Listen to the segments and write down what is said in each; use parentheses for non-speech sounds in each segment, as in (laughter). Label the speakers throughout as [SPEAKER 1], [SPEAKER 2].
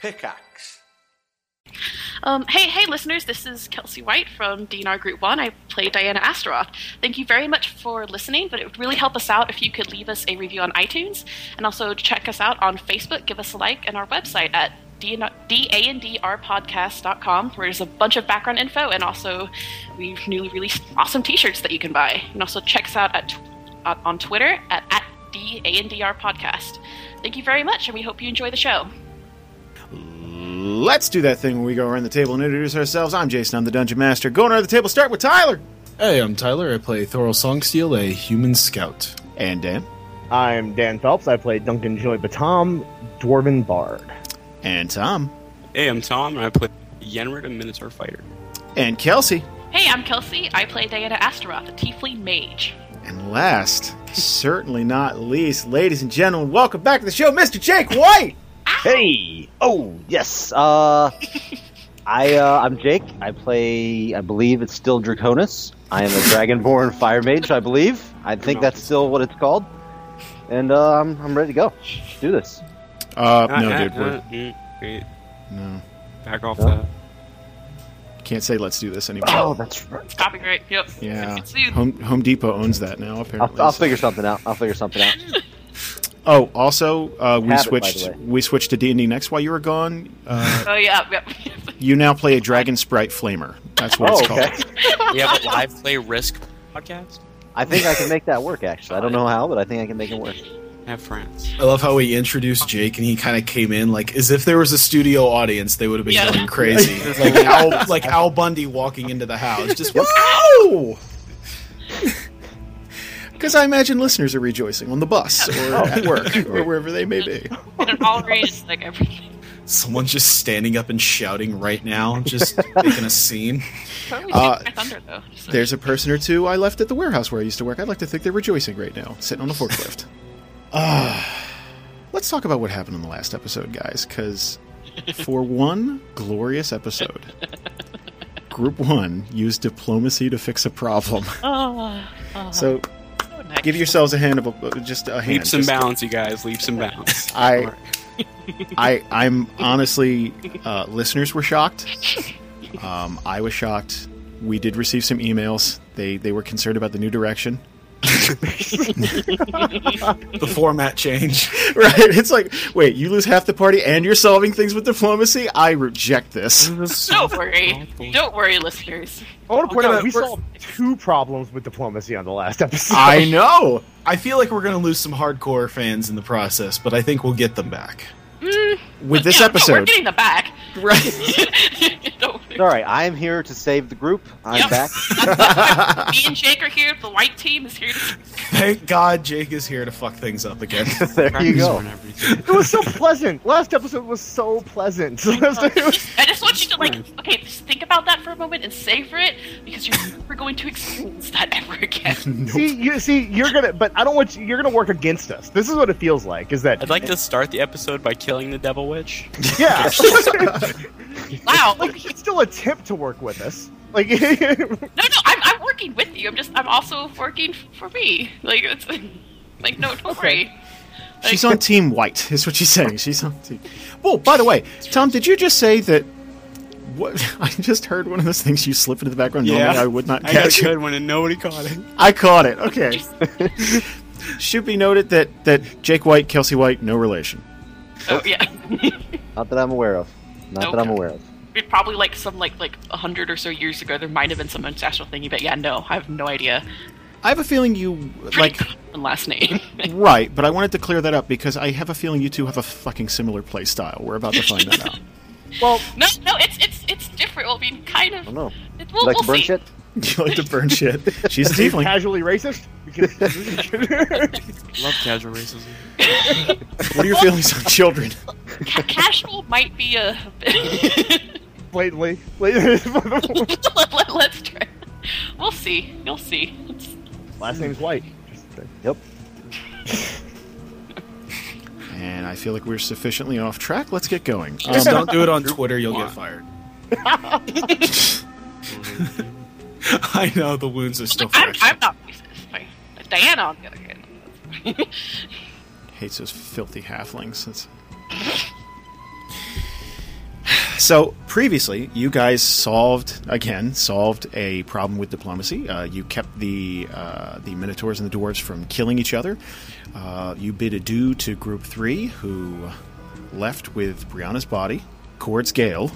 [SPEAKER 1] Pickaxe.
[SPEAKER 2] Um, hey, hey, listeners, this is Kelsey White from DNR Group 1. I play Diana Astaroth. Thank you very much for listening, but it would really help us out if you could leave us a review on iTunes and also check us out on Facebook, give us a like, and our website at dandrpodcast.com, where there's a bunch of background info, and also we've newly released awesome t shirts that you can buy. You can also check us out at, tw- uh, on Twitter at, at Podcast. Thank you very much, and we hope you enjoy the show.
[SPEAKER 3] Let's do that thing where we go around the table and introduce ourselves. I'm Jason, I'm the Dungeon Master. Going around the table, start with Tyler.
[SPEAKER 4] Hey, I'm Tyler. I play Thorol Songsteel, a human scout.
[SPEAKER 3] And Dan.
[SPEAKER 5] I'm Dan Phelps. I play Duncan Joy Batam, Dwarven Bard.
[SPEAKER 3] And Tom.
[SPEAKER 6] Hey, I'm Tom, and I play Yenrid, a Minotaur fighter.
[SPEAKER 3] And Kelsey.
[SPEAKER 2] Hey, I'm Kelsey. I play Diana Astaroth, a Tiefling Mage.
[SPEAKER 3] And last, (laughs) certainly not least, ladies and gentlemen, welcome back to the show, Mr. Jake White.
[SPEAKER 5] Hey! Oh, yes. Uh, I, uh, I'm Jake. I play, I believe it's still Draconis. I am a Dragonborn Fire Mage, I believe. I think that's still what it's called. And uh, I'm, I'm ready to go. Let's do this.
[SPEAKER 3] Uh,
[SPEAKER 6] Uh,
[SPEAKER 3] no, dude,
[SPEAKER 6] uh,
[SPEAKER 3] we're,
[SPEAKER 6] uh, mm, wait,
[SPEAKER 3] no.
[SPEAKER 6] back off
[SPEAKER 5] Huh?
[SPEAKER 6] that.
[SPEAKER 3] Can't say let's do this anymore.
[SPEAKER 5] Oh, that's right.
[SPEAKER 2] Copyright. Yep.
[SPEAKER 3] Yeah.
[SPEAKER 2] See you.
[SPEAKER 3] Home, Home Depot owns that now, apparently.
[SPEAKER 5] I'll, I'll
[SPEAKER 3] so-
[SPEAKER 5] figure something out. I'll figure something out.
[SPEAKER 3] Oh, also, uh, we
[SPEAKER 5] Habit, by the
[SPEAKER 3] switched.
[SPEAKER 5] way.
[SPEAKER 3] We switched to D and D next while you were gone. Uh,
[SPEAKER 2] Oh yeah, yep. (laughs)
[SPEAKER 3] you now play a dragon sprite flamer. That's what
[SPEAKER 5] Oh,
[SPEAKER 3] it's
[SPEAKER 5] okay.
[SPEAKER 3] called.
[SPEAKER 6] We have a live play Risk podcast.
[SPEAKER 5] I think I can make that work, actually. I don't know how, but I think I can make it work.
[SPEAKER 6] Have friends.
[SPEAKER 4] I love how we introduced Jake, and he kind of came in like as if there was a studio audience. They would have been
[SPEAKER 2] Yeah.
[SPEAKER 4] going crazy, like Al, like Al Bundy walking into the house. Just
[SPEAKER 3] (laughs) Wow! Because I imagine listeners are rejoicing on the bus or at work or wherever they may be.
[SPEAKER 2] And it all reads like everything.
[SPEAKER 4] someone just standing up and shouting right now, just making a scene. (laughs)
[SPEAKER 2] Totally
[SPEAKER 3] Uh,
[SPEAKER 2] took my thunder though. Just like-
[SPEAKER 3] There's a person or two I left at the warehouse where I used to work. I'd like to think they're rejoicing right now, sitting on a forklift. Ah, let's talk about what happened in the last episode, guys. Because for one glorious episode, Group One used diplomacy to fix a problem.
[SPEAKER 2] oh, oh,
[SPEAKER 3] So
[SPEAKER 2] so nice.
[SPEAKER 3] give yourselves a hand of a, just a hand.
[SPEAKER 6] Leaps and
[SPEAKER 3] just-
[SPEAKER 6] bounds, you guys. Leaps and bounds.
[SPEAKER 3] I-
[SPEAKER 6] Alright.
[SPEAKER 3] I I'm honestly, uh, listeners were shocked. Um, I was shocked. We did receive some emails. They they were concerned about the new direction. (laughs)
[SPEAKER 4] The format change.
[SPEAKER 3] right? It's like, wait, you lose half the party and you're solving things with diplomacy. I reject this.
[SPEAKER 2] Don't worry. Don't worry, listeners.
[SPEAKER 5] I want to point
[SPEAKER 4] Okay,
[SPEAKER 5] out we
[SPEAKER 4] we're-
[SPEAKER 5] solved two problems with diplomacy on the last episode.
[SPEAKER 3] I know.
[SPEAKER 4] I feel like we're gonna lose some hardcore fans in the process, but I think we'll get them
[SPEAKER 1] (laughs)
[SPEAKER 4] back.
[SPEAKER 3] With this
[SPEAKER 2] Yeah, no, we're
[SPEAKER 3] episode,
[SPEAKER 2] getting the back.
[SPEAKER 3] right?
[SPEAKER 2] (laughs) Don't worry.
[SPEAKER 5] Sorry, I'm here to save the group. I'm
[SPEAKER 2] Yep.
[SPEAKER 5] back.
[SPEAKER 2] (laughs) Me and Jake are here. The white team is here.
[SPEAKER 3] (laughs)
[SPEAKER 2] To-
[SPEAKER 4] Thank God Jake is here to fuck things up again.
[SPEAKER 5] there
[SPEAKER 6] (laughs)
[SPEAKER 5] you
[SPEAKER 6] Practice
[SPEAKER 5] go.
[SPEAKER 6] on everything.
[SPEAKER 5] (laughs) It was (laughs) so pleasant. Last episode was so pleasant. (laughs) It
[SPEAKER 2] I just want you to like, okay, just think about that for a moment and savor it because you're never going to experience that ever again.
[SPEAKER 3] (laughs)
[SPEAKER 5] was- see, you see, you're gonna, but I don't want you. You're gonna work against us. This is what it feels like. Is that
[SPEAKER 6] I'd like to start the episode by killing the Devil
[SPEAKER 3] (laughs)
[SPEAKER 6] Witch.
[SPEAKER 5] yeah? (laughs)
[SPEAKER 2] Wow. No,
[SPEAKER 5] like it's still a tip to work with us. Like (laughs) yeah,
[SPEAKER 2] no, I'm, I'm working with you. I'm just, I'm also working for me. Like, it's (laughs) like, no, don't worry.
[SPEAKER 3] She's on Team White, is what she's saying. She's on Team. Well, by the way, Tom, did you just say that? What (laughs) I just heard one of those things you slip into the background. Normally, I would not
[SPEAKER 6] I got
[SPEAKER 3] catch
[SPEAKER 6] a
[SPEAKER 3] it.
[SPEAKER 6] good one, and nobody caught it.
[SPEAKER 3] I caught it. Okay. Should be noted that that Jake White, Kelsey White, no relation.
[SPEAKER 2] Oh yeah, (laughs)
[SPEAKER 5] not that I'm aware of. Not that
[SPEAKER 2] Okay.
[SPEAKER 5] I'm aware of.
[SPEAKER 2] it probably like some like like a hundred or so years ago. There might have been some ancestral thingy, but yeah, no, I have no idea.
[SPEAKER 3] I have a feeling you
[SPEAKER 2] Pretty
[SPEAKER 3] like
[SPEAKER 2] (laughs) common last name.
[SPEAKER 3] right, but I wanted to clear that up because I have a feeling you two have a fucking similar play style. We're about to find that out.
[SPEAKER 5] Well,
[SPEAKER 2] no, no, it's it's it's different. Well, I mean, kind of.
[SPEAKER 5] I don't know.
[SPEAKER 2] It,
[SPEAKER 5] You
[SPEAKER 2] we'll,
[SPEAKER 5] like to
[SPEAKER 2] we'll
[SPEAKER 5] burn
[SPEAKER 2] see.
[SPEAKER 5] shit?
[SPEAKER 3] You like to burn shit. She's a
[SPEAKER 5] Are you
[SPEAKER 3] tiefling.
[SPEAKER 5] casually racist? Because
[SPEAKER 6] Love casual racism.
[SPEAKER 3] What are your feelings on children?
[SPEAKER 2] (laughs) Ca- casual might be a. (laughs)
[SPEAKER 5] blatantly, blatantly. (laughs)
[SPEAKER 2] let, let, let's try. We'll see. You'll see. It's-
[SPEAKER 5] last name's White. Just- Yep. (laughs)
[SPEAKER 3] And I feel like we're sufficiently off track. Let's get going.
[SPEAKER 4] Just
[SPEAKER 3] Um,
[SPEAKER 4] don't do it on Twitter, you'll get
[SPEAKER 6] one.
[SPEAKER 4] fired. (laughs) I know the wounds are still
[SPEAKER 2] I'm,
[SPEAKER 4] fresh.
[SPEAKER 2] I'm not racist. Like, Diana, on the other hand.
[SPEAKER 3] hates those filthy halflings. That's... (sighs) So previously, you guys solved again solved a problem with diplomacy. Uh, you kept the uh, the minotaurs and the dwarves from killing each other. Uh, you bid adieu to Group Three, who left with Brianna's body, Cord's Gale,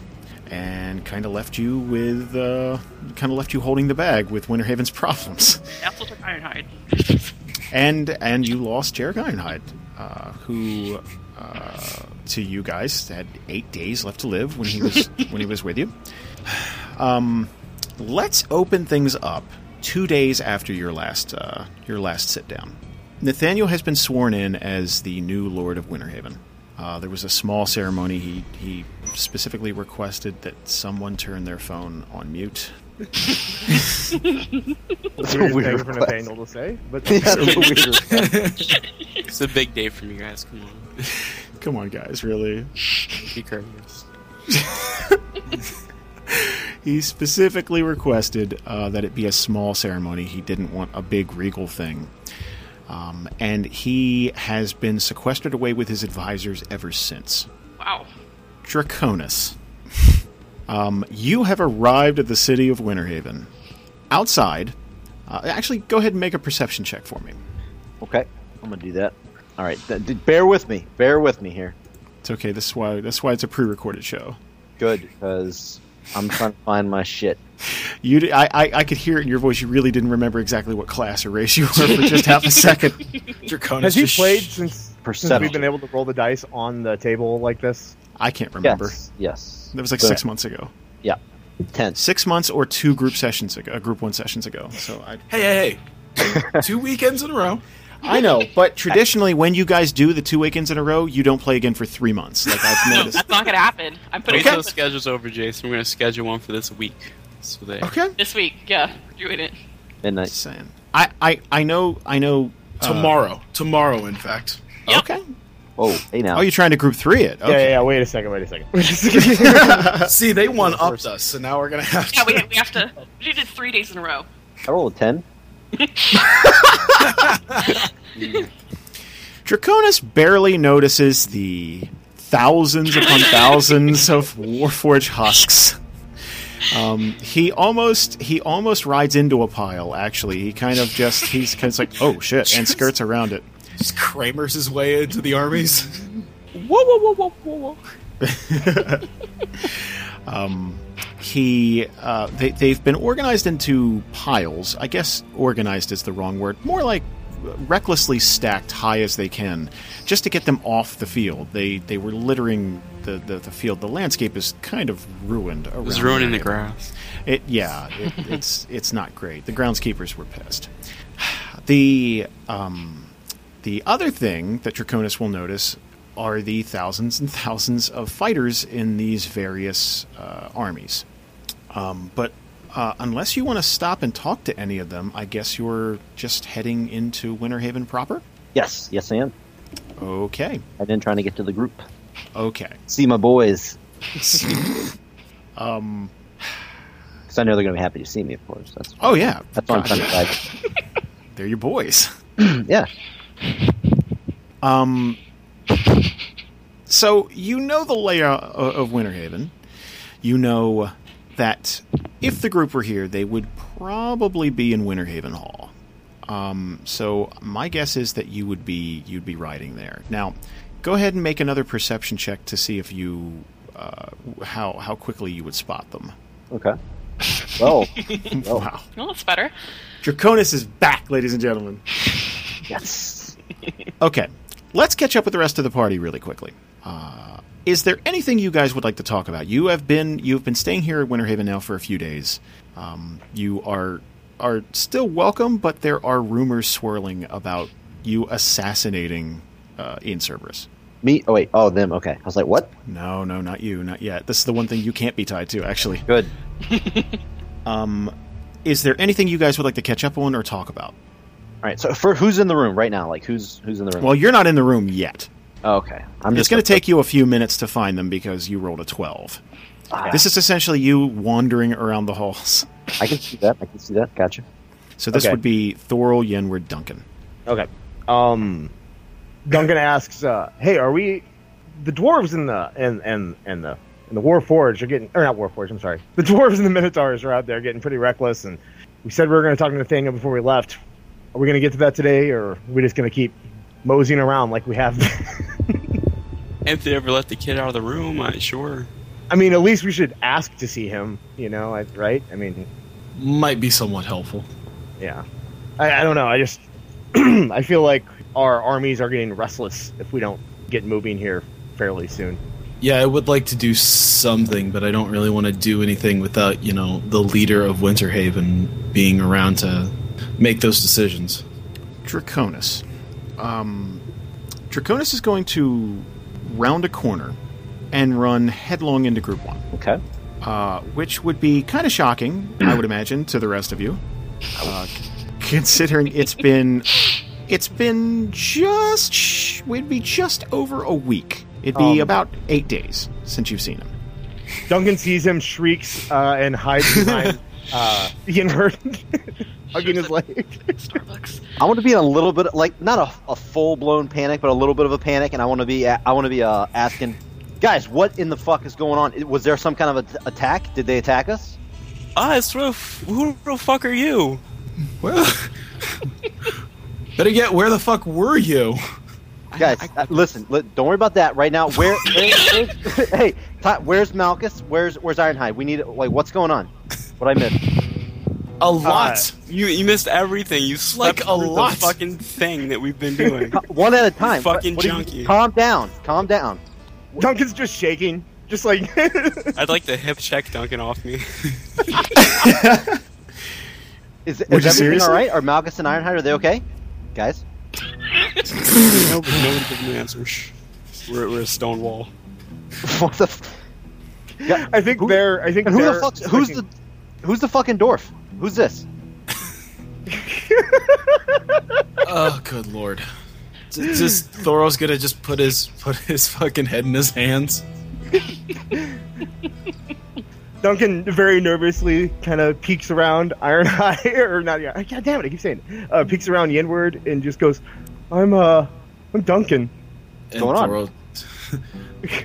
[SPEAKER 3] and kind of left you with uh, kind of left you holding the bag with Winterhaven's (laughs) problems.
[SPEAKER 2] That's what Ironhide.
[SPEAKER 3] and and you lost Jarek Ironhide, uh, who uh, to you guys had eight days left to live when he was when he was with you. Um, let's open things up two days after your last uh, your last sit down. Nathaniel has been sworn in as the new Lord of Winterhaven. Uh, there was a small ceremony. He he specifically requested that someone turn their phone on mute.
[SPEAKER 5] That's a
[SPEAKER 1] Weird, thing
[SPEAKER 5] weird
[SPEAKER 1] for
[SPEAKER 5] request.
[SPEAKER 1] Nathaniel to say, but
[SPEAKER 5] (laughs) Yeah, that's a weird request.
[SPEAKER 6] It's a big day for you guys. Come on, (laughs)
[SPEAKER 3] Come on, guys, really.
[SPEAKER 6] be courteous.
[SPEAKER 3] He specifically requested uh, that it be a small ceremony. He didn't want a big regal thing. Um, and he has been sequestered away with his advisors ever since.
[SPEAKER 2] Wow.
[SPEAKER 3] Draconis. um, you have arrived at the city of Winterhaven. Outside, uh, actually, go ahead and make a perception check for me.
[SPEAKER 5] Okay, I'm gonna do that. All right, th- th- bear with me. Bear with me here.
[SPEAKER 3] It's okay. This is why. That's why it's a pre-recorded show.
[SPEAKER 5] Good, because I'm trying to find my shit.
[SPEAKER 3] You, d- I, I, I could hear it in your voice. You really didn't remember exactly what class or race you were for just half a second.
[SPEAKER 4] Draconis
[SPEAKER 1] has he
[SPEAKER 4] just sh-
[SPEAKER 1] played since, since
[SPEAKER 5] Perception.
[SPEAKER 1] we've been able to roll the dice on the table like this?
[SPEAKER 3] I can't remember.
[SPEAKER 5] Yes, yes.
[SPEAKER 3] That was like
[SPEAKER 5] But-
[SPEAKER 3] six months ago.
[SPEAKER 5] Yeah, ten.
[SPEAKER 3] six months or two group sessions ago, uh, group one sessions ago. So I,
[SPEAKER 4] Hey, hey,
[SPEAKER 1] (laughs)
[SPEAKER 4] hey! Two weekends in a row.
[SPEAKER 3] I know, but traditionally, when you guys do the two weekends in a row, you don't play again for three months. Like I've (laughs)
[SPEAKER 2] No,
[SPEAKER 3] noticed.
[SPEAKER 2] that's not gonna happen. I'm
[SPEAKER 6] Wait
[SPEAKER 2] putting
[SPEAKER 6] till the
[SPEAKER 2] it
[SPEAKER 6] schedule's over, Jason. We're gonna schedule one for this week. So they
[SPEAKER 3] okay,
[SPEAKER 2] this week. Yeah, we're doing it.
[SPEAKER 5] Midnight.
[SPEAKER 3] saying I, I, I know, I know. uh,
[SPEAKER 4] Tomorrow, tomorrow, in fact.
[SPEAKER 2] Yep.
[SPEAKER 3] Okay.
[SPEAKER 5] Oh, hey now.
[SPEAKER 3] Oh, you're trying to group three it?
[SPEAKER 1] Yeah, yeah,
[SPEAKER 3] Okay.
[SPEAKER 1] yeah. Wait a second. Wait a second.
[SPEAKER 4] See, they one upped us, so now we're gonna have (laughs) to.
[SPEAKER 2] Yeah, we, we have to. We did it three days in a row.
[SPEAKER 5] I rolled a ten.
[SPEAKER 3] Draconis barely notices the thousands (laughs) upon thousands of Warforge husks. Um, he almost he almost rides into a pile. Actually, he kind of just he's kind of like oh shit, (laughs) and skirts around it.
[SPEAKER 4] Just Kramers his way into the armies.
[SPEAKER 6] Whoa, whoa, whoa, whoa, whoa, whoa!
[SPEAKER 3] he uh, they, they've been organized into piles i guess organized is the wrong word more like recklessly stacked high as they can just to get them off the field they they were littering the, the, the field the landscape is kind of ruined around
[SPEAKER 6] It's ruining the
[SPEAKER 3] area.
[SPEAKER 6] grass.
[SPEAKER 3] It, yeah, it, it's it's not great. The groundskeepers were pissed. The um, the other thing that Draconis will notice are the thousands and thousands of fighters in these various uh, armies. Um, but uh, unless you want to stop and talk to any of them, I guess you're just heading into Winterhaven proper.
[SPEAKER 5] Yes, yes, I am.
[SPEAKER 3] Okay,
[SPEAKER 5] I've been trying to get to the group.
[SPEAKER 3] okay.
[SPEAKER 5] See
[SPEAKER 3] (laughs)
[SPEAKER 5] my boys. (sighs) Because I know they're gonna be happy to see me, of course. That's
[SPEAKER 3] Um. oh yeah,
[SPEAKER 5] that's what I'm trying
[SPEAKER 3] Gosh,
[SPEAKER 5] to fight.
[SPEAKER 3] they're your boys.
[SPEAKER 5] Yeah.
[SPEAKER 3] Um, so you know the layout o- of Winterhaven. You know that if the group were here, they would probably be in Winterhaven Hall. Um, so my guess is that you would be you'd be riding there. Now, go ahead and make another perception check to see if you uh, how how quickly you would spot them.
[SPEAKER 5] Okay.
[SPEAKER 3] (laughs)
[SPEAKER 5] Well, well,
[SPEAKER 3] Wow,
[SPEAKER 2] Well, that's better.
[SPEAKER 3] Draconis is back, ladies and gentlemen.
[SPEAKER 5] yes.
[SPEAKER 3] Okay, let's catch up with the rest of the party really quickly. Uh, is there anything you guys would like to talk about? You have been you have been staying here at Winterhaven now for a few days. Um, you are are still welcome, but there are rumors swirling about you assassinating uh, Ian Cerberus.
[SPEAKER 5] Me? Oh wait. Oh, them. Okay. I was like, what?
[SPEAKER 3] No, no, not you, not yet. This is the one thing you can't be tied to, actually.
[SPEAKER 5] Good.
[SPEAKER 3] Is there anything you guys would like to catch up on or talk about?
[SPEAKER 5] All right. So for who's in the room right now? Like who's who's in the room?
[SPEAKER 3] Well, you're not in the room yet.
[SPEAKER 5] oh, okay. I'm
[SPEAKER 3] it's
[SPEAKER 5] just
[SPEAKER 3] going to take you a few minutes to find them because you rolled a 12.
[SPEAKER 5] Ah,
[SPEAKER 3] This is essentially you wandering around the halls.
[SPEAKER 5] I can see that. I can see that. Gotcha.
[SPEAKER 3] So this
[SPEAKER 1] Okay.
[SPEAKER 3] would be Thorol Yenward Duncan.
[SPEAKER 1] (laughs) okay. Um, Duncan asks, uh, "Hey, are we the dwarves in the and and and the And the Warforged are getting, or not Warforged, I'm sorry. The (laughs) dwarves and the minotaurs are out there getting pretty reckless. And we said we were going to talk to Nathaniel before we left. Are we going to get to that today, or are we just going to keep moseying around like we have?
[SPEAKER 6] If they ever let the kid out of the room, I, sure.
[SPEAKER 1] (laughs) I mean, at least we should ask to see him, you know, I, right? I mean,
[SPEAKER 4] Might be somewhat helpful.
[SPEAKER 1] yeah. I, I don't know. I just, (clears throat) I feel like our armies are getting restless if we don't get moving here fairly soon.
[SPEAKER 4] Yeah, I would like to do something, but I don't really want to do anything without, you know, the leader of Winterhaven being around to make those decisions.
[SPEAKER 3] Draconis. Um, Draconis is going to round a corner and run headlong into Group 1,
[SPEAKER 5] Okay.
[SPEAKER 3] uh, which would be kind of shocking, I would imagine, to the rest of you, uh, considering it's been it's been just sh- would be just over a week. It'd be
[SPEAKER 1] Um,
[SPEAKER 3] about eight days since you've seen him.
[SPEAKER 1] Duncan sees him, shrieks, uh, and hides
[SPEAKER 5] (laughs)
[SPEAKER 1] behind uh, Ian Hurt, (laughs) hugging his leg.
[SPEAKER 2] Starbucks.
[SPEAKER 5] I want to be in a little bit, like not a, a full blown panic, but a little bit of a panic, and I want to be I want to be uh, asking, guys, what in the fuck is going on? Was there some kind of a- attack? Did they attack us?
[SPEAKER 6] Ah, it's who, who the fuck are you?
[SPEAKER 4] Well, better yet, where the fuck were you?
[SPEAKER 5] Guys, uh, listen, li- don't worry about that right now. Where, where (laughs) where's- hey, Ty, where's Malchus? Where's where's Ironhide? We need like what's going on? What I missed?
[SPEAKER 4] A
[SPEAKER 1] Uh,
[SPEAKER 4] lot.
[SPEAKER 6] You you missed everything. You slept
[SPEAKER 4] Like a
[SPEAKER 6] through
[SPEAKER 4] lot.
[SPEAKER 6] the fucking thing that we've been doing. (laughs)
[SPEAKER 5] One at a time. What-
[SPEAKER 6] fucking
[SPEAKER 5] what do you-
[SPEAKER 6] junkie.
[SPEAKER 5] calm down. Calm down.
[SPEAKER 1] Duncan's just shaking, just like (laughs)
[SPEAKER 6] I'd like to hip check Duncan off me. (laughs)
[SPEAKER 5] Is, is
[SPEAKER 3] Would you
[SPEAKER 5] everything
[SPEAKER 3] seriously?
[SPEAKER 5] all right? Are Malchus and Ironhide are they okay? Guys, (laughs)
[SPEAKER 6] no, but no one gives me an answer. Shh. We're, we're a stone wall.
[SPEAKER 5] what the? F- Yeah,
[SPEAKER 1] I think
[SPEAKER 5] Who-
[SPEAKER 1] they're. I think
[SPEAKER 5] and who the
[SPEAKER 1] they're
[SPEAKER 5] fuck? Who's the?
[SPEAKER 1] thinking-
[SPEAKER 5] Who's the fucking dwarf? Who's this?
[SPEAKER 4] Oh, good lord. J- Just Thoros gonna just put his put his fucking head in his hands.
[SPEAKER 1] Duncan very nervously kind of peeks around Iron Eye (laughs) or not? Iron- God damn it! I keep saying it. uh, peeks around Yenward and just goes, "I'm uh, I'm Duncan." (laughs)
[SPEAKER 4] And
[SPEAKER 5] going on?
[SPEAKER 4] Thoros-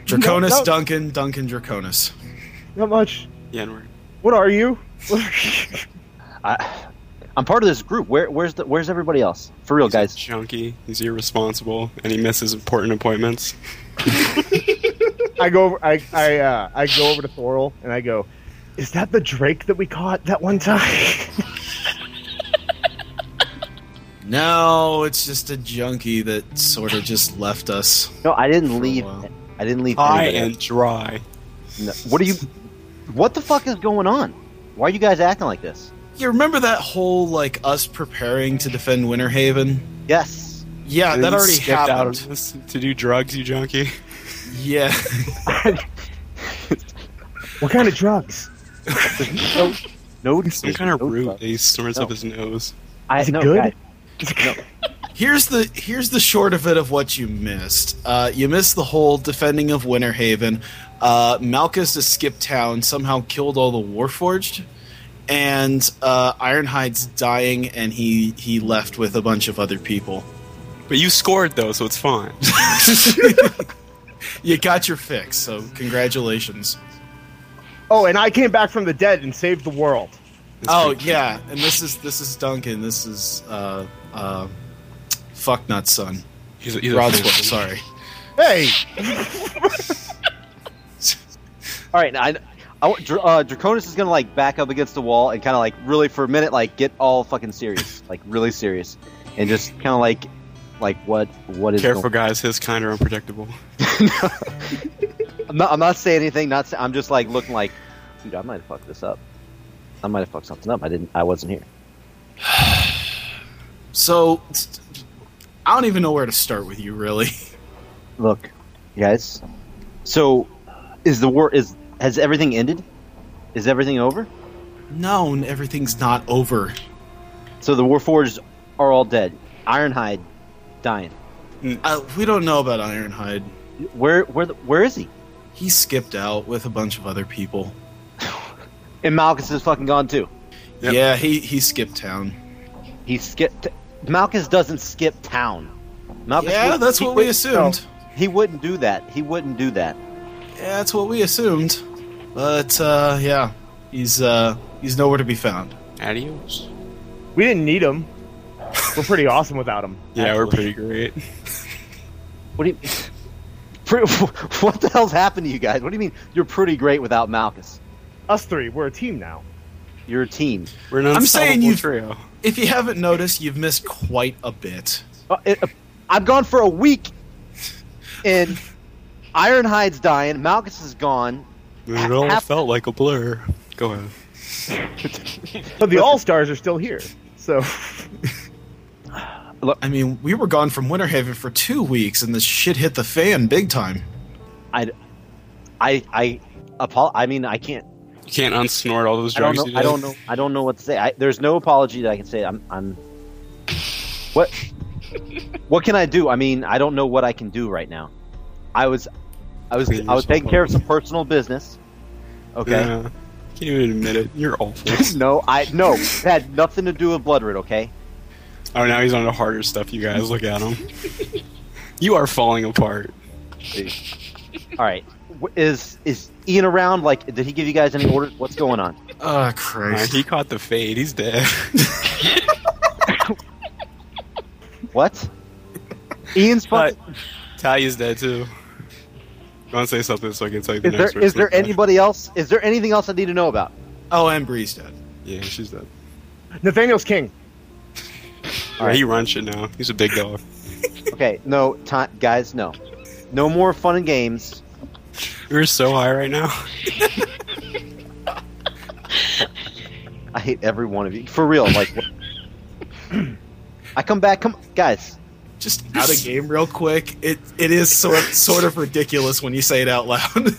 [SPEAKER 4] Draconis,
[SPEAKER 1] No, no.
[SPEAKER 4] Duncan, Duncan, Draconis.
[SPEAKER 1] Not much.
[SPEAKER 6] Yeah, and we're
[SPEAKER 1] What are you? (laughs)
[SPEAKER 5] I, I'm part of this group. Where, where's the? Where's everybody else? For real, guys.
[SPEAKER 6] junkie. He's irresponsible, and he misses important appointments.
[SPEAKER 1] I go over. I I uh, I go over to Thorl and I go, "Is that the Drake that we caught that one time?" (laughs)
[SPEAKER 4] No, it's just a junkie that sort of just left us.
[SPEAKER 5] No, I didn't
[SPEAKER 4] For a
[SPEAKER 5] leave.
[SPEAKER 4] while.
[SPEAKER 5] I didn't leave.
[SPEAKER 6] High
[SPEAKER 5] anybody.
[SPEAKER 6] and dry.
[SPEAKER 5] No, what are you? What the fuck is going on? Why are you guys acting like this?
[SPEAKER 4] You remember that whole like us preparing to defend Winterhaven?
[SPEAKER 5] Yes.
[SPEAKER 4] Yeah,
[SPEAKER 6] And
[SPEAKER 4] that
[SPEAKER 6] you
[SPEAKER 4] already
[SPEAKER 6] skipped out
[SPEAKER 4] happened.
[SPEAKER 6] of this to do drugs, you junkie.
[SPEAKER 4] (laughs) Yeah, (laughs)
[SPEAKER 1] what kind of drugs?
[SPEAKER 5] No. No.
[SPEAKER 6] Some kind of
[SPEAKER 5] no
[SPEAKER 6] root
[SPEAKER 5] drugs.
[SPEAKER 6] that he snorts
[SPEAKER 5] No.
[SPEAKER 6] up his nose.
[SPEAKER 5] I
[SPEAKER 1] Is it
[SPEAKER 5] no,
[SPEAKER 1] good?
[SPEAKER 5] guys.
[SPEAKER 4] here's the here's the short of it of what you missed. Uh, you missed the whole defending of Winterhaven. Uh, Malchus escaped town, somehow killed all the Warforged, and uh, Ironhide's dying, and he he left with a bunch of other people.
[SPEAKER 6] But you scored though, so
[SPEAKER 4] (laughs)
[SPEAKER 6] it's fine.
[SPEAKER 4] You got your fix, so congratulations.
[SPEAKER 1] Oh, and I came back from the dead and saved the world.
[SPEAKER 4] Oh yeah, and this is this is Duncan. This is uh uh, fuck not son.
[SPEAKER 6] he's, a- he's a
[SPEAKER 4] Rodswell.
[SPEAKER 6] fool.
[SPEAKER 4] Sorry. (laughs)
[SPEAKER 1] Hey,
[SPEAKER 5] All right. I. I want- Dr- uh, Draconis is gonna like back up against the wall and kind of like really for a minute like get all fucking serious, (laughs) like really serious, and just kind of like, like what what is
[SPEAKER 6] Careful,
[SPEAKER 5] Going-
[SPEAKER 6] guys. His kind are unpredictable.
[SPEAKER 5] I'm not. I'm not saying anything. Not. Say- I'm just like looking like, dude. I might have fucked this up. I might have fucked something up. I didn't. I wasn't here.
[SPEAKER 4] So I don't even know where to start with you, really. (laughs)
[SPEAKER 5] Look, guys. So, is the war is has everything ended? Is everything over?
[SPEAKER 4] No, and everything's not over.
[SPEAKER 5] So the Warforged are all dead. Ironhide dying.
[SPEAKER 4] Uh, we don't know about Ironhide.
[SPEAKER 5] Where where the, where is he?
[SPEAKER 4] He skipped out with a bunch of other people.
[SPEAKER 5] And Malchus is fucking gone too.
[SPEAKER 6] Yep.
[SPEAKER 4] Yeah, he he skipped town.
[SPEAKER 5] He skipped. Malchus doesn't skip town. Malchus
[SPEAKER 4] Yeah,
[SPEAKER 5] would-
[SPEAKER 4] that's
[SPEAKER 5] he
[SPEAKER 4] what we
[SPEAKER 5] would-
[SPEAKER 4] assumed.
[SPEAKER 5] He wouldn't do that. He wouldn't do that.
[SPEAKER 4] Yeah, that's what we assumed. But uh, yeah, he's uh, he's nowhere to be found.
[SPEAKER 6] Adios.
[SPEAKER 1] We didn't need him. We're pretty awesome without him.
[SPEAKER 6] Yeah, we're pretty great. (laughs)
[SPEAKER 5] What do you? (laughs) Pre- (laughs) What the hell's happened to you guys? What do you mean? You're pretty great without Malchus.
[SPEAKER 1] Us three, we're a team now.
[SPEAKER 5] You're a team.
[SPEAKER 6] We're an
[SPEAKER 4] I'm saying
[SPEAKER 6] unstoppable
[SPEAKER 4] you-
[SPEAKER 6] trio.
[SPEAKER 4] If you haven't noticed, you've missed quite a bit.
[SPEAKER 5] Uh, it, uh, I'm gone for a week, and Ironhide's dying. Malchus is gone.
[SPEAKER 6] It all
[SPEAKER 5] Half-
[SPEAKER 6] felt like a blur. Go ahead.
[SPEAKER 1] But the All Stars are still here. So (laughs)
[SPEAKER 4] I mean, we were gone from Winterhaven for two weeks, and the shit hit the fan big time.
[SPEAKER 5] I, I, I, apo- I mean, I can't.
[SPEAKER 6] You can't unsnort all those
[SPEAKER 5] I don't
[SPEAKER 6] drugs. you
[SPEAKER 5] know.
[SPEAKER 6] did.
[SPEAKER 5] I don't know. I don't know what to say. I, there's no apology that I can say. I'm. I'm. What? what can I do? I mean, I don't know what I can do right now. I was, I was,
[SPEAKER 6] Clean
[SPEAKER 5] I was
[SPEAKER 6] yourself
[SPEAKER 5] taking care of
[SPEAKER 6] up.
[SPEAKER 5] some personal business. Okay.
[SPEAKER 6] Yeah. Can't even admit it. You're awful.
[SPEAKER 5] (laughs) No, I no it had nothing to do with blood red. Okay.
[SPEAKER 6] oh, now he's on the harder stuff. You guys, look at him. you are falling apart.
[SPEAKER 5] All right. Wh- Is is Ian around? Like, did he give you guys any orders? What's going on?
[SPEAKER 4] Ah,
[SPEAKER 6] Uh,
[SPEAKER 4] Christ.
[SPEAKER 6] he caught the fade. He's
[SPEAKER 5] (laughs)
[SPEAKER 6] dead.
[SPEAKER 5] What? Ian's
[SPEAKER 6] But
[SPEAKER 5] fucking.
[SPEAKER 6] Talia's dead too. You want to say something so I can tell you the
[SPEAKER 5] Is
[SPEAKER 6] next
[SPEAKER 5] there is there anybody else? Is there anything else I need to know about?
[SPEAKER 4] Oh, and Bree's dead.
[SPEAKER 6] Yeah, she's dead.
[SPEAKER 1] Nathaniel's king.
[SPEAKER 6] All right. He runs shit now. He's a big dog.
[SPEAKER 5] Okay, no, ti guys, no, no more fun and games.
[SPEAKER 6] We're so high right now. (laughs)
[SPEAKER 5] I hate every one of you for real. Like, what? I come back, come guys.
[SPEAKER 4] Just out of game real quick. It it is sort sort of ridiculous when you say it out loud. (laughs)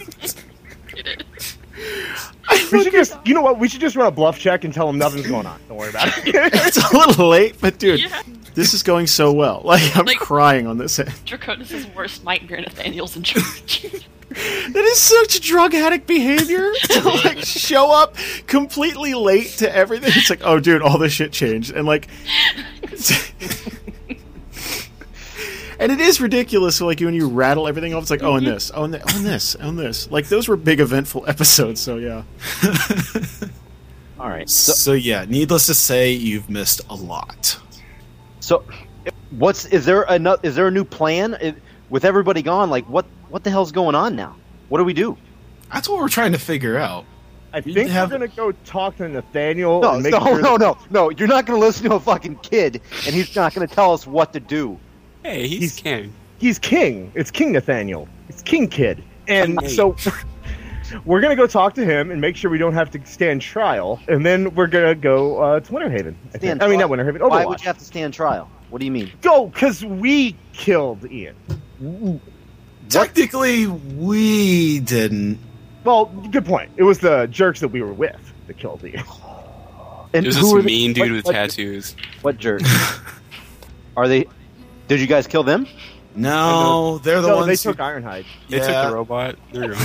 [SPEAKER 2] It is.
[SPEAKER 1] We should just, you know what? We should just run a bluff check and tell him nothing's going on. Don't worry about it. (laughs)
[SPEAKER 3] it's a little late, but dude,
[SPEAKER 2] Yeah.
[SPEAKER 3] this is going so well. Like I'm
[SPEAKER 2] Like-
[SPEAKER 3] crying on this end.
[SPEAKER 2] Draconis' worst nightmare, Nathaniel's in charge. (laughs)
[SPEAKER 3] That is such drug addict
[SPEAKER 1] (laughs)
[SPEAKER 3] behavior to like show up completely late to everything. It's like, oh, dude, all this shit changed, and like, (laughs) and it is ridiculous. Like when you rattle everything off, it's like, oh,
[SPEAKER 1] Mm-hmm.
[SPEAKER 3] and this, oh, and, th- oh, and this, oh, and this. Like those were big eventful (laughs) episodes. So yeah,
[SPEAKER 5] All right, so,
[SPEAKER 4] so yeah, needless to say, you've missed a lot.
[SPEAKER 5] so what's is there another? Is there a new plan It- with everybody gone? Like, what what the hell's going on now? What do we do?
[SPEAKER 4] That's what we're trying to figure out.
[SPEAKER 1] I
[SPEAKER 4] You
[SPEAKER 1] think
[SPEAKER 4] have-
[SPEAKER 1] we're gonna go talk to Nathaniel.
[SPEAKER 5] No,
[SPEAKER 1] and make
[SPEAKER 5] no,
[SPEAKER 1] sure
[SPEAKER 5] no,
[SPEAKER 1] that-
[SPEAKER 5] no, no. You're not going to listen to a fucking kid, and he's not going to tell us what to do.
[SPEAKER 6] Hey, he's,
[SPEAKER 1] He's-
[SPEAKER 6] king.
[SPEAKER 1] He's king. It's King Nathaniel. It's King Kid. And
[SPEAKER 6] Hey.
[SPEAKER 1] so (laughs) we're gonna go talk to him and make sure we don't have to stand trial. And then we're gonna go uh, to Winterhaven. I, think.
[SPEAKER 5] Stand
[SPEAKER 1] I mean, not
[SPEAKER 5] trial?
[SPEAKER 1] Winterhaven.
[SPEAKER 5] Why would
[SPEAKER 1] Overwatch.
[SPEAKER 5] you have to stand trial? What do you mean?
[SPEAKER 1] Go, because we killed Ian.
[SPEAKER 4] Technically, we didn't.
[SPEAKER 1] Well, good point. It was the jerks that we were with that killed Ian.
[SPEAKER 5] And
[SPEAKER 6] There's
[SPEAKER 5] who
[SPEAKER 6] this
[SPEAKER 5] are the-
[SPEAKER 6] mean dude
[SPEAKER 5] what-
[SPEAKER 6] with
[SPEAKER 5] what-
[SPEAKER 6] tattoos.
[SPEAKER 5] What jerks? (laughs) Are they? Did you guys kill them?
[SPEAKER 4] No, they're the
[SPEAKER 1] no,
[SPEAKER 4] ones
[SPEAKER 1] they
[SPEAKER 4] who
[SPEAKER 1] took Ironhide.
[SPEAKER 6] They
[SPEAKER 4] Yeah.
[SPEAKER 6] took the robot. They're (laughs) gone.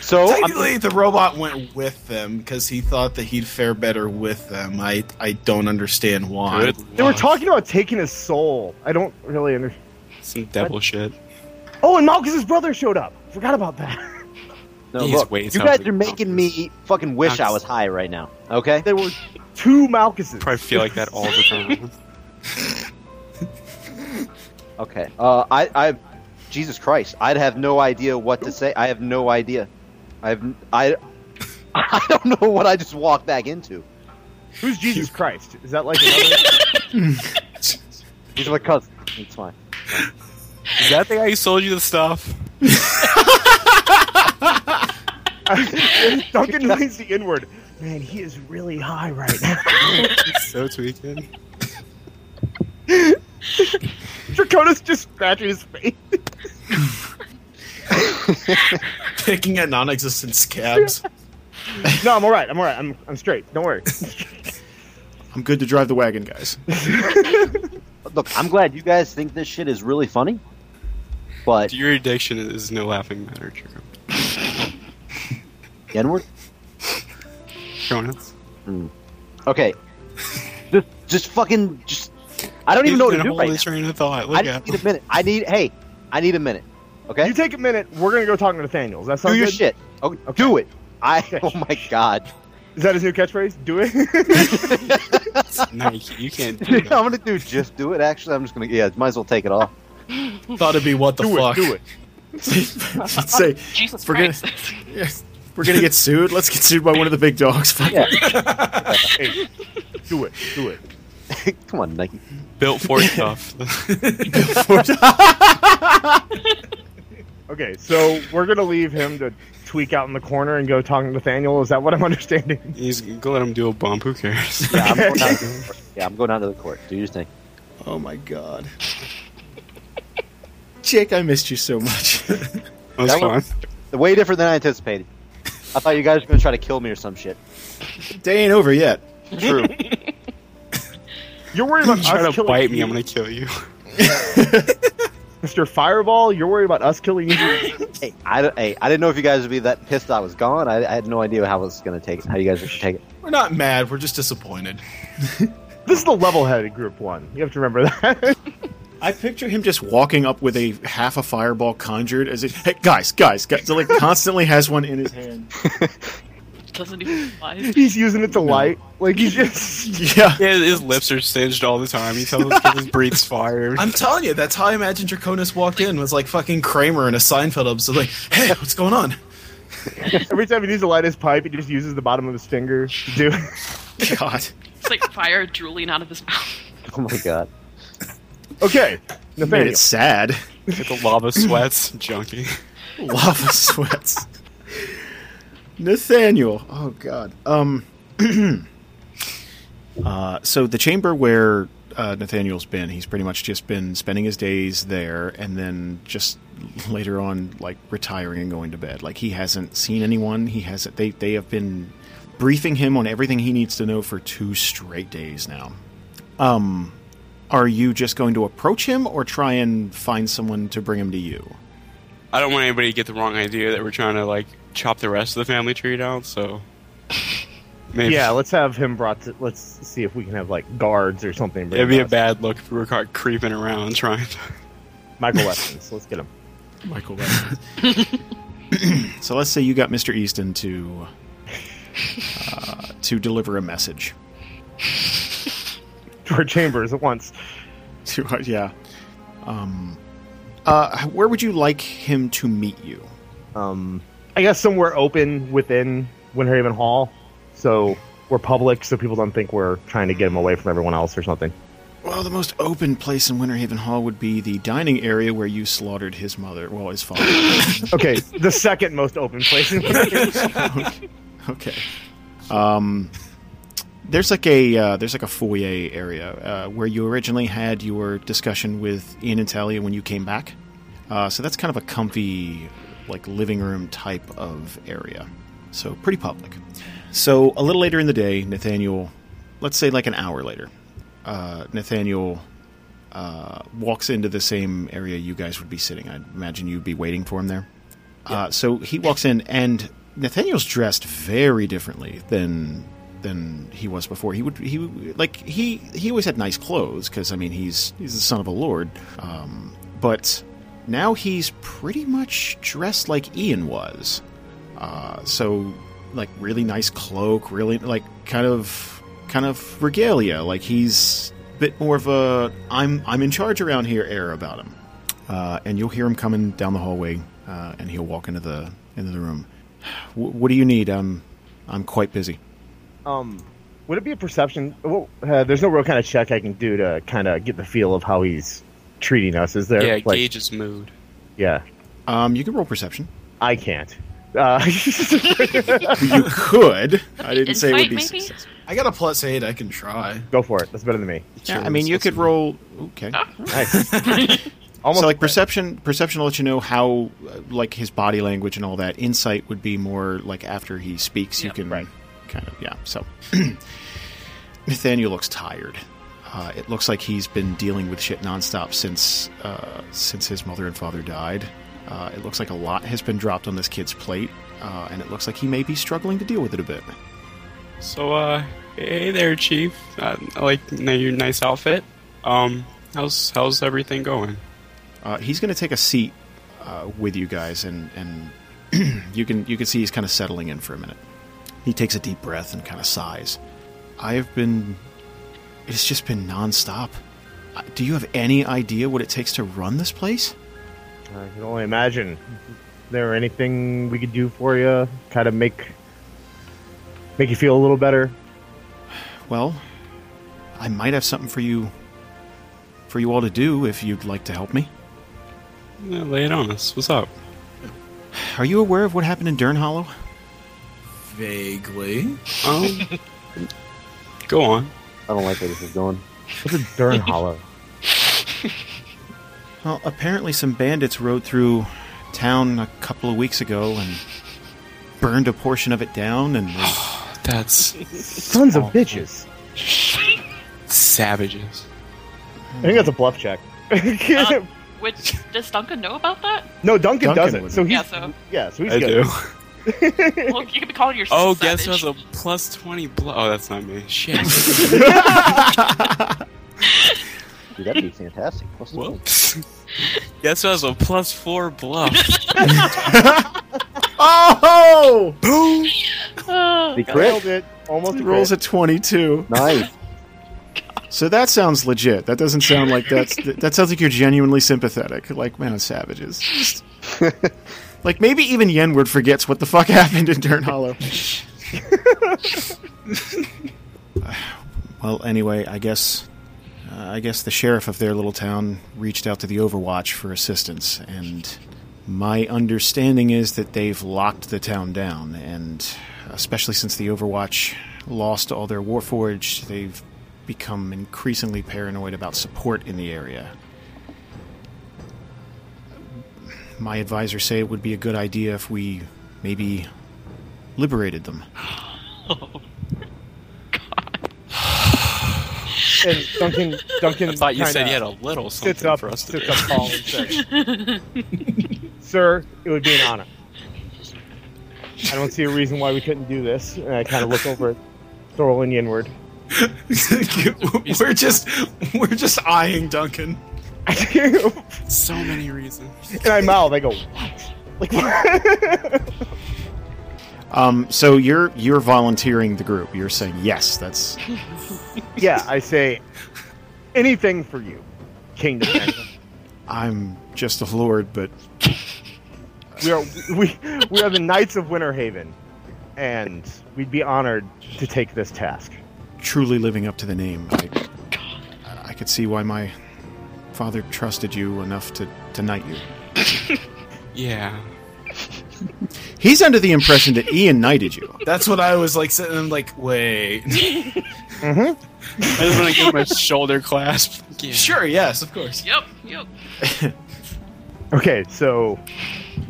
[SPEAKER 5] So I'm-
[SPEAKER 4] Technically, the robot went with them because he thought that he'd fare better with them. I I don't understand why.
[SPEAKER 6] Good
[SPEAKER 1] They were
[SPEAKER 6] lord.
[SPEAKER 1] talking about taking his soul. I don't really understand.
[SPEAKER 6] some devil shit.
[SPEAKER 1] Oh, and Malchus's brother showed up. Forgot about that. (laughs)
[SPEAKER 5] no,
[SPEAKER 6] He's
[SPEAKER 5] look,
[SPEAKER 6] way
[SPEAKER 5] you
[SPEAKER 6] tougher
[SPEAKER 5] guys are
[SPEAKER 6] than
[SPEAKER 5] making
[SPEAKER 6] Malchus.
[SPEAKER 5] me fucking wish I was high right now. Okay.
[SPEAKER 1] There were two Malchuses.
[SPEAKER 6] Probably feel like that all the (laughs) time.
[SPEAKER 5] Okay. Uh, I, I, Jesus Christ, I'd have no idea what to say. I have no idea. I've, I, (laughs) I don't know what I just walked back into.
[SPEAKER 1] Who's
[SPEAKER 6] (laughs)
[SPEAKER 1] Jesus Christ? Is that like another?
[SPEAKER 5] These are my cousins. It's fine.
[SPEAKER 6] Is that the guy who sold you the stuff?
[SPEAKER 1] (laughs) Duncan leans the inward. Man, he is really high right now.
[SPEAKER 4] (laughs)
[SPEAKER 6] so tweaking.
[SPEAKER 1] Draconis just scratching his face.
[SPEAKER 4] (laughs) Picking at non-existent scabs.
[SPEAKER 1] (laughs) No, I'm all right. I'm all right. I'm I'm straight. Don't
[SPEAKER 4] (laughs)
[SPEAKER 1] worry.
[SPEAKER 3] I'm good to drive the wagon, guys.
[SPEAKER 5] Look, I'm glad you guys think this shit is really funny, but
[SPEAKER 6] Your addiction is no laughing matter, Jerome.
[SPEAKER 5] Edward,
[SPEAKER 6] Jonas.
[SPEAKER 5] okay, just, just fucking, just. I don't even know what to do
[SPEAKER 6] hold
[SPEAKER 5] right
[SPEAKER 6] this
[SPEAKER 5] now.
[SPEAKER 6] train of thought.
[SPEAKER 5] I
[SPEAKER 6] Look
[SPEAKER 5] just
[SPEAKER 6] at
[SPEAKER 5] need a minute. I need. Hey, I need a minute. Okay.
[SPEAKER 1] You take a minute. We're gonna go talk to Nathaniels. That sounds
[SPEAKER 5] do your
[SPEAKER 1] good?
[SPEAKER 5] shit. Oh,
[SPEAKER 1] Okay.
[SPEAKER 5] Do it. I. (laughs)
[SPEAKER 1] Okay.
[SPEAKER 5] Oh my god.
[SPEAKER 1] Is that his new catchphrase? Do
[SPEAKER 4] (laughs)
[SPEAKER 1] it. (laughs)
[SPEAKER 6] No, you, you can't.
[SPEAKER 5] (laughs) I'm
[SPEAKER 6] Do that.
[SPEAKER 5] gonna do just do it. Actually, I'm just gonna. Yeah, might as well take it off.
[SPEAKER 4] Thought it'd be what the
[SPEAKER 1] (laughs) do
[SPEAKER 4] fuck.
[SPEAKER 1] it. Do
[SPEAKER 3] (laughs)
[SPEAKER 1] it.
[SPEAKER 3] Say,
[SPEAKER 2] Jesus
[SPEAKER 3] We're gonna-
[SPEAKER 2] Christ.
[SPEAKER 3] we're gonna get sued. Let's get sued by one of the big dogs. Fuck
[SPEAKER 1] (laughs)
[SPEAKER 5] Yeah.
[SPEAKER 1] Hey, do it. Do it.
[SPEAKER 5] (laughs) Come on, Nike.
[SPEAKER 6] Built
[SPEAKER 5] (laughs)
[SPEAKER 6] for tough.
[SPEAKER 1] Okay, so we're gonna leave him to tweak out in the corner and go talk to Nathaniel. Is that what I'm (laughs) understanding?
[SPEAKER 6] (laughs) He's go let him do a bump. Who cares?
[SPEAKER 5] Yeah, I'm going out. yeah, I'm going out to the court. Do your thing.
[SPEAKER 3] Oh my god. Jake, I missed you so much. (laughs)
[SPEAKER 6] That's fun.
[SPEAKER 5] That
[SPEAKER 6] (laughs)
[SPEAKER 5] was- Way different than I anticipated. I thought you guys were gonna try to kill me or some shit.
[SPEAKER 3] Day ain't over yet.
[SPEAKER 5] True.
[SPEAKER 1] You're worried about
[SPEAKER 6] Try
[SPEAKER 1] us
[SPEAKER 6] to
[SPEAKER 1] killing
[SPEAKER 6] bite me.
[SPEAKER 1] you,
[SPEAKER 6] I'm gonna kill
[SPEAKER 5] (laughs)
[SPEAKER 6] you.
[SPEAKER 1] Mr. Fireball. You're worried about us killing you.
[SPEAKER 6] (laughs)
[SPEAKER 5] hey, I, don't- hey, I didn't know if you guys would be that pissed I was gone. I, I had no idea how I was gonna take it. How you guys would take it. (laughs)
[SPEAKER 4] We're not mad. We're just disappointed.
[SPEAKER 1] This is the level-headed group one. You have to remember that. (laughs)
[SPEAKER 3] I picture him just walking up with a half a fireball conjured as it. Hey, guys, guys, guys! So, like constantly has one in his
[SPEAKER 4] (laughs)
[SPEAKER 3] hand.
[SPEAKER 2] (laughs) Doesn't even apply.
[SPEAKER 1] he's using it to light. Like he's just.
[SPEAKER 3] Yeah.
[SPEAKER 6] Yeah, his lips are singed all the time. He tells us
[SPEAKER 5] (laughs)
[SPEAKER 6] he just breathes fire.
[SPEAKER 4] I'm telling you, that's how I imagine Draconis walked in was like fucking Kramer in a Seinfeld episode. Like, hey, what's going on?
[SPEAKER 1] Every time he needs to light his pipe, he just uses the bottom of his finger to do. it.
[SPEAKER 3] God.
[SPEAKER 2] It's like fire drooling out of his mouth. (laughs)
[SPEAKER 5] Oh my god.
[SPEAKER 1] Okay,
[SPEAKER 3] Made
[SPEAKER 1] Nathaniel.
[SPEAKER 3] it sad.
[SPEAKER 6] Get the lava sweats, junkie.
[SPEAKER 3] (laughs) Lava sweats. Nathaniel. Oh God. Um. (clears throat) uh, so the chamber where uh, Nathaniel's been, he's pretty much just been spending his days there, and then just later on, like retiring and going to bed. Like he hasn't seen anyone. He hasn't. They they have been briefing him on everything he needs to know for two straight days now. Um. Are you just going to approach him or try and find someone to bring him to you?
[SPEAKER 6] I don't want anybody to get the wrong idea that we're trying to like chop the rest of the family tree down. So maybe
[SPEAKER 1] Yeah, let's have him brought. to... Let's see if we can have like guards or something. bring
[SPEAKER 6] it'd be a
[SPEAKER 1] us.
[SPEAKER 6] bad look if we were caught creeping around trying. to... (laughs)
[SPEAKER 1] Michael Westons. Let's get him.
[SPEAKER 3] Michael Weston. so let's say you got Mr. Easton to uh, to deliver a message. (laughs)
[SPEAKER 1] To our chambers at once.
[SPEAKER 3] To uh, yeah, um, uh, where would you like him to meet you?
[SPEAKER 1] um, I guess somewhere open within Windhaven Hall, so we're public, so people don't think we're trying to get him away from everyone else or something.
[SPEAKER 3] Well, the most open place in Winterhaven Hall would be the dining area where you slaughtered his mother. Well, his father.
[SPEAKER 1] Okay, the second most open place. In Windhaven.
[SPEAKER 3] (laughs) okay. Um, there's like a uh, there's like a foyer area uh, where you originally had your discussion with Ian and Talia when you came back. Uh, so that's kind of a comfy, like living room type of area. So pretty public. So a little later in the day, Nathaniel, let's say like an hour later, uh, Nathaniel uh, walks into the same area you guys would be sitting. I imagine you'd be waiting for him there. Uh, so he walks in, and Nathaniel's dressed very differently than than he was before. He would he like he he always had nice clothes because I mean he's he's the son of a lord, um, but now he's pretty much dressed like Ian was. Uh, so like really nice cloak, really like kind of kind of regalia. Like he's a bit more of a I'm I'm in charge around here air about him. Uh, and you'll hear him coming down the hallway, uh, and he'll walk into the into the room. (sighs) W- what do you need? I'm I'm quite busy.
[SPEAKER 1] um, would it be a perception? Well, uh, there's no real kind of check I can do to kind of get the feel of how he's treating us. Is there?
[SPEAKER 6] Yeah,
[SPEAKER 1] Like,
[SPEAKER 6] gauge his mood.
[SPEAKER 1] yeah,
[SPEAKER 3] Um, you can roll perception.
[SPEAKER 1] I can't. Uh, (laughs)
[SPEAKER 3] you could. I didn't say it would
[SPEAKER 2] Insight,
[SPEAKER 3] be.
[SPEAKER 2] maybe?
[SPEAKER 3] successful.
[SPEAKER 4] I got a plus eight. I can try.
[SPEAKER 1] go for it. That's better than me.
[SPEAKER 3] Yeah, I mean you could roll. Okay.
[SPEAKER 6] (laughs)
[SPEAKER 1] Nice. Almost
[SPEAKER 3] so like perception perception will let you know how uh, like his body language and all that insight would be more like after he speaks you
[SPEAKER 2] Yeah.
[SPEAKER 3] can kind of yeah so (clears throat) nathaniel looks tired uh, it looks like he's been dealing with shit nonstop since uh, since his mother and father died uh, it looks like a lot has been dropped on this kid's plate uh, and it looks like he may be struggling to deal with it a bit
[SPEAKER 6] So, uh, hey there, Chief. Uh, I like n- your nice outfit. Um, how's how's everything going?
[SPEAKER 3] Uh, he's going to take a seat uh, with you guys, and and (clears throat) you can you can see he's kind of settling in for a minute. He takes a deep breath and kind of sighs. I have been. It's just been nonstop. Uh, Do you have any idea what it takes to run this place?
[SPEAKER 1] I can only imagine. Is there anything we could do for you? Kind of make make you feel a little better.
[SPEAKER 3] Well, I might have something for you for you all to do if you'd like to help me.
[SPEAKER 6] Yeah, lay it on us. What's up?
[SPEAKER 3] Are you aware of what happened in Dern Hollow?
[SPEAKER 4] Vaguely.
[SPEAKER 6] Um, go on.
[SPEAKER 5] I don't like where this is going.
[SPEAKER 1] What's a
[SPEAKER 6] (laughs)
[SPEAKER 1] Dern Hollow?
[SPEAKER 3] Well, apparently some bandits rode through town a couple of weeks ago and burned a portion of it down and was-
[SPEAKER 6] That's
[SPEAKER 1] Sons
[SPEAKER 6] Oh.
[SPEAKER 1] of bitches.
[SPEAKER 6] savages.
[SPEAKER 1] I think that's a bluff check.
[SPEAKER 6] Uh,
[SPEAKER 2] Would does Duncan know about that?
[SPEAKER 1] (laughs) no, Duncan,
[SPEAKER 3] Duncan
[SPEAKER 1] doesn't.
[SPEAKER 3] would.
[SPEAKER 1] So he's,
[SPEAKER 2] Yeah, so
[SPEAKER 1] yeah, so he's (laughs)
[SPEAKER 6] I
[SPEAKER 1] good.
[SPEAKER 6] do.
[SPEAKER 2] well, you could be calling yourself.
[SPEAKER 6] Oh, guess who
[SPEAKER 2] savage.
[SPEAKER 6] has a plus twenty? Blo- oh, that's not me. Shit.
[SPEAKER 5] Dude, that'd be fantastic. Plus
[SPEAKER 6] Whoops. guess who has a plus four (laughs) bluff?
[SPEAKER 3] Oh!
[SPEAKER 2] (laughs) Oh,
[SPEAKER 5] The
[SPEAKER 1] Nailed it.
[SPEAKER 5] crit
[SPEAKER 1] Almost
[SPEAKER 3] He
[SPEAKER 1] a
[SPEAKER 3] rolls
[SPEAKER 1] crit.
[SPEAKER 3] a 22.
[SPEAKER 5] nice.
[SPEAKER 3] So that sounds legit. That doesn't sound like (laughs) that's that sounds like you're genuinely sympathetic. Like, man, savages. (laughs) Just- like maybe even Yenward forgets what the fuck (laughs) happened in Dern Hollow. (laughs) well, anyway, I guess uh, I guess the sheriff of their little town reached out to the Overwatch for assistance and my understanding is that they've locked the town down, and especially since the Overwatch lost all their Warforged, they've become increasingly paranoid about support in the area. My advisors say it would be a good idea if we maybe liberated them.
[SPEAKER 1] And Duncan, Duncan
[SPEAKER 6] (laughs) I thought you
[SPEAKER 1] kinda
[SPEAKER 6] said you had a little
[SPEAKER 1] sits
[SPEAKER 6] something
[SPEAKER 1] up,
[SPEAKER 6] for us to
[SPEAKER 1] sits
[SPEAKER 6] do.
[SPEAKER 1] up tall and says,
[SPEAKER 4] (laughs)
[SPEAKER 1] "Sir, it would be an honor. I don't see a reason why we couldn't do this." And I kind of look over at Thorlin Yinward.
[SPEAKER 4] (laughs) we're just we're just eyeing Duncan.
[SPEAKER 1] (laughs) and
[SPEAKER 6] (laughs) So many reasons.
[SPEAKER 1] I mouth, I go, "What?" Like, (laughs)
[SPEAKER 3] Um, so you're you're volunteering the group. You're saying yes. That's
[SPEAKER 1] yeah, I say, anything for you, Kingdom.
[SPEAKER 4] (laughs)
[SPEAKER 1] man."
[SPEAKER 3] I'm just a lord, but
[SPEAKER 1] we are we we are the Knights of Winterhaven, and we'd be honored to take this task.
[SPEAKER 3] truly living up to the name. I, I could see why my father trusted you enough to, to knight you.
[SPEAKER 6] Yeah.
[SPEAKER 3] He's under the impression that Ian knighted you.
[SPEAKER 4] That's what I was like sitting I'm like, wait. (laughs)
[SPEAKER 6] I just want to give him a shoulder clasp. (laughs) Yeah.
[SPEAKER 4] Sure, yes, of course.
[SPEAKER 2] Yep, yep.
[SPEAKER 1] Okay, so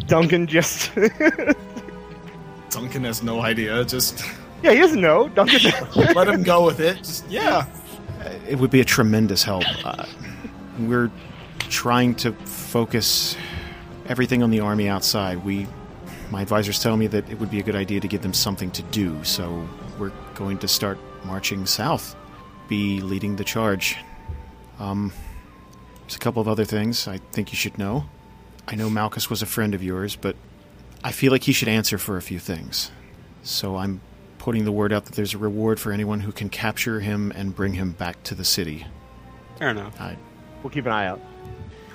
[SPEAKER 1] Duncan just (laughs)
[SPEAKER 4] Duncan has no idea. Just (laughs)
[SPEAKER 1] yeah, he doesn't know. Duncan, (laughs)
[SPEAKER 4] let him go with it. Just, yeah.
[SPEAKER 3] It would be a tremendous help. Uh, we're trying to focus everything on the army outside. We, my advisors tell me that it would be a good idea to give them something to do. So we're going to start marching south. Be leading the charge. Um, there's a couple of other things I think you should know. I know Malchus was a friend of yours, but I feel like he should answer for a few things. So I'm putting the word out that there's a reward for anyone who can capture him and bring him back to the city.
[SPEAKER 6] Fair enough. Uh,
[SPEAKER 3] I,
[SPEAKER 1] we'll keep an eye out.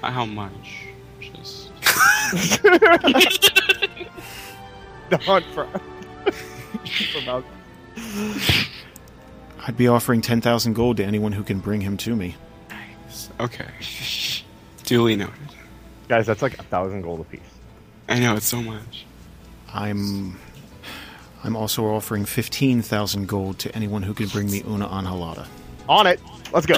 [SPEAKER 6] How much? Just
[SPEAKER 1] The hunt for. (laughs) for Mal-
[SPEAKER 3] I'd be offering 10,000 gold to anyone who can bring him to me.
[SPEAKER 6] okay. Duly noted.
[SPEAKER 1] Guys, that's like a thousand gold apiece.
[SPEAKER 6] I know it's so much.
[SPEAKER 3] I'm I'm also offering 15,000 gold to anyone who can bring me Una Anhalata.
[SPEAKER 1] On it. Let's go.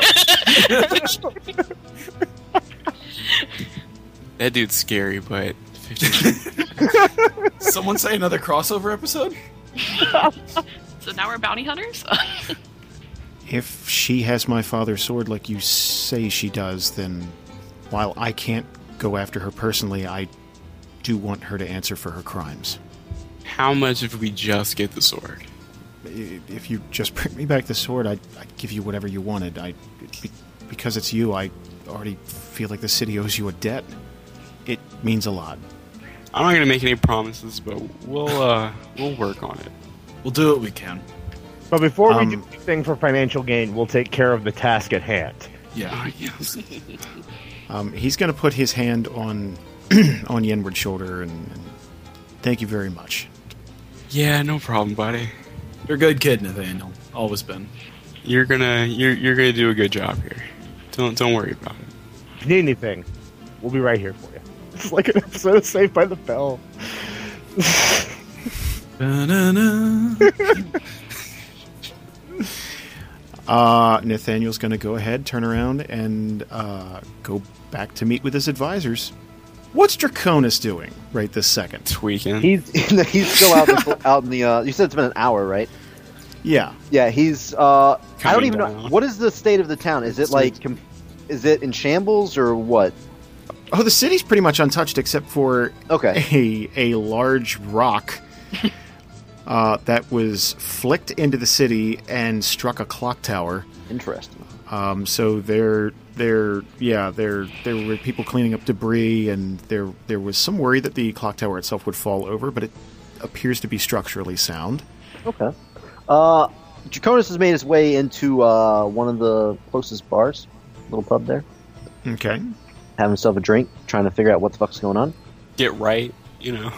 [SPEAKER 6] That dude's scary, but (laughs) 15
[SPEAKER 4] Someone say another crossover episode?
[SPEAKER 2] So now we're bounty hunters. (laughs)
[SPEAKER 3] If she has my father's sword like you say she does, then while I can't go after her personally, I do want her to answer for her crimes.
[SPEAKER 6] How much if we just get the sword?
[SPEAKER 3] I- If you just bring me back the sword, I'd, I'd give you whatever you wanted. I, be- because it's you, I already feel like the city owes you a debt. It means a lot.
[SPEAKER 6] I'm not gonna make any promises, but we'll uh, we'll work on (laughs) it.
[SPEAKER 4] We'll do what we can.
[SPEAKER 1] But before
[SPEAKER 3] Um,
[SPEAKER 1] we do anything for financial gain, we'll take care of the task at hand.
[SPEAKER 4] Yeah.
[SPEAKER 6] Ah, yes.
[SPEAKER 3] Um, he's going to put his hand on (clears throat) on Yenward's shoulder and, and thank you very much.
[SPEAKER 6] Yeah, no problem, buddy.
[SPEAKER 4] You're a good kid, Nathaniel. Always been.
[SPEAKER 6] You're gonna you're you're gonna do a good job here. Don't don't worry about it.
[SPEAKER 1] If you need anything, we'll be right here for you. (laughs) It's like an episode of Saved by the Bell.
[SPEAKER 4] Ba-na-na.
[SPEAKER 3] Uh, Nathaniel's going to go ahead, turn around, and uh, go back to meet with his advisors. What's Draconis doing right this second?
[SPEAKER 6] It's weekend.
[SPEAKER 5] He's (laughs) he's still out in the, out in the. Uh, you said it's been an hour, right?
[SPEAKER 3] Yeah,
[SPEAKER 5] Yeah, he's. Uh, I don't
[SPEAKER 6] Coming
[SPEAKER 5] even know
[SPEAKER 6] down.
[SPEAKER 5] what is the state of the town. Is it like, com- is it in shambles or what?
[SPEAKER 3] Oh, the city's pretty much untouched except for
[SPEAKER 5] Okay,
[SPEAKER 3] a a large rock uh, that was flicked into the city and struck a clock tower.
[SPEAKER 5] interesting.
[SPEAKER 3] Um, so there, there, yeah, there, there were people cleaning up debris, and there, there was some worry that the clock tower itself would fall over, but it appears to be structurally sound.
[SPEAKER 5] Okay. Uh, Draconis has made his way into uh, one of the closest bars, little pub there,
[SPEAKER 3] Okay.
[SPEAKER 5] having himself a drink, trying to figure out what the fuck's going on.
[SPEAKER 6] Get right, you know.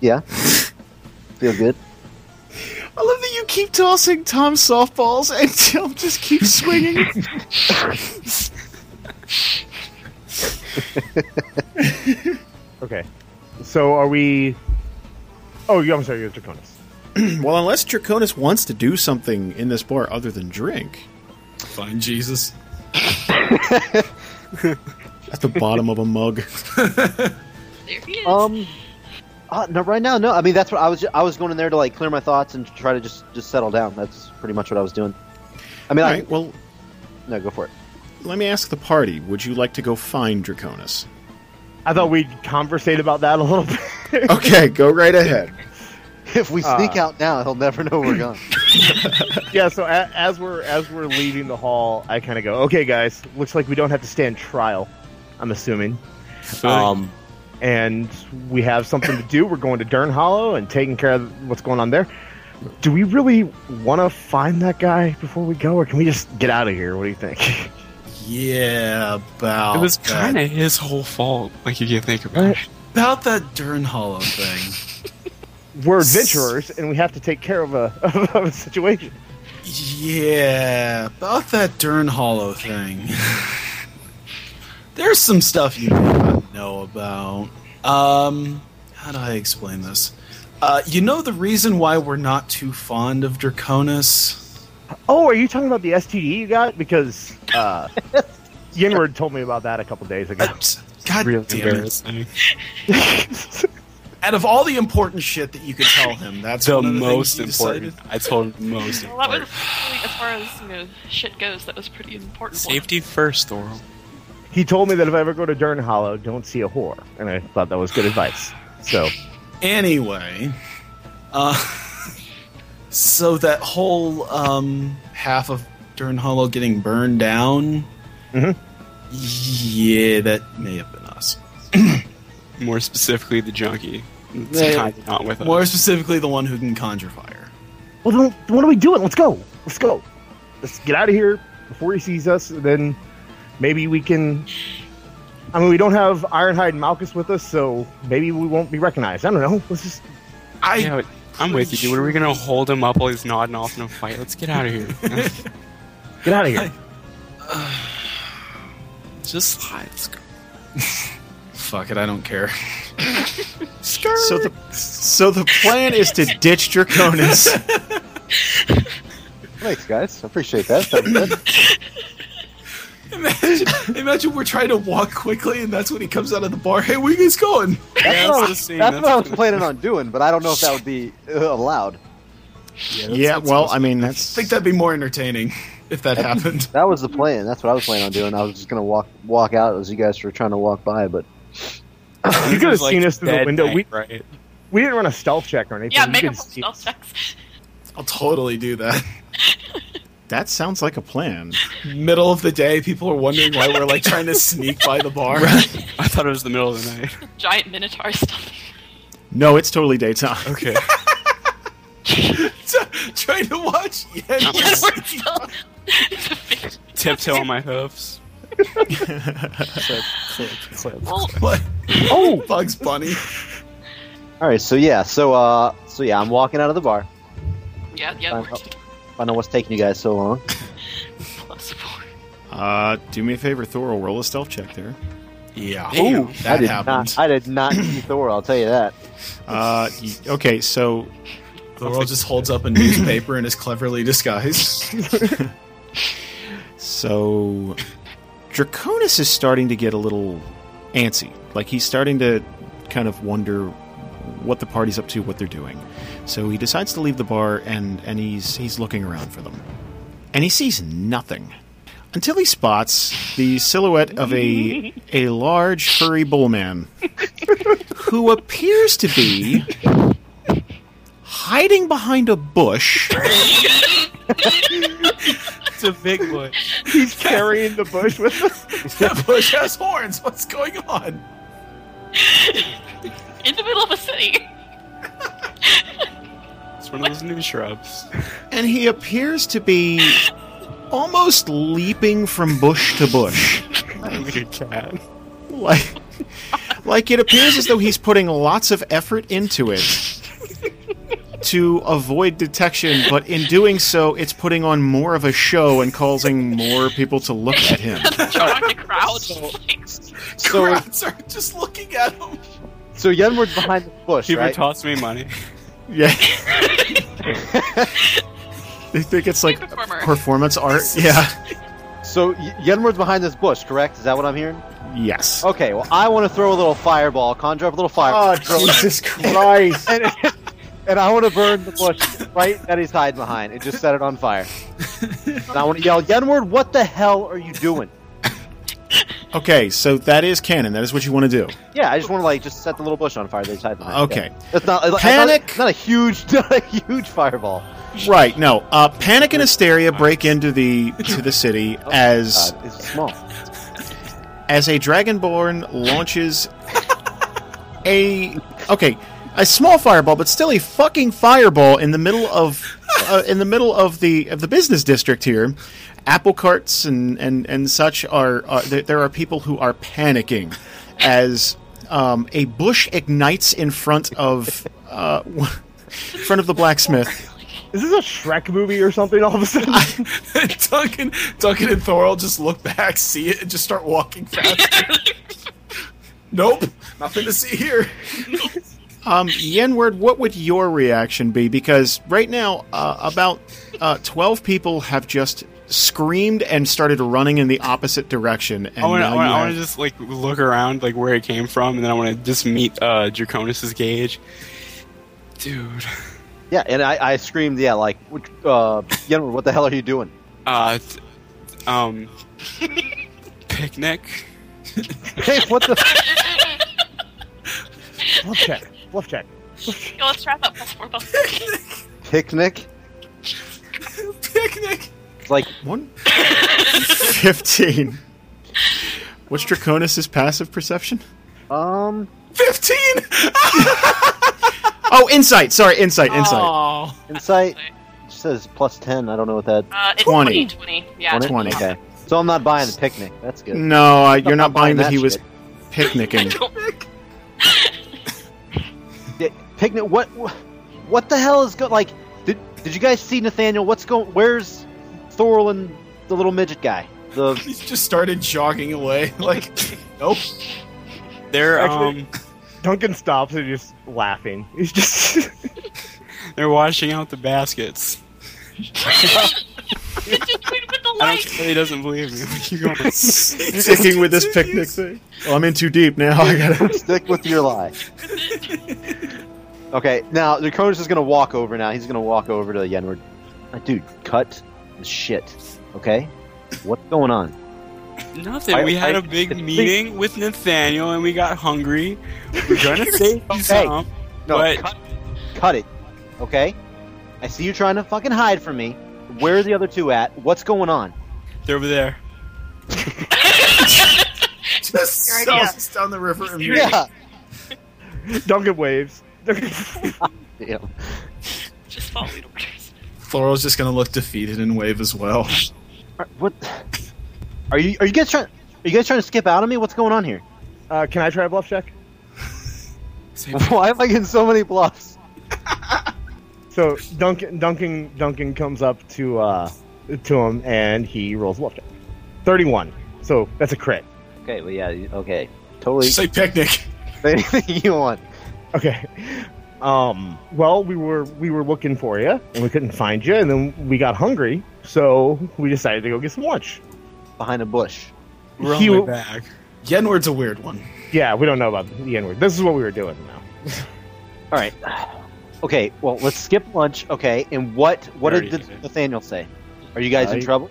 [SPEAKER 5] Yeah, feel good.
[SPEAKER 3] I love that you keep tossing Tom softballs, and Tom just keeps swinging.
[SPEAKER 1] Okay. So are we. Oh, yeah, I'm sorry, you're
[SPEAKER 3] (laughs)
[SPEAKER 1] Draconis.
[SPEAKER 3] well, unless Draconis wants to do something in this bar other than drink,
[SPEAKER 4] Find Jesus.
[SPEAKER 3] at the bottom of a mug.
[SPEAKER 2] There he is.
[SPEAKER 5] Um, uh, no, right now, no. I mean, that's what I was. I was going in there to like clear my thoughts and try to just just settle down. That's pretty much what I was doing. I
[SPEAKER 3] (laughs)
[SPEAKER 5] mean,
[SPEAKER 3] All
[SPEAKER 5] I,
[SPEAKER 3] right. Well,
[SPEAKER 5] no, go for it. (laughs)
[SPEAKER 3] let me ask the party: Would you like to go find Draconis?
[SPEAKER 1] I thought we'd conversate about that a little (laughs) bit.
[SPEAKER 3] (laughs) Okay, go right ahead.
[SPEAKER 5] If we sneak
[SPEAKER 1] Uh.
[SPEAKER 5] out now, he'll never know we're gone.
[SPEAKER 1] yeah. So a- as we're as we're leaving the hall, I kind of go, "Okay, guys, looks like we don't have to stand trial. I'm assuming, um, and we have something to do. We're going to Dern Hollow and taking care of what's going on there. Do we really want to find that guy before we go, or can we just get out of here? What do you think? (laughs)
[SPEAKER 4] Yeah, about
[SPEAKER 6] it was
[SPEAKER 4] that-
[SPEAKER 6] kind of his whole fault, like if you think about it.
[SPEAKER 4] about that Dern Hollow thing.
[SPEAKER 1] We're adventurers, and we have to take care of a (laughs) of a situation.
[SPEAKER 4] yeah, about that Dern Hollow thing. There's some stuff you may not know about. Um, how do I explain this? Uh, you know the reason why we're not too fond of Draconis?
[SPEAKER 1] Oh, are you talking about the STD you got? Because uh, Yinward told me about that a couple days ago.
[SPEAKER 4] I'm s- God
[SPEAKER 6] Really
[SPEAKER 4] damn it.
[SPEAKER 6] embarrassing.
[SPEAKER 4] Out of all the important shit that you could tell him, that's
[SPEAKER 6] The
[SPEAKER 4] one of the things
[SPEAKER 6] most
[SPEAKER 4] you
[SPEAKER 6] important.
[SPEAKER 4] decided-
[SPEAKER 6] I told him the most
[SPEAKER 2] well, that was
[SPEAKER 6] important.
[SPEAKER 2] really, as far as you know shit goes. That was pretty important. one.
[SPEAKER 6] Safety first, Thorl.
[SPEAKER 1] He told me that if I ever go to Dern Hollow, don't see a whore, and I thought that was good advice. So
[SPEAKER 4] Anyway, uh, so that whole um, half of Dern Hollow getting burned down. Mm-hmm.
[SPEAKER 1] Mhm.
[SPEAKER 4] Yeah, that may have been us.
[SPEAKER 6] More specifically, the junkie. It's
[SPEAKER 4] Yeah.
[SPEAKER 6] kinda not with us.
[SPEAKER 4] More specifically, the one who can conjure fire.
[SPEAKER 1] Well, then, what are we doing? Let's go. Let's go. Let's get out of here before he sees us. and Then maybe we can. I mean, we don't have Ironhide and Malchus with us, so maybe we won't be recognized. I don't know. Let's just.
[SPEAKER 4] I
[SPEAKER 6] Yeah, but I'm with you, dude. What are we gonna hold him up while he's nodding off in a fight? Let's get out of here.
[SPEAKER 1] Get out of here.
[SPEAKER 6] Just slide. Let's go.
[SPEAKER 4] fuck it. I don't care. (laughs)
[SPEAKER 3] So the so the plan is to ditch (laughs) Draconis.
[SPEAKER 5] Thanks, guys. I appreciate that. Sounds good.
[SPEAKER 4] Imagine, imagine we're trying to walk quickly, and that's when he comes out of the bar. Hey, where you guys going?
[SPEAKER 5] That's,
[SPEAKER 6] that's
[SPEAKER 5] what, I-
[SPEAKER 6] the scene,
[SPEAKER 5] that's
[SPEAKER 6] that's
[SPEAKER 5] what I was
[SPEAKER 6] the- (laughs)
[SPEAKER 5] planning on doing, but I don't know if that would be uh, allowed.
[SPEAKER 3] yeah, well, I mean that's
[SPEAKER 4] I think that'd be more entertaining if that happened.
[SPEAKER 5] That was the plan. That's what I was planning on doing. I was just gonna walk walk out as you guys were trying to walk by, but
[SPEAKER 1] You could have seen us through the
[SPEAKER 6] dead
[SPEAKER 1] window.
[SPEAKER 6] night,
[SPEAKER 1] we,
[SPEAKER 6] right?
[SPEAKER 1] we didn't run a stealth check or anything.
[SPEAKER 2] yeah,
[SPEAKER 1] You
[SPEAKER 2] make
[SPEAKER 1] could
[SPEAKER 2] up
[SPEAKER 1] see-
[SPEAKER 2] stealth checks.
[SPEAKER 4] (laughs)
[SPEAKER 2] (laughs)
[SPEAKER 4] I'll totally do that.
[SPEAKER 3] that sounds like a plan.
[SPEAKER 4] (laughs) middle of the day, people are wondering why we're like trying to sneak by the bar.
[SPEAKER 6] I thought it was the middle of the night. (laughs)
[SPEAKER 2] Giant minotaur stuff.
[SPEAKER 3] No, it's totally daytime. (laughs)
[SPEAKER 6] Okay.
[SPEAKER 4] (laughs) Trying to watch. Yeah,
[SPEAKER 2] (laughs) That word still- it's a big-
[SPEAKER 6] Tiptoe on my hoofs.
[SPEAKER 2] well,
[SPEAKER 4] what?
[SPEAKER 5] Oh,
[SPEAKER 4] Bugs Bunny.
[SPEAKER 5] all right. So yeah, so uh, so yeah, I'm walking out of the bar.
[SPEAKER 2] yeah, yeah,
[SPEAKER 5] Fine,
[SPEAKER 2] word
[SPEAKER 5] I'll-
[SPEAKER 2] still
[SPEAKER 5] I don't know what's taking you guys so long.
[SPEAKER 2] plus four.
[SPEAKER 3] (laughs) Uh, do me a favor, Thor. I'll roll a stealth check there.
[SPEAKER 4] Yeah.
[SPEAKER 6] Damn.
[SPEAKER 4] Ooh,
[SPEAKER 5] Oh, I
[SPEAKER 4] that
[SPEAKER 5] did
[SPEAKER 4] happened.
[SPEAKER 5] not. I did not see Thor. I'll tell you that.
[SPEAKER 3] Uh, y- okay, so
[SPEAKER 4] The world just holds up a newspaper and is cleverly disguised.
[SPEAKER 3] So Draconis is starting to get a little antsy. Like he's starting to kind of wonder what the party's up to, what they're doing. So he decides to leave the bar and, and he's he's looking around for them. And he sees nothing. Until he spots the silhouette of a a large furry bull
[SPEAKER 4] (laughs)
[SPEAKER 3] man who appears to be hiding behind a
[SPEAKER 4] (laughs)
[SPEAKER 3] bush.
[SPEAKER 6] It's a big one.
[SPEAKER 1] He's carrying the bush with
[SPEAKER 2] (laughs)
[SPEAKER 1] us.
[SPEAKER 4] that bush has horns. What's going on?
[SPEAKER 2] In the middle of a city.
[SPEAKER 6] It's one of those new shrubs. (laughs)
[SPEAKER 3] And he appears to be almost leaping from bush to bush.
[SPEAKER 6] Like a cat.
[SPEAKER 3] Like, like it appears as though he's putting lots of effort into it to avoid detection, but in doing so, it's putting on more of a show and causing more people to look at him.
[SPEAKER 2] Drawing the crowd. (laughs)
[SPEAKER 5] So
[SPEAKER 4] Crowds are just looking at him.
[SPEAKER 5] so Yenward's behind the bush,
[SPEAKER 6] People
[SPEAKER 5] right?
[SPEAKER 6] toss me money.
[SPEAKER 3] Yeah. they think it's like
[SPEAKER 2] Performer.
[SPEAKER 3] performance art. Yeah.
[SPEAKER 5] so Y- Yenward's behind this bush, correct? Is that what I'm hearing?
[SPEAKER 3] Yes.
[SPEAKER 5] Okay. Well, I want to throw a little fireball, conjure up a little fireball,
[SPEAKER 3] Oh,
[SPEAKER 5] (laughs)
[SPEAKER 1] Jesus Christ!
[SPEAKER 5] and, and I want to burn the bush right that he's hiding behind and just set it on fire. and I want to yell, Yenward, what the hell are you doing?
[SPEAKER 3] Okay, so that is canon. That is what you want to do.
[SPEAKER 5] Yeah, I just want to like just set the little bush on fire that he's hiding behind.
[SPEAKER 3] Okay.
[SPEAKER 5] Yeah. That's not it's
[SPEAKER 3] Panic!
[SPEAKER 5] Not, it's not a huge, (laughs) not a huge fireball.
[SPEAKER 3] Right. No. Uh, panic and hysteria break into the to the city as
[SPEAKER 5] God, Uh, it's small.
[SPEAKER 3] as a dragonborn launches a okay a small fireball, but still a fucking fireball in the middle of uh, in the middle of the of the business district here. Apple carts and and and such are, are there, there are people who are panicking as um, a bush ignites in front of uh, (laughs) in front of the blacksmith.
[SPEAKER 1] Is this a Shrek movie or something? All of
[SPEAKER 2] (laughs)
[SPEAKER 1] a sudden,
[SPEAKER 4] (laughs) Duncan, Duncan and Thorol just look back, see it, and just start walking faster. nope, nothing to see here.
[SPEAKER 3] Um, Yenward, what would your reaction be? Because right now, uh, about uh, 12 people have just screamed and started running in the opposite direction. And
[SPEAKER 6] I
[SPEAKER 4] Oh,
[SPEAKER 6] want to.
[SPEAKER 3] now you
[SPEAKER 6] I want
[SPEAKER 3] have-
[SPEAKER 6] to just like look around, like where it came from, and then I want to just meet uh, Draconis's gauge. Dude,
[SPEAKER 5] Yeah, and I, I screamed, yeah, like, which- uh, Yenward, what the hell are you doing?
[SPEAKER 6] uh, th-
[SPEAKER 5] (laughs)
[SPEAKER 6] um, picnic.
[SPEAKER 5] Hey, what the?
[SPEAKER 1] bluff check, bluff check.
[SPEAKER 2] Yo, let's wrap up plus four plus four.
[SPEAKER 5] Picnic?
[SPEAKER 4] Picnic.
[SPEAKER 5] It's like,
[SPEAKER 3] One, (laughs) 15. What's Draconis' passive perception?
[SPEAKER 5] um,
[SPEAKER 4] 15!
[SPEAKER 3] (laughs) Oh, insight. Sorry, insight, insight.
[SPEAKER 4] Oh.
[SPEAKER 5] insight it says plus 10. I don't know what that.
[SPEAKER 2] Uh, it's
[SPEAKER 3] 20.
[SPEAKER 2] 20. 20. Yeah.
[SPEAKER 3] 20.
[SPEAKER 5] Okay. So I'm not buying the picnic. That's good.
[SPEAKER 3] No, uh, you're
[SPEAKER 5] I'm
[SPEAKER 3] not buying that he
[SPEAKER 5] shit.
[SPEAKER 3] was (laughs) picnicking.
[SPEAKER 5] Yeah, picnic. What? wh- What the hell is going? Like, did did you guys see Nathaniel? What's going? Where's Thorl and the little midget guy?
[SPEAKER 3] (laughs)
[SPEAKER 5] The
[SPEAKER 4] He just started jogging away. Like, nope.
[SPEAKER 6] They're
[SPEAKER 1] Actually-
[SPEAKER 6] um,
[SPEAKER 1] Duncan stops and just laughing. He's just (laughs)
[SPEAKER 6] they're washing out the baskets.
[SPEAKER 2] Did you with the
[SPEAKER 6] I don't
[SPEAKER 2] light?
[SPEAKER 6] think he doesn't believe me. (laughs) Keep going.
[SPEAKER 3] Sticking with this picnic thing. Well, I'm in too deep now. I gotta.
[SPEAKER 5] stick with your lie. Okay, now Draconis is gonna walk over. Now he's gonna walk over to Yenward. Like, dude, cut the shit. Okay, what's going on?
[SPEAKER 6] Nothing.
[SPEAKER 5] I-
[SPEAKER 6] we had
[SPEAKER 5] I-
[SPEAKER 6] a big meeting with Nathaniel, and we got hungry. We're
[SPEAKER 5] (laughs)
[SPEAKER 6] gonna save you some.
[SPEAKER 5] No,
[SPEAKER 6] What?
[SPEAKER 5] cut, cut it. Okay, I see you trying to fucking hide from me. Where are the other two at? What's going on?
[SPEAKER 6] They're over there.
[SPEAKER 4] Just
[SPEAKER 2] Your idea.
[SPEAKER 4] sails down the river immediately.
[SPEAKER 5] Yeah.
[SPEAKER 1] Don't get waves.
[SPEAKER 5] yeah.
[SPEAKER 2] Just following orders.
[SPEAKER 4] Floral's just gonna look defeated and wave as well.
[SPEAKER 5] Are- What? Are you are you guys trying? Are you guys trying to skip out on me? What's going on here?
[SPEAKER 1] (laughs) uh, can I try a bluff check?
[SPEAKER 5] (laughs) Why am I getting so many bluffs?
[SPEAKER 1] So Duncan, Duncan, Duncan comes up to uh, to him and he rolls a bluff check. Thirty-one. So that's a crit.
[SPEAKER 5] Okay, well, yeah, you- okay, totally.
[SPEAKER 4] Say picnic.
[SPEAKER 5] Say (laughs) anything you want.
[SPEAKER 1] Okay. (laughs) Um. Well, we were we were looking for you and we couldn't find you, and then we got hungry, so we decided to go get some lunch.
[SPEAKER 5] Behind a bush.
[SPEAKER 6] We're on
[SPEAKER 1] He
[SPEAKER 6] the
[SPEAKER 1] w-
[SPEAKER 6] way back.
[SPEAKER 4] Yenward's a weird one.
[SPEAKER 1] Yeah, we don't know about the N word. This is what we were doing now.
[SPEAKER 5] All right. Okay, well, let's skip lunch. Okay, and what what
[SPEAKER 6] Very
[SPEAKER 5] did the,
[SPEAKER 6] easy.
[SPEAKER 5] Nathaniel say? Are you guys in
[SPEAKER 1] I-
[SPEAKER 5] trouble?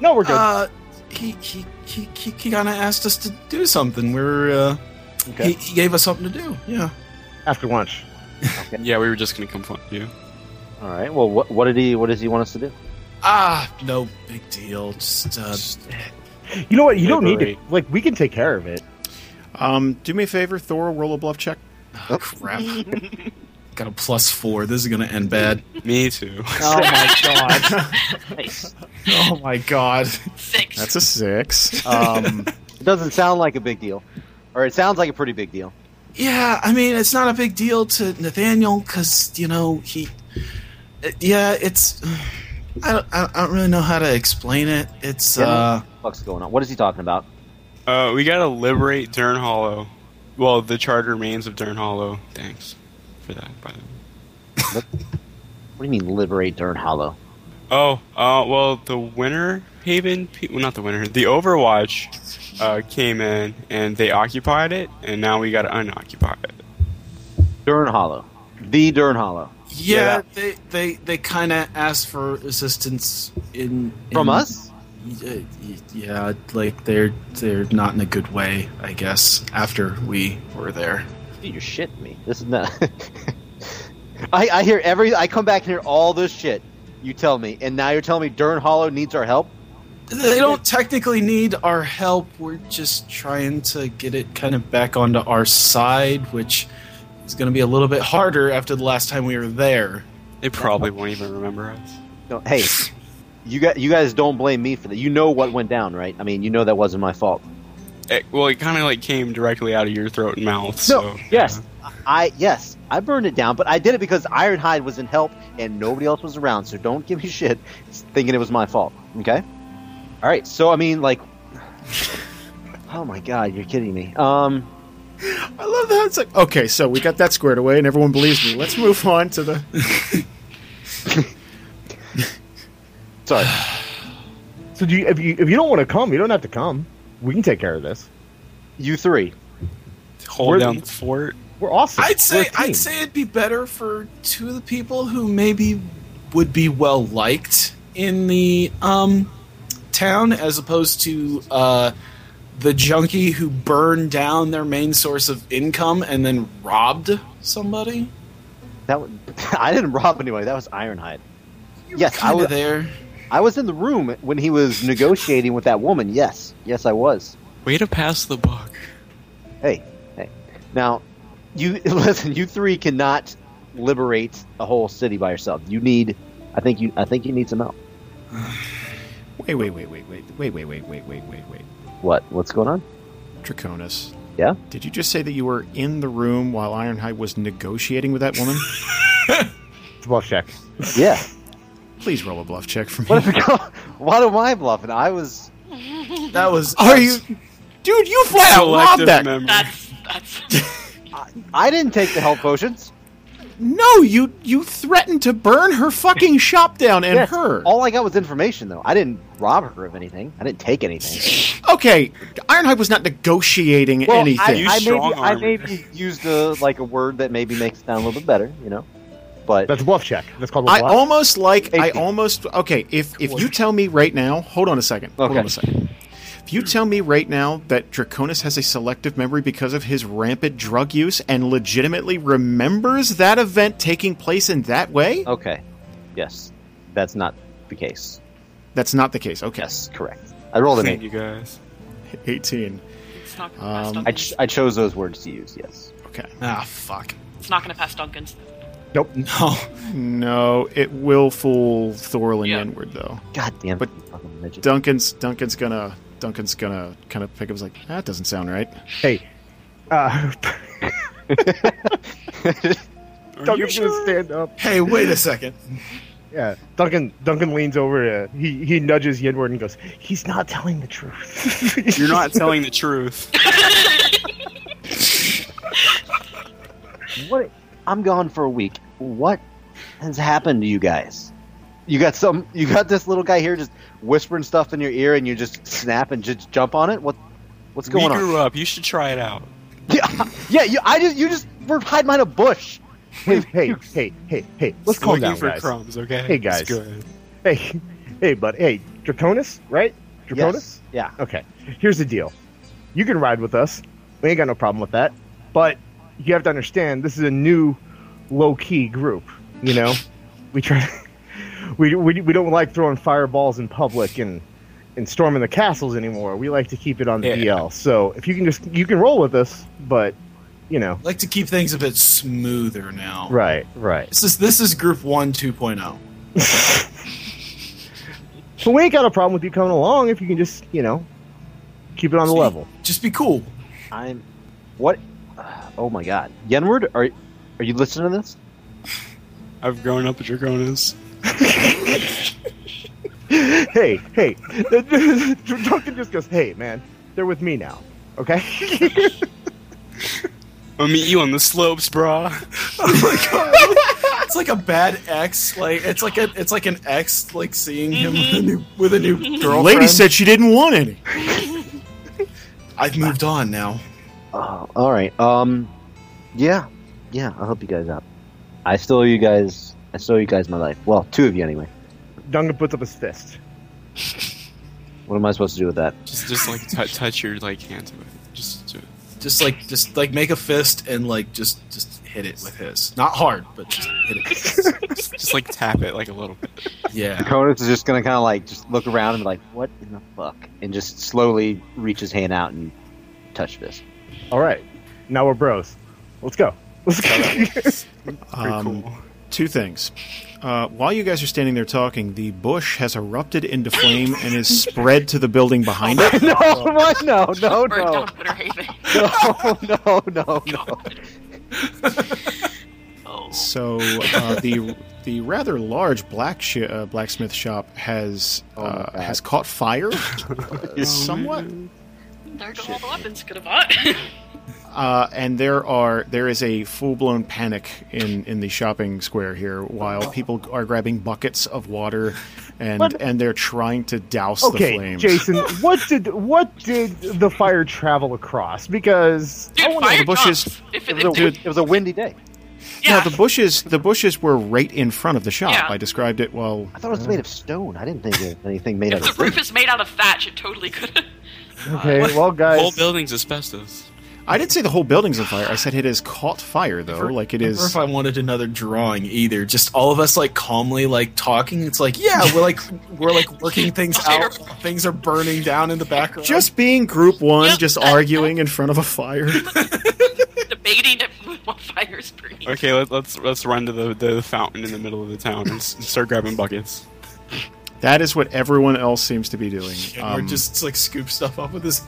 [SPEAKER 1] No, we're good.
[SPEAKER 4] Uh, he he he he, he kind of asked us to do something. We're uh,
[SPEAKER 5] Okay.
[SPEAKER 4] he, he gave us something to do. Yeah.
[SPEAKER 1] After lunch.
[SPEAKER 6] Yeah, we were just gonna come find you.
[SPEAKER 5] All right. Well, what what did he what does he want us to do?
[SPEAKER 4] Ah, no big deal. Just uh,
[SPEAKER 1] You know what? You don't need to.
[SPEAKER 6] Liberate.
[SPEAKER 1] Like, we can take care of it.
[SPEAKER 3] Um, do me a favor, Thor, roll a bluff check.
[SPEAKER 4] oh, (laughs) crap. Got a plus four. This is gonna end bad.
[SPEAKER 6] Me too.
[SPEAKER 5] (laughs)
[SPEAKER 6] (laughs)
[SPEAKER 5] Oh my
[SPEAKER 4] God.
[SPEAKER 2] Nice.
[SPEAKER 4] oh my god.
[SPEAKER 2] Six.
[SPEAKER 3] That's a six.
[SPEAKER 5] Um, (laughs) it doesn't sound like a big deal, or it sounds like a pretty big deal.
[SPEAKER 4] Yeah, I mean it's not a big deal to Nathaniel because you know he. uh, Yeah, it's. I don't, I don't really know how to explain it. It's
[SPEAKER 5] Yeah.
[SPEAKER 4] uh,
[SPEAKER 5] What the fuck's going on? What is he talking about?
[SPEAKER 6] Uh, we gotta liberate Dern Hollow. Well, the charred remains of Dern Hollow. Thanks for that, by the way.
[SPEAKER 5] What do you mean liberate Dern Hollow?
[SPEAKER 6] Oh, uh, well, the Winter Haven, pe- well, not the Winter, the Overwatch uh, came in and they occupied it, and now we gotta unoccupy it.
[SPEAKER 5] Dern Hollow, the Dern Hollow.
[SPEAKER 4] yeah,
[SPEAKER 6] Yeah.
[SPEAKER 4] They they they kind of asked for assistance in, in-
[SPEAKER 5] From us?
[SPEAKER 4] Y- y- Yeah, like they're they're not in a good way, I guess. After we were there,
[SPEAKER 5] Dude, you're shitting me. This is not. (laughs) I, I hear every. I come back and hear all this shit you tell me, and now you're telling me Dern Hollow needs our help.
[SPEAKER 4] they don't technically need our help. We're just trying to get it kind of back onto our side, which is going to be a little bit harder after the last time we were there.
[SPEAKER 1] (laughs)
[SPEAKER 6] They probably won't even remember us.
[SPEAKER 5] No, hey, you got you guys don't blame me for that. You know what went down, right? I mean, you know that wasn't my fault.
[SPEAKER 6] It, well, it kind of like came directly out of your throat and mouth. So,
[SPEAKER 5] yes, I yes, I burned it down, but I did it because Ironhide was in help and nobody else was around. So don't give me (laughs) shit thinking it was my fault. Okay. All right. So I mean, like, oh my god, you're kidding me. Um.
[SPEAKER 3] I love that. It's like, okay, so we got that squared away, and everyone believes me. Let's move on to the.
[SPEAKER 5] Sorry.
[SPEAKER 1] So do you, if you if you don't want to come, you don't have to come. We can take care of this.
[SPEAKER 5] You three.
[SPEAKER 1] We're
[SPEAKER 6] hold
[SPEAKER 1] the-
[SPEAKER 6] down the fort.
[SPEAKER 1] We're awesome.
[SPEAKER 4] I'd
[SPEAKER 1] We're a
[SPEAKER 4] say
[SPEAKER 1] team.
[SPEAKER 4] I'd say it'd be better for two of the people who maybe would be well liked in the um, town as opposed to uh, the junkie who burned down their main source of income and then robbed somebody.
[SPEAKER 5] That was, (laughs) I didn't rob anybody. That was Ironhide.
[SPEAKER 4] You were
[SPEAKER 5] Yes, I
[SPEAKER 4] kinda
[SPEAKER 5] was-
[SPEAKER 4] there.
[SPEAKER 5] I was in the room when he was negotiating with that woman. Yes, yes, I was.
[SPEAKER 6] Way to pass the buck.
[SPEAKER 5] Hey, hey. Now, you (laughs) listen. You three cannot liberate a whole city by yourself. You need. I think you. I think you need some help.
[SPEAKER 3] Wait, wait, wait, wait, wait, wait, wait, wait, wait, wait, wait, wait.
[SPEAKER 5] What? What's going on?
[SPEAKER 3] Draconis.
[SPEAKER 5] Yeah.
[SPEAKER 3] Did you just say that you were in the room while Ironhide was negotiating with that
[SPEAKER 5] (laughs)
[SPEAKER 3] woman?
[SPEAKER 1] It's a bluff check.
[SPEAKER 3] (laughs)
[SPEAKER 5] Yeah.
[SPEAKER 3] Please roll a bluff check for
[SPEAKER 5] What?
[SPEAKER 3] me.
[SPEAKER 5] If, (laughs) what am I bluffing? I was.
[SPEAKER 4] That was
[SPEAKER 3] Are you, dude? You flat out robbed
[SPEAKER 6] Selective
[SPEAKER 3] that.
[SPEAKER 6] memory.
[SPEAKER 2] That's that's.
[SPEAKER 5] I didn't take the health potions.
[SPEAKER 3] No, you you threatened to burn her fucking shop down and
[SPEAKER 5] Yes.
[SPEAKER 3] her.
[SPEAKER 5] All I got was information, though. I didn't rob her of anything. I didn't take anything.
[SPEAKER 3] Okay, Ironhide was not negotiating
[SPEAKER 5] Well,
[SPEAKER 3] (laughs) anything.
[SPEAKER 6] You
[SPEAKER 5] I, I, maybe,
[SPEAKER 6] strong-armed
[SPEAKER 5] I
[SPEAKER 6] her.
[SPEAKER 5] maybe used a, like a word that maybe makes it sound a little bit better, you know. But
[SPEAKER 1] That's a bluff check. That's called a
[SPEAKER 3] I
[SPEAKER 1] bluff.
[SPEAKER 3] almost like I
[SPEAKER 5] Eighteen.
[SPEAKER 3] almost okay. If if you tell me right now, hold on a second. Hold
[SPEAKER 5] Okay.
[SPEAKER 3] on a second. If you tell me right now that Draconis has a selective memory because of his rampant drug use and legitimately remembers that event taking place in that way,
[SPEAKER 5] okay, yes, that's not the case.
[SPEAKER 3] that's not the case. Okay,
[SPEAKER 5] Yes, correct. I rolled an
[SPEAKER 6] Thank
[SPEAKER 5] eight.
[SPEAKER 6] you guys.
[SPEAKER 3] eighteen.
[SPEAKER 2] It's not gonna pass
[SPEAKER 3] Um,
[SPEAKER 5] I,
[SPEAKER 2] Duncan's.
[SPEAKER 5] ch- I chose those words to use. Yes.
[SPEAKER 3] Okay.
[SPEAKER 4] Ah, fuck.
[SPEAKER 2] it's not gonna pass Duncan's.
[SPEAKER 4] No.
[SPEAKER 3] No, it will fool Thorlin
[SPEAKER 2] Yeah.
[SPEAKER 3] inward though.
[SPEAKER 5] God damn. it,
[SPEAKER 3] But-
[SPEAKER 5] you fucking midget.
[SPEAKER 3] Duncan's Duncan's gonna Duncan's gonna kind of pick up. He's like, that doesn't sound right.
[SPEAKER 1] Hey, uh,
[SPEAKER 6] Are you
[SPEAKER 1] Duncan's
[SPEAKER 6] sure?
[SPEAKER 1] gonna stand up.
[SPEAKER 4] Hey, wait a second.
[SPEAKER 1] Yeah, Duncan. Duncan leans over. To, he he nudges Yinward and goes, "He's not telling the truth."
[SPEAKER 6] (laughs) You're not telling the truth.
[SPEAKER 5] What? I'm gone for a week. What has happened to you guys? You got some. You got this little guy here just whispering stuff in your ear, and you just snap and just jump on it. What? What's
[SPEAKER 6] we
[SPEAKER 5] going on?
[SPEAKER 6] grew up. You should try it out.
[SPEAKER 5] (laughs) Yeah, yeah. You, I just you just were hiding behind a bush.
[SPEAKER 1] hey, hey, hey, hey, hey. Let's calm
[SPEAKER 6] Looking
[SPEAKER 1] down,
[SPEAKER 6] for
[SPEAKER 1] guys.
[SPEAKER 6] crumbs, okay?
[SPEAKER 1] Hey,
[SPEAKER 6] It's
[SPEAKER 1] guys.
[SPEAKER 6] good.
[SPEAKER 1] Hey, hey, bud. Hey, Draconis, right? Draconis.
[SPEAKER 5] Yeah.
[SPEAKER 1] Okay. Here's the deal. You can ride with us. We ain't got no problem with that. But you have to understand this is a new low key group, you know? we try (laughs) we, we we don't like throwing fireballs in public and and storming the castles anymore. We like to keep it on the
[SPEAKER 6] Yeah.
[SPEAKER 1] DL. So, if you can just you can roll with us, but you know.
[SPEAKER 4] Like to keep things a bit smoother now.
[SPEAKER 1] Right, right.
[SPEAKER 4] This is this is Group One oh. 2.0.
[SPEAKER 1] So we ain't got a problem with you coming along if you can just, you know, keep it on the
[SPEAKER 4] See?
[SPEAKER 1] level.
[SPEAKER 4] Just be cool.
[SPEAKER 5] I'm. What? Oh my God, Yenward, are are you listening to this?
[SPEAKER 6] I've grown up with Draconis.
[SPEAKER 1] hey, hey. (laughs) Duncan just goes, hey, man, they're with me now. Okay? (laughs)
[SPEAKER 6] I'll meet you on the slopes, brah.
[SPEAKER 4] Oh my god. (laughs) it's like a bad ex. Like it's like a it's like an ex like seeing him with a new with a new girlfriend.
[SPEAKER 3] Lady said she didn't want any.
[SPEAKER 4] I've moved on now.
[SPEAKER 5] Oh, all right. Um, yeah, yeah. I'll help you guys out. I still owe you guys. I still owe you guys my life. Well, two of you anyway.
[SPEAKER 1] Duncan puts up his fist.
[SPEAKER 5] What am I supposed to do with that?
[SPEAKER 6] Just, just like t- touch your like hands with it. Just do it.
[SPEAKER 4] Just like just like make a fist and like just just hit it with his. Not hard, but just
[SPEAKER 2] (laughs)
[SPEAKER 4] hit it.
[SPEAKER 6] Just, just like tap it like a little bit.
[SPEAKER 4] yeah.
[SPEAKER 5] Conus is just gonna kind of like just look around and be like, "What in the fuck?" and just slowly reach his hand out and touch this.
[SPEAKER 1] All right. Now we're bros. Let's go. (laughs) Let's go.
[SPEAKER 6] Pretty
[SPEAKER 3] Um,
[SPEAKER 6] cool.
[SPEAKER 3] Two things. Uh, while you guys are standing there talking, the bush has erupted into flame and is spread to the building behind it.
[SPEAKER 5] (laughs) No, what? No, no,
[SPEAKER 2] Burn
[SPEAKER 5] no,
[SPEAKER 2] down Winterhaven.
[SPEAKER 5] (laughs) no, no, no, no.
[SPEAKER 2] Oh,
[SPEAKER 3] So uh, the the rather large black sh- uh, blacksmith shop has
[SPEAKER 5] Oh my
[SPEAKER 3] uh,
[SPEAKER 5] God.
[SPEAKER 3] has caught fire, uh, somewhat,
[SPEAKER 2] There go all the weapons could have bought. (laughs)
[SPEAKER 3] uh, and there are there is a full blown panic in in the shopping square here. While people are grabbing buckets of water, and
[SPEAKER 1] What?
[SPEAKER 3] and they're trying to douse the
[SPEAKER 1] okay,
[SPEAKER 3] flames.
[SPEAKER 1] Jason, what did what did the fire travel across? Because
[SPEAKER 2] Dude,
[SPEAKER 3] no,
[SPEAKER 2] fire
[SPEAKER 3] the bushes-
[SPEAKER 2] comes. If
[SPEAKER 5] It
[SPEAKER 2] it,
[SPEAKER 5] was, a,
[SPEAKER 2] if it-
[SPEAKER 5] it was a windy day.
[SPEAKER 2] yeah.
[SPEAKER 3] No, the bushes the bushes were right in front of the shop.
[SPEAKER 2] Yeah.
[SPEAKER 3] I described it well.
[SPEAKER 5] I thought it was made of stone. I didn't think it was anything made out
[SPEAKER 2] if
[SPEAKER 5] of.
[SPEAKER 2] the roof is made out of thatch, it totally could (laughs) have.
[SPEAKER 1] okay, well,
[SPEAKER 6] Whole
[SPEAKER 1] guys,
[SPEAKER 6] building's asbestos.
[SPEAKER 3] I didn't say the whole building's on fire. I said it has caught fire though, like it
[SPEAKER 4] I wonder
[SPEAKER 3] is.
[SPEAKER 4] if I wanted another drawing either. Just all of us like calmly like talking. It's like yeah, we're like we're like working things out. Things are burning down in the background.
[SPEAKER 3] Just being group one,
[SPEAKER 2] Yep.
[SPEAKER 3] just arguing in front of
[SPEAKER 2] (laughs)
[SPEAKER 3] a fire.
[SPEAKER 2] Debating it with what fire is burning.
[SPEAKER 6] Okay, let, let's let's run to the, the fountain in the middle of the town and s- start grabbing buckets.
[SPEAKER 3] That is what everyone else seems to be doing.
[SPEAKER 4] And
[SPEAKER 3] Um,
[SPEAKER 4] we're just like scoop stuff up with his.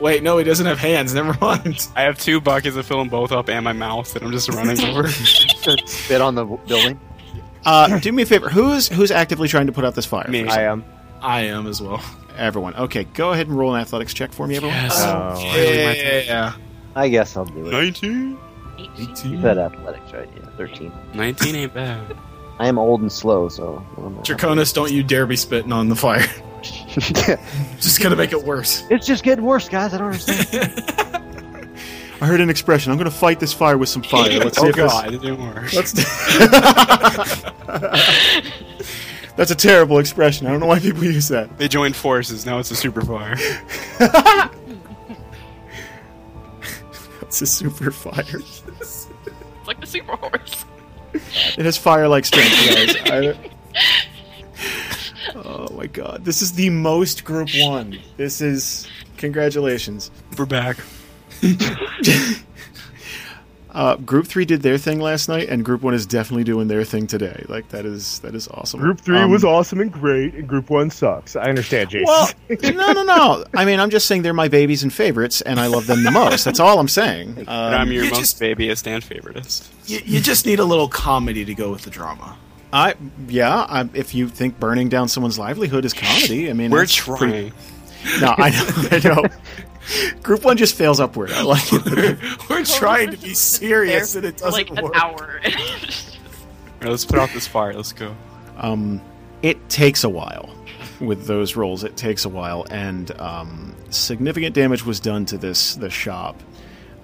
[SPEAKER 4] Wait, no, he doesn't have hands. Never mind.
[SPEAKER 6] I have two buckets. I fill them both up and my mouth, and I'm just running (laughs) over.
[SPEAKER 5] Spit on the w- building.
[SPEAKER 3] uh, do me a favor. Who's who's actively trying to put out this fire?
[SPEAKER 6] Me.
[SPEAKER 1] I am.
[SPEAKER 4] I am as well.
[SPEAKER 3] Everyone. Okay, go ahead and roll an athletics check for me, everyone.
[SPEAKER 6] Yes.
[SPEAKER 1] Oh,
[SPEAKER 4] yeah, yeah, yeah, yeah.
[SPEAKER 5] I guess I'll do it.
[SPEAKER 6] Nineteen.
[SPEAKER 5] You said athletics, right? Yeah, thirteen.
[SPEAKER 6] Nineteen ain't bad. (laughs)
[SPEAKER 5] I am old and slow, so. I don't know.
[SPEAKER 4] Draconis, don't you dare be spitting on the fire.
[SPEAKER 5] (laughs)
[SPEAKER 4] Just gonna make it worse.
[SPEAKER 5] it's just getting worse, guys. I don't understand.
[SPEAKER 3] I heard an expression. I'm going to fight this fire with some (laughs) fire. Let's see
[SPEAKER 6] oh
[SPEAKER 3] if this-
[SPEAKER 6] god, it didn't work.
[SPEAKER 3] that's a terrible expression. I don't know why people use that.
[SPEAKER 6] They joined forces. Now it's a super fire. (laughs)
[SPEAKER 3] It's a super (laughs) fire.
[SPEAKER 2] It's (laughs) like the super horse.
[SPEAKER 3] It has fire-like strength,
[SPEAKER 6] (laughs)
[SPEAKER 3] guys. I- oh my god, this is the most group one. This is congratulations.
[SPEAKER 6] We're back.
[SPEAKER 3] Uh, group three did their thing last night, and group one is definitely doing their thing today. Like that is that is awesome.
[SPEAKER 1] Group three
[SPEAKER 3] Um,
[SPEAKER 1] was awesome and great, and group one sucks. I understand, Jason.
[SPEAKER 3] Well, no, no, no. I mean, I'm just saying they're my babies and favorites, and I love them the most. That's all I'm saying. Um,
[SPEAKER 6] and I'm your
[SPEAKER 4] you
[SPEAKER 6] most
[SPEAKER 4] just-
[SPEAKER 6] babyest and favoritist.
[SPEAKER 4] You, you just need a little comedy to go with the drama.
[SPEAKER 3] I yeah. I, if you think burning down someone's livelihood is comedy, I mean,
[SPEAKER 6] We're
[SPEAKER 3] that's
[SPEAKER 6] trying.
[SPEAKER 3] pretty- no, I know. I know. Group one just fails upward. I like it.
[SPEAKER 4] We're (laughs) trying to be serious, and it
[SPEAKER 2] For like
[SPEAKER 4] doesn't
[SPEAKER 2] an
[SPEAKER 4] work.
[SPEAKER 2] hour. (laughs) Oh,
[SPEAKER 6] All right, let's put out this fire. Let's go.
[SPEAKER 3] Um, it takes a while with those rolls. It takes a while, and um, significant damage was done to this the shop.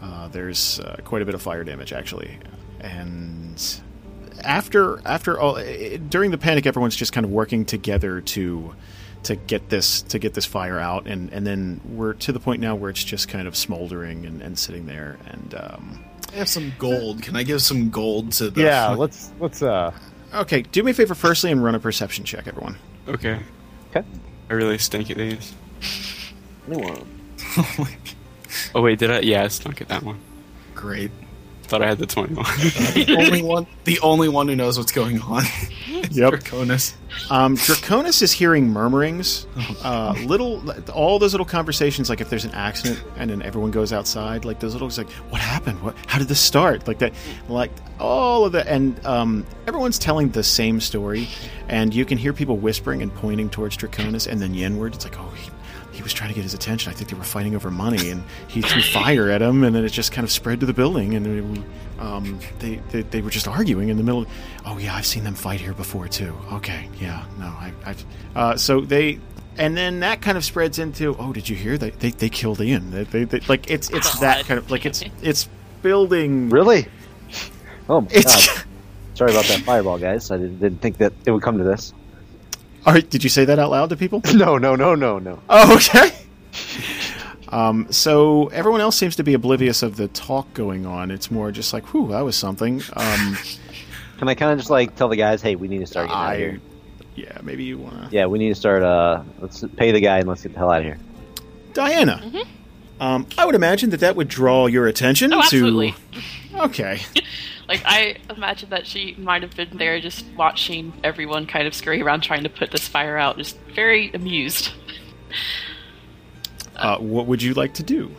[SPEAKER 3] Uh, there's uh, quite a bit of fire damage actually, and after after all i- during the panic, everyone's just kind of working together to to get this to get this fire out, and and then we're to the point now where it's just kind of smoldering and, and sitting there, and um,
[SPEAKER 4] I have some gold. Can I give some gold to the?
[SPEAKER 1] yeah, let's let's uh
[SPEAKER 3] okay. Do me a favor, firstly, and run a perception check, everyone.
[SPEAKER 6] Okay.
[SPEAKER 5] Okay.
[SPEAKER 6] I really stink at these.
[SPEAKER 5] Anyone?
[SPEAKER 6] Oh wait, did I? Yeah, I stunk at that one.
[SPEAKER 4] Great.
[SPEAKER 6] Thought I had the (laughs) twenty-one.
[SPEAKER 4] The only one. The only one who knows what's going on. Draconis.
[SPEAKER 3] Um, Draconis is hearing murmurings, uh, little, all those little conversations. Like if there's an accident and then everyone goes outside, like those little, it's like what happened? What? How did this start? Like that, like all of that, and um, everyone's telling the same story, and you can hear people whispering and pointing towards Draconis, and then Yenward. It's like, oh, he, he was trying to get his attention. I think they were fighting over money, and he threw fire at him, and then it just kind of spread to the building, and um, they, they they were just arguing in the middle. Oh yeah, I've seen them fight here before too. Okay, yeah, no, I, I've uh, so they. And then that kind of spreads into oh did you hear they they, they killed Ian they, they, they, like it's it's that
[SPEAKER 2] God.
[SPEAKER 3] kind of like it's it's building
[SPEAKER 5] (laughs) Really? Oh my
[SPEAKER 3] it's
[SPEAKER 5] god! Sorry about that fireball, guys. I didn't, didn't think that it would come to this.
[SPEAKER 3] all right did you say that out loud to people
[SPEAKER 5] No, no, no, no, no.
[SPEAKER 3] Oh, okay. (laughs) Um, so everyone else seems to be oblivious of the talk going on. It's more just like, whew, that was something.
[SPEAKER 1] (laughs)
[SPEAKER 3] Um,
[SPEAKER 5] Can I kind of just like tell the guys, hey, we need to start getting out of
[SPEAKER 3] I,
[SPEAKER 5] here.
[SPEAKER 3] yeah, maybe you want to.
[SPEAKER 5] Yeah, we need to start. Uh, let's pay the guy and let's get the hell out of here.
[SPEAKER 3] Diana, um, I would imagine that that would draw your attention
[SPEAKER 2] Mm-hmm. Oh,
[SPEAKER 3] to.
[SPEAKER 2] absolutely.
[SPEAKER 3] Okay.
[SPEAKER 2] (laughs) Like I imagine that she might have been there just watching everyone kind of scurry around trying to put this fire out, just very amused.
[SPEAKER 3] Uh, what would you like to do?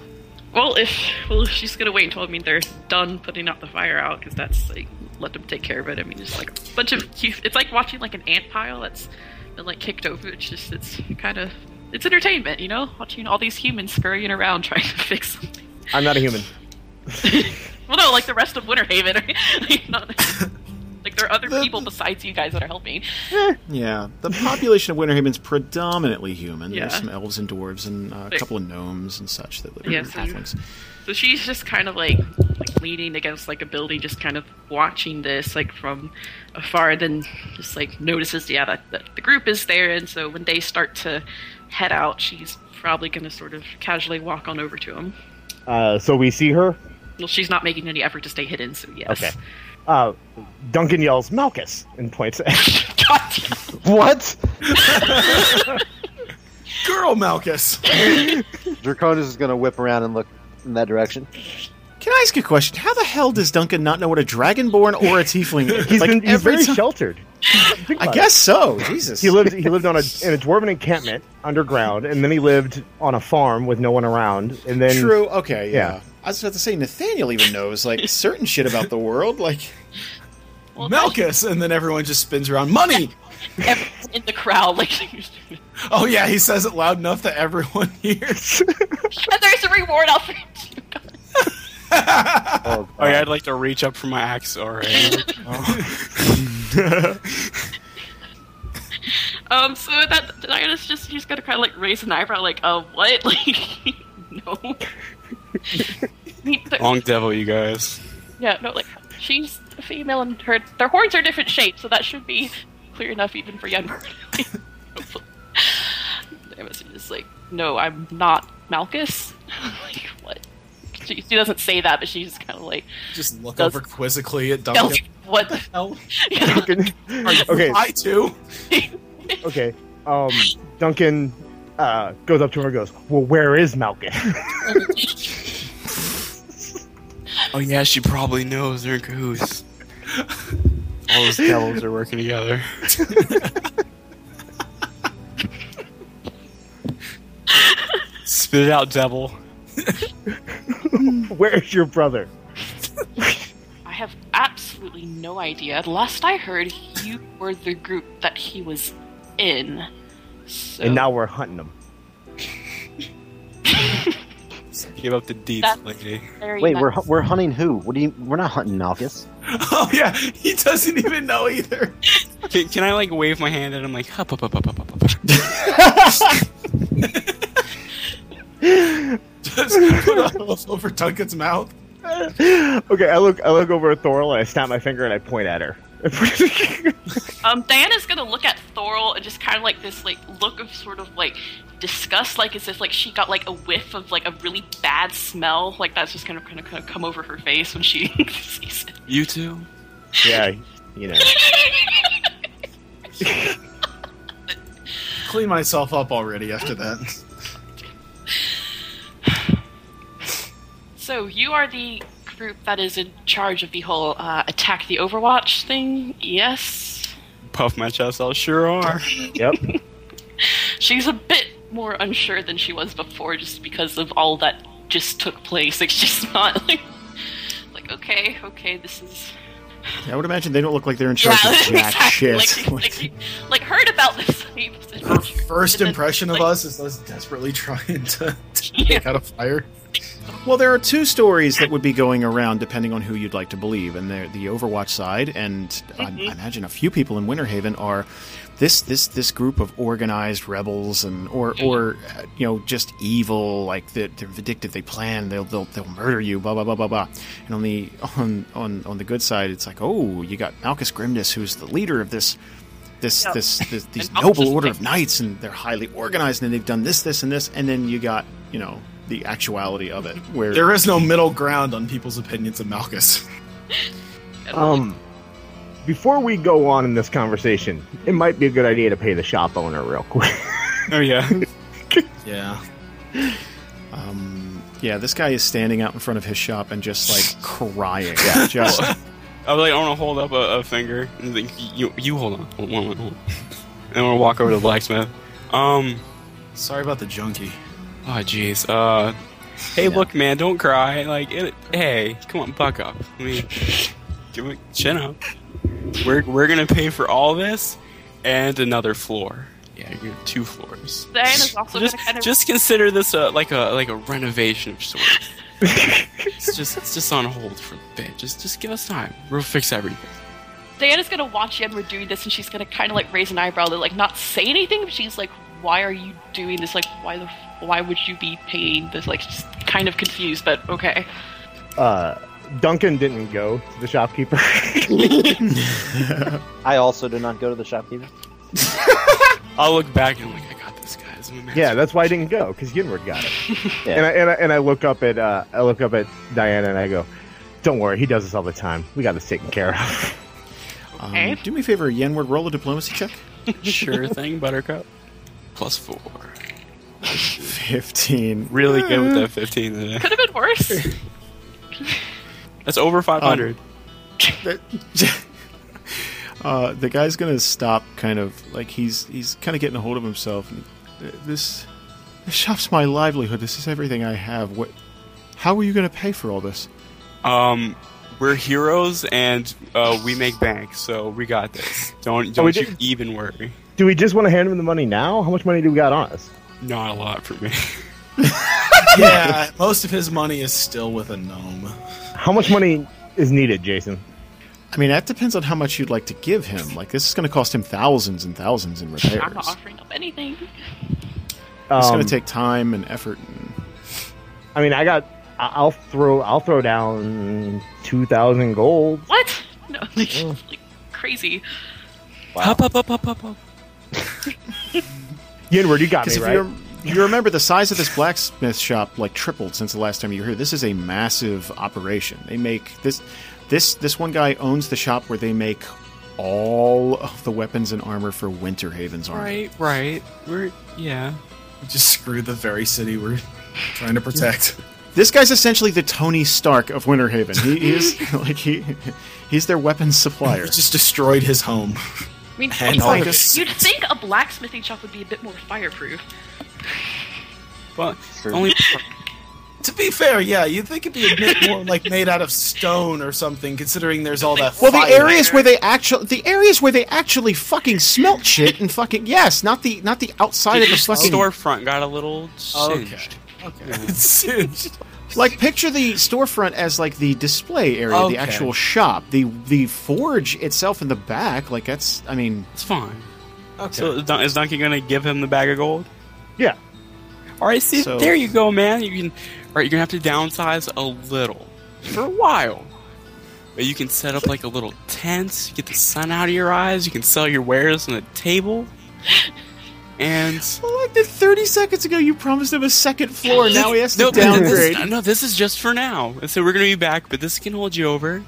[SPEAKER 2] Well, if well, if she's gonna wait until I mean they're done putting out the fire out because that's like let them take care of it. I mean, just like a bunch of cute. It's like watching like an ant pile that's been like kicked over. It's just it's kind of it's entertainment, you know, watching all these humans scurrying around (laughs) trying to fix something.
[SPEAKER 1] I'm not a human.
[SPEAKER 2] Well, no, like the rest of Winterhaven, (laughs) like, not, like there are other people besides you guys that are helping.
[SPEAKER 3] Yeah, the population of Winterhaven's predominantly human. There's
[SPEAKER 2] Yeah.
[SPEAKER 3] some elves and dwarves and uh, a
[SPEAKER 2] Like-
[SPEAKER 3] couple of gnomes and such that live
[SPEAKER 2] Yeah,
[SPEAKER 3] in
[SPEAKER 2] so-
[SPEAKER 3] halflings.
[SPEAKER 2] So she's just kind of like, like leaning against like a building, just kind of watching this like from afar. And then just like notices, yeah, that, that the group is there. And so when they start to head out, she's probably going to sort of casually walk on over to them.
[SPEAKER 1] Uh, so we see her.
[SPEAKER 2] Well, she's not making any effort to stay hidden, so yes.
[SPEAKER 1] Okay. Uh, Duncan yells Malchus and
[SPEAKER 3] (laughs)
[SPEAKER 1] points. At
[SPEAKER 2] God,
[SPEAKER 5] What?
[SPEAKER 4] Girl, Malchus.
[SPEAKER 5] Draconis is gonna whip around and look in that direction.
[SPEAKER 3] Can I ask you a question? How the hell does Duncan not know what a dragonborn or a
[SPEAKER 1] (laughs)
[SPEAKER 3] tiefling is?
[SPEAKER 1] he's
[SPEAKER 3] Like,
[SPEAKER 1] been he's
[SPEAKER 3] every
[SPEAKER 1] very
[SPEAKER 3] time-
[SPEAKER 1] sheltered. Think
[SPEAKER 3] I
[SPEAKER 1] about
[SPEAKER 3] guess so. Jesus.
[SPEAKER 1] it. he lived he lived on a in a dwarven encampment underground, and then he lived on a farm with no one around, and then (laughs)
[SPEAKER 3] True. Okay. Yeah.
[SPEAKER 1] Yeah.
[SPEAKER 3] I was about to say Nathaniel even knows
[SPEAKER 1] (laughs)
[SPEAKER 3] like certain shit about the world. Like,
[SPEAKER 2] well,
[SPEAKER 4] Malchus, and then everyone just spins around. Money.
[SPEAKER 2] (laughs) everyone's in the crowd, like, (laughs) and
[SPEAKER 4] Oh yeah, he says it loud enough that everyone (laughs) hears.
[SPEAKER 2] there's a reward (laughs) out for you.
[SPEAKER 5] Oh,
[SPEAKER 6] Oh yeah, I'd like to reach up for my axe. All (laughs) right.
[SPEAKER 2] Um, so that Diana's just she's gonna kind of like raise an eyebrow, like, uh, what? (laughs) Like, no. I mean, the-
[SPEAKER 6] Long devil, you guys.
[SPEAKER 2] Yeah, no, like she's a female and her their horns are different shapes, so that should be clear enough even for (laughs) young bird. I was just like, no, I'm not Malchus. (laughs) like what? She, she doesn't say that, but she's kind of like,
[SPEAKER 4] Just look
[SPEAKER 2] Does-
[SPEAKER 4] over quizzically at
[SPEAKER 2] "Tell
[SPEAKER 4] Duncan.
[SPEAKER 2] you what? the (laughs)
[SPEAKER 4] Hell,
[SPEAKER 3] (laughs)
[SPEAKER 2] hell?"
[SPEAKER 1] Duncan- okay,
[SPEAKER 4] I too.
[SPEAKER 1] okay. Um, Duncan uh, goes up to her and goes, "Well, where is (laughs) Malkin?"
[SPEAKER 6] Oh yeah, she probably knows they're in cahoots. (laughs) All those devils are working (laughs) together. Spit it out, devil.
[SPEAKER 1] Where's your brother?
[SPEAKER 2] I have absolutely no idea. Last I heard, you were the group that he was in. So
[SPEAKER 1] And now we're hunting him.
[SPEAKER 6] Give up the deeds,
[SPEAKER 2] That's-
[SPEAKER 6] lady.
[SPEAKER 2] very
[SPEAKER 5] Wait,
[SPEAKER 2] much-
[SPEAKER 5] we're hu- we're hunting who? What do you? We're not hunting Malchus.
[SPEAKER 4] (laughs) Oh yeah, he doesn't even know either.
[SPEAKER 6] Can, can I like wave my hand and I'm like, hup, hup, hup, hup, hup, hup, hup.
[SPEAKER 4] Just put a hoof (laughs) over Duncan's mouth.
[SPEAKER 1] (laughs) okay, I look I look over at Thorl and I snap my finger and I point at
[SPEAKER 3] (laughs)
[SPEAKER 1] her. (laughs)
[SPEAKER 2] Um, Diana's gonna look at Thorl and just kind of like this like look of sort of like disgust, like as if like she got like a whiff of like a really bad smell, like that's just gonna kind of, kind of come over her face when she (laughs) sees it.
[SPEAKER 6] You two?
[SPEAKER 1] yeah, you know.
[SPEAKER 4] Clean myself up already after that.
[SPEAKER 2] So you are the group that is in charge of the whole uh, attack the Overwatch thing. Yes,
[SPEAKER 6] Puff my chest out, sure are.
[SPEAKER 1] Yep.
[SPEAKER 2] she's a bit more unsure than she was before, just because of all that just took place. (laughs) Like she's not like like okay, okay, this is
[SPEAKER 3] Yeah, I would imagine they don't look like they're in charge
[SPEAKER 2] (laughs)
[SPEAKER 3] of jack shit.
[SPEAKER 2] Like, like, like, heard about this. (laughs) like,
[SPEAKER 4] Her first
[SPEAKER 2] and then,
[SPEAKER 4] impression of
[SPEAKER 2] like,
[SPEAKER 4] us is us desperately trying to,
[SPEAKER 2] (laughs)
[SPEAKER 4] to
[SPEAKER 2] Yeah.
[SPEAKER 4] take out a fire.
[SPEAKER 3] Well, there are two stories that would be going around depending on who you'd like to believe, and they're the Overwatch side, and I,
[SPEAKER 2] Mm-hmm.
[SPEAKER 3] I imagine a few people in Winterhaven are this this this group of organized rebels and or
[SPEAKER 2] Mm-hmm.
[SPEAKER 3] or uh, you know just evil, like they're, they're vindictive, they plan, they'll, they'll they'll murder you, blah blah blah blah blah. And on the on on on the good side, it's like oh, you got Malchus Grimness, who's the leader of this this,
[SPEAKER 2] Yeah.
[SPEAKER 3] this this
[SPEAKER 2] (laughs)
[SPEAKER 3] these
[SPEAKER 2] And I'll
[SPEAKER 3] noble
[SPEAKER 2] just
[SPEAKER 3] order
[SPEAKER 2] pick-
[SPEAKER 3] of knights and they're highly organized and they've done this this and this and then you got you know the actuality of it where
[SPEAKER 4] There is no middle ground on people's opinions of Malchus.
[SPEAKER 5] Um,
[SPEAKER 1] Before we go on in this conversation, it might be a good idea to pay the shop owner real quick. (laughs)
[SPEAKER 6] Oh yeah.
[SPEAKER 4] Yeah.
[SPEAKER 3] um, yeah this guy is standing out in front of his shop and just like crying yeah. just
[SPEAKER 6] I was like, I want to hold up a, a finger. And he's like, you, you hold on. Hold on, hold on, hold on. And I'm gonna walk over to the blacksmith. Um,
[SPEAKER 4] (laughs) Sorry about the junkie.
[SPEAKER 6] oh jeez. Uh, hey, look, man, don't cry. Like, it, hey, come on, buck up. I (laughs) mean, give it, chin up. We're we're gonna pay for all this and another floor. Yeah, you two floors.
[SPEAKER 2] Diana's also
[SPEAKER 6] just,
[SPEAKER 2] gonna kind of
[SPEAKER 6] just consider this a, like a like a renovation
[SPEAKER 2] (laughs)
[SPEAKER 6] of sorts. it's just it's just on hold for a bit. Just just give us time. We'll fix everything.
[SPEAKER 2] Diana's gonna watch you and we're doing this, and she's gonna kind of like raise an eyebrow, to, like not say anything, but she's like, "Why are you doing this? Like, why the f- why would you be paying this?" Like, she's kind of confused, but okay.
[SPEAKER 1] Uh, Duncan didn't go to the shopkeeper. (laughs)
[SPEAKER 5] I also did not go to the shopkeeper.
[SPEAKER 6] I'll look back and I'm like, I got this, guys. I'm a master.
[SPEAKER 1] yeah, that's why I didn't go because
[SPEAKER 3] (laughs)
[SPEAKER 1] Yinward got it.
[SPEAKER 5] Yeah.
[SPEAKER 1] And I and I, and I look up at uh, I look up at Diana and I go, "Don't worry, he does this all the time. We got this taken care of." (laughs)
[SPEAKER 3] um,
[SPEAKER 2] Okay.
[SPEAKER 3] do me a favor yenward roll a diplomacy check
[SPEAKER 6] sure thing, (laughs) Buttercup. Plus four.
[SPEAKER 3] 15
[SPEAKER 6] Really good
[SPEAKER 2] (laughs)
[SPEAKER 6] with that 15 today.
[SPEAKER 2] Could have been worse.
[SPEAKER 6] That's over 500.
[SPEAKER 3] (laughs) uh, the guy's gonna stop kind of like he's he's kind of getting a hold of himself and uh, this this shop's my livelihood this is everything i have what how are you gonna pay for all this
[SPEAKER 6] um, we're heroes and uh, we make bank, so we got this. Don't
[SPEAKER 1] we
[SPEAKER 6] don't you
[SPEAKER 1] did-
[SPEAKER 6] even worry.
[SPEAKER 1] Do we just want to hand him the money now? How much money do we got on us?
[SPEAKER 6] Not a lot for me. (laughs)
[SPEAKER 4] Yeah, (laughs) most of his money is still with a gnome.
[SPEAKER 1] How much money is needed, Jason?
[SPEAKER 3] I mean, that depends on how much you'd like to give him. Like, this is going to cost him thousands and thousands in repairs.
[SPEAKER 2] I'm not offering up anything.
[SPEAKER 3] it's
[SPEAKER 1] Um,
[SPEAKER 3] going to take time and effort. And
[SPEAKER 1] I mean, I got. I- I'll throw. I'll throw down two thousand gold.
[SPEAKER 2] What? No, (laughs) like, like crazy.
[SPEAKER 6] Hop, hop, hop, hop, hop, hop.
[SPEAKER 1] Yinward, you got
[SPEAKER 3] because
[SPEAKER 1] me
[SPEAKER 3] if
[SPEAKER 1] right.
[SPEAKER 3] you you remember, the size of this blacksmith shop like tripled since the last time you were here. This is a massive operation. They make this this this one guy owns the shop where they make all of the weapons and armor for Winterhaven's army.
[SPEAKER 6] Right, right. We're, yeah.
[SPEAKER 4] Just screw the very city we're trying to protect.
[SPEAKER 3] This guy's essentially the Tony Stark of Winterhaven. He, he is like he he's their weapons supplier.
[SPEAKER 4] We just destroyed his home.
[SPEAKER 2] I mean,
[SPEAKER 4] And
[SPEAKER 2] you'd-
[SPEAKER 4] all
[SPEAKER 2] you'd,
[SPEAKER 4] this-
[SPEAKER 2] think a blacksmithing shop would be a bit more fireproof.
[SPEAKER 6] But
[SPEAKER 5] Sure.
[SPEAKER 6] (laughs) only
[SPEAKER 4] To be fair, yeah, you'd think it'd be a bit more like made out of stone or something, considering there's all that.
[SPEAKER 3] Well, the
[SPEAKER 4] fire.
[SPEAKER 3] areas where they actually the areas where they actually fucking smelt shit and fucking yes, not the not the outside of the
[SPEAKER 6] the
[SPEAKER 3] fucking
[SPEAKER 6] storefront got a little
[SPEAKER 4] Okay.
[SPEAKER 3] (laughs)
[SPEAKER 6] singed.
[SPEAKER 4] Okay. Singed.
[SPEAKER 3] like picture the storefront as like the display area,
[SPEAKER 4] Okay.
[SPEAKER 3] the actual shop, the the forge itself in the back. Like that's I mean
[SPEAKER 6] It's fine.
[SPEAKER 4] Okay.
[SPEAKER 6] So is Dun- is Duncan gonna give him the bag of gold?
[SPEAKER 1] Yeah.
[SPEAKER 6] All right, see,
[SPEAKER 3] So-
[SPEAKER 6] there you go, man. You can. All right, you're gonna have to downsize a little for a while, but you can set up like a little tent, get the sun out of your eyes. You can sell your wares on the table, and
[SPEAKER 3] Well, like the 30 seconds ago, you promised him a second floor. Now he has to
[SPEAKER 6] no, but
[SPEAKER 3] downgrade.
[SPEAKER 6] This, no, this is just for now. And so we're gonna be back, but this can hold you over.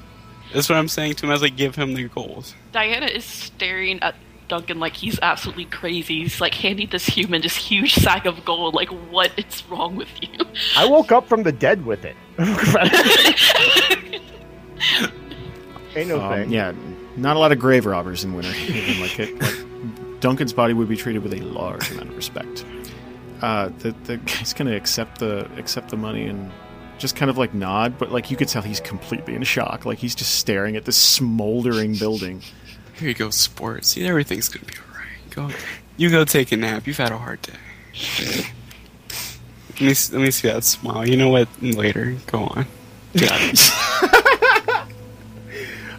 [SPEAKER 6] That's what I'm saying to him as I give him the gold.
[SPEAKER 2] Diana is staring at Duncan like he's absolutely crazy. He's like handing this human this huge sack of gold. Like, what is wrong with you? (laughs)
[SPEAKER 1] I woke up from the dead with it. Ain't no
[SPEAKER 3] Um,
[SPEAKER 1] thing.
[SPEAKER 3] yeah, not a lot of grave robbers in Winter (laughs) Haven. like, it, like Duncan's body would be treated with a large amount of respect. Uh, the the guy's gonna accept the accept the money and just kind of like nod, but like you could tell he's completely in shock. Like he's just staring at this smoldering building.
[SPEAKER 6] Here you go, sports. See, everything's gonna be alright. Go, you go take a nap. You've had a hard day. let me s- let me see that smile. You know what? Later, go on. (laughs)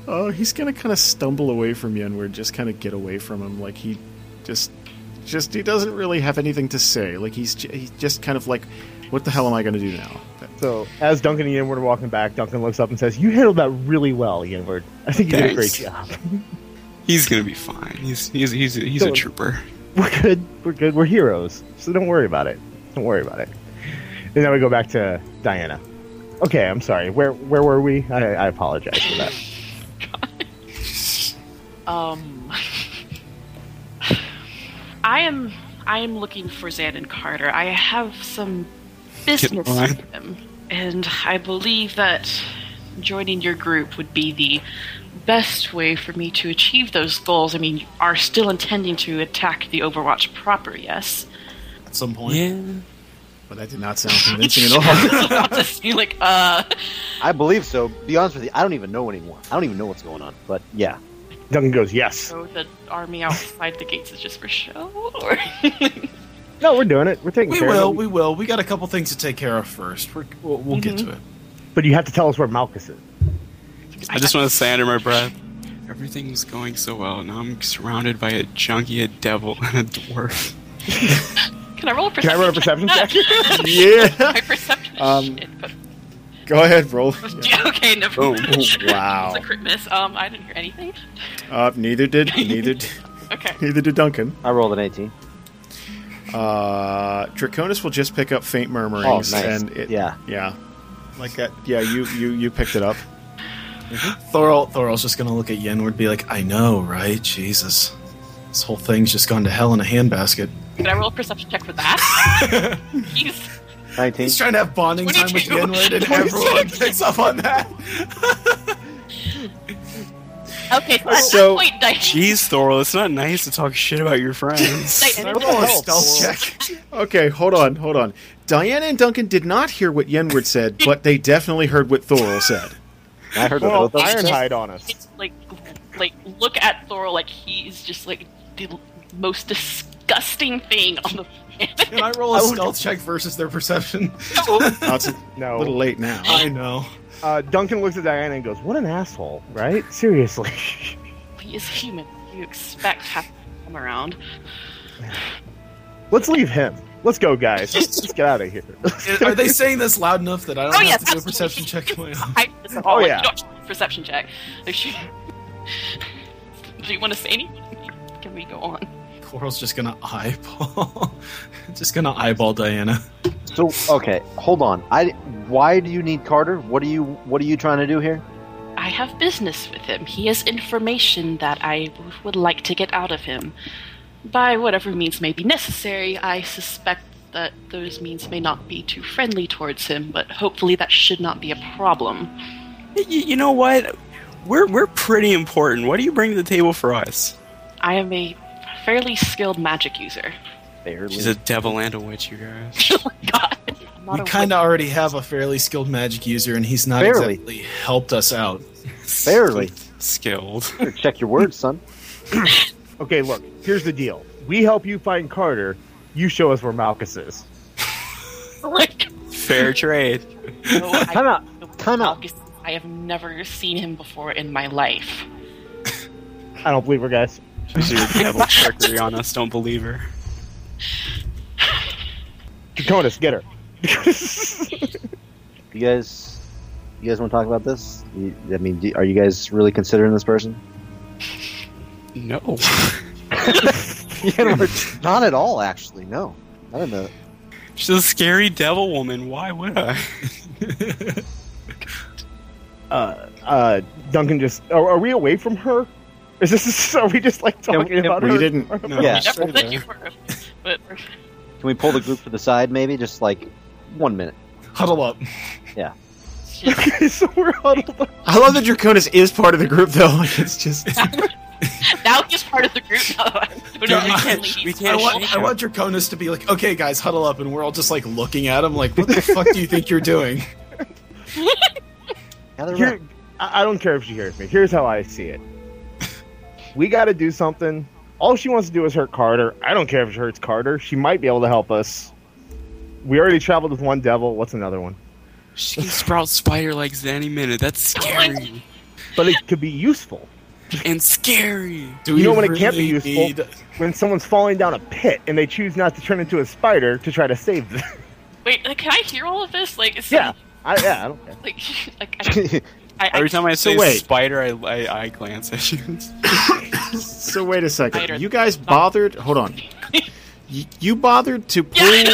[SPEAKER 3] Oh, he's gonna kind of stumble away from Yenward, just kind of get away from him. Like he just, just he doesn't really have anything to say. Like he's j- he's just kind of like, what the hell am I gonna do now?
[SPEAKER 1] So as Duncan and Yenward are walking back, Duncan looks up and says, "You handled that really well, Yenward. I think you did a great
[SPEAKER 6] Thanks.
[SPEAKER 1] job. (laughs)
[SPEAKER 6] He's gonna be fine. He's he's he's a, he's a
[SPEAKER 1] Don't-
[SPEAKER 6] trooper.
[SPEAKER 1] We're good. We're good. We're heroes. So don't worry about it. Don't worry about it." And then we go back to Diana. Okay, I'm sorry. Where where were we? I, I apologize for that.
[SPEAKER 2] Um, (laughs) I am I am looking for Zandon Carter. I have some business
[SPEAKER 6] Get
[SPEAKER 2] with him, and I believe that joining your group would be the best way for me to achieve those goals. I mean, you are still intending to attack the Overwatch proper, yes?
[SPEAKER 4] At some point.
[SPEAKER 6] Yeah.
[SPEAKER 3] But that did not sound convincing at all.
[SPEAKER 2] (laughs) Just be like, uh,
[SPEAKER 5] I believe so. Be honest with you, I don't even know anymore. I don't even know what's going on. But yeah,
[SPEAKER 1] Duncan goes, "Yes.
[SPEAKER 2] so the army outside the gates is just for show, or (laughs)
[SPEAKER 1] No, we're doing it. We're taking
[SPEAKER 4] We
[SPEAKER 1] care
[SPEAKER 4] will.
[SPEAKER 1] of it.
[SPEAKER 4] We will. We got a couple things to take care of first. We're, we'll we'll get
[SPEAKER 5] Mm-hmm.
[SPEAKER 4] to it.
[SPEAKER 1] But you have to tell us where Malchus is.
[SPEAKER 6] I just want to say under my breath, everything was going so well. Now I'm surrounded by a junkie, a devil, (laughs) and a dwarf.
[SPEAKER 2] can I roll a
[SPEAKER 1] Can I
[SPEAKER 2] perception?
[SPEAKER 1] roll a perception check?
[SPEAKER 3] yeah.
[SPEAKER 5] (laughs)
[SPEAKER 2] My perception.
[SPEAKER 3] Um,
[SPEAKER 2] shit, but-
[SPEAKER 3] Go ahead, roll.
[SPEAKER 2] (laughs) Yeah, okay, never
[SPEAKER 6] Boom.
[SPEAKER 2] mind. (laughs)
[SPEAKER 3] Oh, Wow.
[SPEAKER 2] It's a crit miss. Um, I didn't hear anything.
[SPEAKER 3] Uh, neither did neither d- (laughs)
[SPEAKER 2] Okay.
[SPEAKER 3] neither did Duncan.
[SPEAKER 5] I rolled an 18.
[SPEAKER 3] Uh, Draconis will just pick up faint murmurings,
[SPEAKER 5] Oh, nice.
[SPEAKER 3] and it,
[SPEAKER 5] Yeah.
[SPEAKER 3] yeah, like that. Yeah, you you you picked it up. Mm-hmm.
[SPEAKER 4] Thorol, Thorol's just gonna look at Yenward and be like, I know, right? Jesus. This whole thing's just gone to hell in a handbasket.
[SPEAKER 2] Can I roll a perception check for that?
[SPEAKER 1] (laughs)
[SPEAKER 2] He's
[SPEAKER 5] 19.
[SPEAKER 4] He's trying to have bonding time with
[SPEAKER 2] 22.
[SPEAKER 4] Yenward
[SPEAKER 5] (laughs)
[SPEAKER 4] and everyone picks up on that.
[SPEAKER 2] okay. So, at
[SPEAKER 3] So-
[SPEAKER 2] that point, Diana,
[SPEAKER 6] Jeez, Thorl, it's not nice to talk shit about your friends.
[SPEAKER 2] Diana
[SPEAKER 1] What the
[SPEAKER 4] Oh,
[SPEAKER 1] hell?
[SPEAKER 4] stealth check.
[SPEAKER 3] (laughs) Okay, hold on, hold on. Diana and Duncan did not hear what Yenward
[SPEAKER 4] (laughs)
[SPEAKER 3] said, but they definitely heard what Thorol said.
[SPEAKER 5] (laughs) I heard
[SPEAKER 1] Well,
[SPEAKER 5] about those.
[SPEAKER 1] Ironhide on us.
[SPEAKER 2] is, like, like look at Thor like he is just like the most disgusting thing on the planet.
[SPEAKER 4] Can I roll a stealth check versus their perception?
[SPEAKER 1] (laughs)
[SPEAKER 3] Oh,
[SPEAKER 4] (laughs)
[SPEAKER 3] it's a
[SPEAKER 1] No.
[SPEAKER 3] little late now.
[SPEAKER 4] I know.
[SPEAKER 1] Uh, Duncan looks at Diana and goes, "What an asshole, right? Seriously." (laughs)
[SPEAKER 2] He is human. You expect half come around.
[SPEAKER 1] Let's leave him. Let's go, guys. Let's let's get out of here.
[SPEAKER 7] (laughs)
[SPEAKER 4] Are (laughs) they saying this loud enough that I don't
[SPEAKER 2] Oh,
[SPEAKER 4] have
[SPEAKER 2] yes,
[SPEAKER 4] to do a
[SPEAKER 2] absolutely.
[SPEAKER 4] perception check on my own?
[SPEAKER 2] I, it's all,
[SPEAKER 1] Oh,
[SPEAKER 2] like,
[SPEAKER 1] yeah.
[SPEAKER 2] you don't have a perception check. (laughs) Like, she, do you want to say anything? Can we go on?
[SPEAKER 4] Coral's just gonna eyeball. (laughs) just gonna eyeball Diana.
[SPEAKER 5] So okay, hold on. I why do you need Carter? What are you what are you trying to do here?
[SPEAKER 2] I have business with him. He has information that I would like to get out of him. By whatever means may be necessary, I suspect that those means may not be too friendly towards him, but hopefully that should not be a problem.
[SPEAKER 6] Y- y- (laughs) you know what? We're we're pretty important. What do you bring to the table for us?
[SPEAKER 2] I am a fairly skilled magic user. (laughs) Oh
[SPEAKER 5] Barely.
[SPEAKER 6] She's a devil and a witch, you guys.
[SPEAKER 2] God, I'm not
[SPEAKER 4] We
[SPEAKER 2] a
[SPEAKER 4] kind of already have a fairly skilled magic user, and he's not
[SPEAKER 5] Barely.
[SPEAKER 4] exactly helped us out.
[SPEAKER 5] Barely.
[SPEAKER 6] (laughs) skilled.
[SPEAKER 5] Better Check your words, son.
[SPEAKER 1] Okay, look, here's the deal. We help you find Carter. You show us where Malchus is.
[SPEAKER 2] like,
[SPEAKER 6] Fair trade.
[SPEAKER 2] no, I-
[SPEAKER 5] Time out. Time out.
[SPEAKER 2] I have never seen him before in my life.
[SPEAKER 1] I don't believe her, guys.
[SPEAKER 6] She's doing devil (laughs) trickery on us. Don't believe her.
[SPEAKER 1] Draconis, get her. (laughs)
[SPEAKER 5] You guys, you guys want to talk about this? You, I mean, do, are you guys really considering this person?
[SPEAKER 6] No.
[SPEAKER 5] Not at all, actually. No. Not in the.
[SPEAKER 6] She's a scary devil woman. Why would I?
[SPEAKER 1] Uh, uh, Duncan just. Are, are we away from her? Is this? (laughs) Are we just like
[SPEAKER 3] Yeah,
[SPEAKER 1] talking
[SPEAKER 3] yeah,
[SPEAKER 1] about
[SPEAKER 3] we
[SPEAKER 1] her?
[SPEAKER 3] didn't-
[SPEAKER 4] No,
[SPEAKER 5] Yeah.
[SPEAKER 4] he's right
[SPEAKER 2] But you
[SPEAKER 4] there.
[SPEAKER 2] were- but- (laughs)
[SPEAKER 5] Can we pull the group to the side, maybe? Just like one minute.
[SPEAKER 4] Huddle up.
[SPEAKER 1] Okay, (laughs) so
[SPEAKER 3] (laughs)
[SPEAKER 1] we're huddled up.
[SPEAKER 3] I love that Draconis is part of the group, though. (laughs) Like, it's just
[SPEAKER 2] now he's part of the group. (laughs) Now I don't know
[SPEAKER 4] No,
[SPEAKER 2] if
[SPEAKER 4] I-
[SPEAKER 2] he can leave.
[SPEAKER 6] we
[SPEAKER 4] I
[SPEAKER 6] can't- Yeah,
[SPEAKER 4] want,
[SPEAKER 6] shake
[SPEAKER 4] I want Draconis to be like, okay, guys, huddle up, and we're all just like looking at him, like, what the fuck do you think
[SPEAKER 3] (laughs)
[SPEAKER 4] you're doing?
[SPEAKER 5] Gather
[SPEAKER 1] Here,
[SPEAKER 5] around.
[SPEAKER 1] I I don't care if she hears me. Here's how I see it. We got to do something. All she wants to do is hurt Carter. I don't care if she hurts Carter. She might be able to help us. We already traveled with one devil. What's another one?
[SPEAKER 6] She can sprout spider legs at any minute. That's scary.
[SPEAKER 1] But it could be useful
[SPEAKER 6] And scary.
[SPEAKER 4] Do
[SPEAKER 1] You
[SPEAKER 4] we
[SPEAKER 1] know when it can't be
[SPEAKER 4] really
[SPEAKER 1] useful?
[SPEAKER 4] need-
[SPEAKER 1] when someone's falling down a pit and they choose not to turn into a spider to try to save them.
[SPEAKER 2] Wait, like, can I hear all of this? Like, is
[SPEAKER 1] Yeah, (laughs) I, yeah, I don't care.
[SPEAKER 2] Like, like (laughs) I,
[SPEAKER 6] (laughs)
[SPEAKER 2] I, I,
[SPEAKER 6] Every time I say
[SPEAKER 3] wait.
[SPEAKER 6] spider, I, I, I glance at (laughs) you.
[SPEAKER 3] so. Wait a
[SPEAKER 2] Later.
[SPEAKER 3] second. You guys bothered. Hold on. You, you bothered
[SPEAKER 4] (laughs)
[SPEAKER 3] to pull
[SPEAKER 2] Yeah.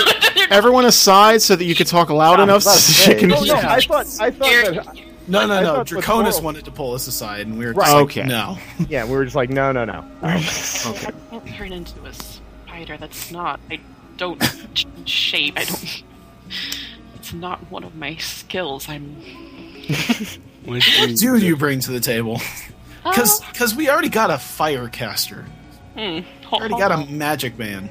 [SPEAKER 3] everyone aside so that you could talk loud
[SPEAKER 5] Yeah, I
[SPEAKER 3] enough
[SPEAKER 5] was about to
[SPEAKER 3] so she
[SPEAKER 5] say.
[SPEAKER 3] can.
[SPEAKER 4] Oh,
[SPEAKER 1] No, no, I thought, I
[SPEAKER 2] Scary.
[SPEAKER 1] thought that,
[SPEAKER 4] No, no,
[SPEAKER 1] I
[SPEAKER 4] no.
[SPEAKER 1] thought the
[SPEAKER 4] Draconis
[SPEAKER 1] world-
[SPEAKER 4] wanted to pull us aside, and we were
[SPEAKER 1] Right.
[SPEAKER 4] just like,
[SPEAKER 3] Okay.
[SPEAKER 4] no.
[SPEAKER 1] yeah, we were just like, no, no, no.
[SPEAKER 4] Oh.
[SPEAKER 2] I can't turn into a spider. That's not. I don't change shape. I don't. It's not one of my skills. I'm.
[SPEAKER 6] What do you-
[SPEAKER 4] Do you bring to the table? Because
[SPEAKER 2] Oh,
[SPEAKER 4] we already got a fire caster.
[SPEAKER 2] hmm.
[SPEAKER 4] We already got a magic man.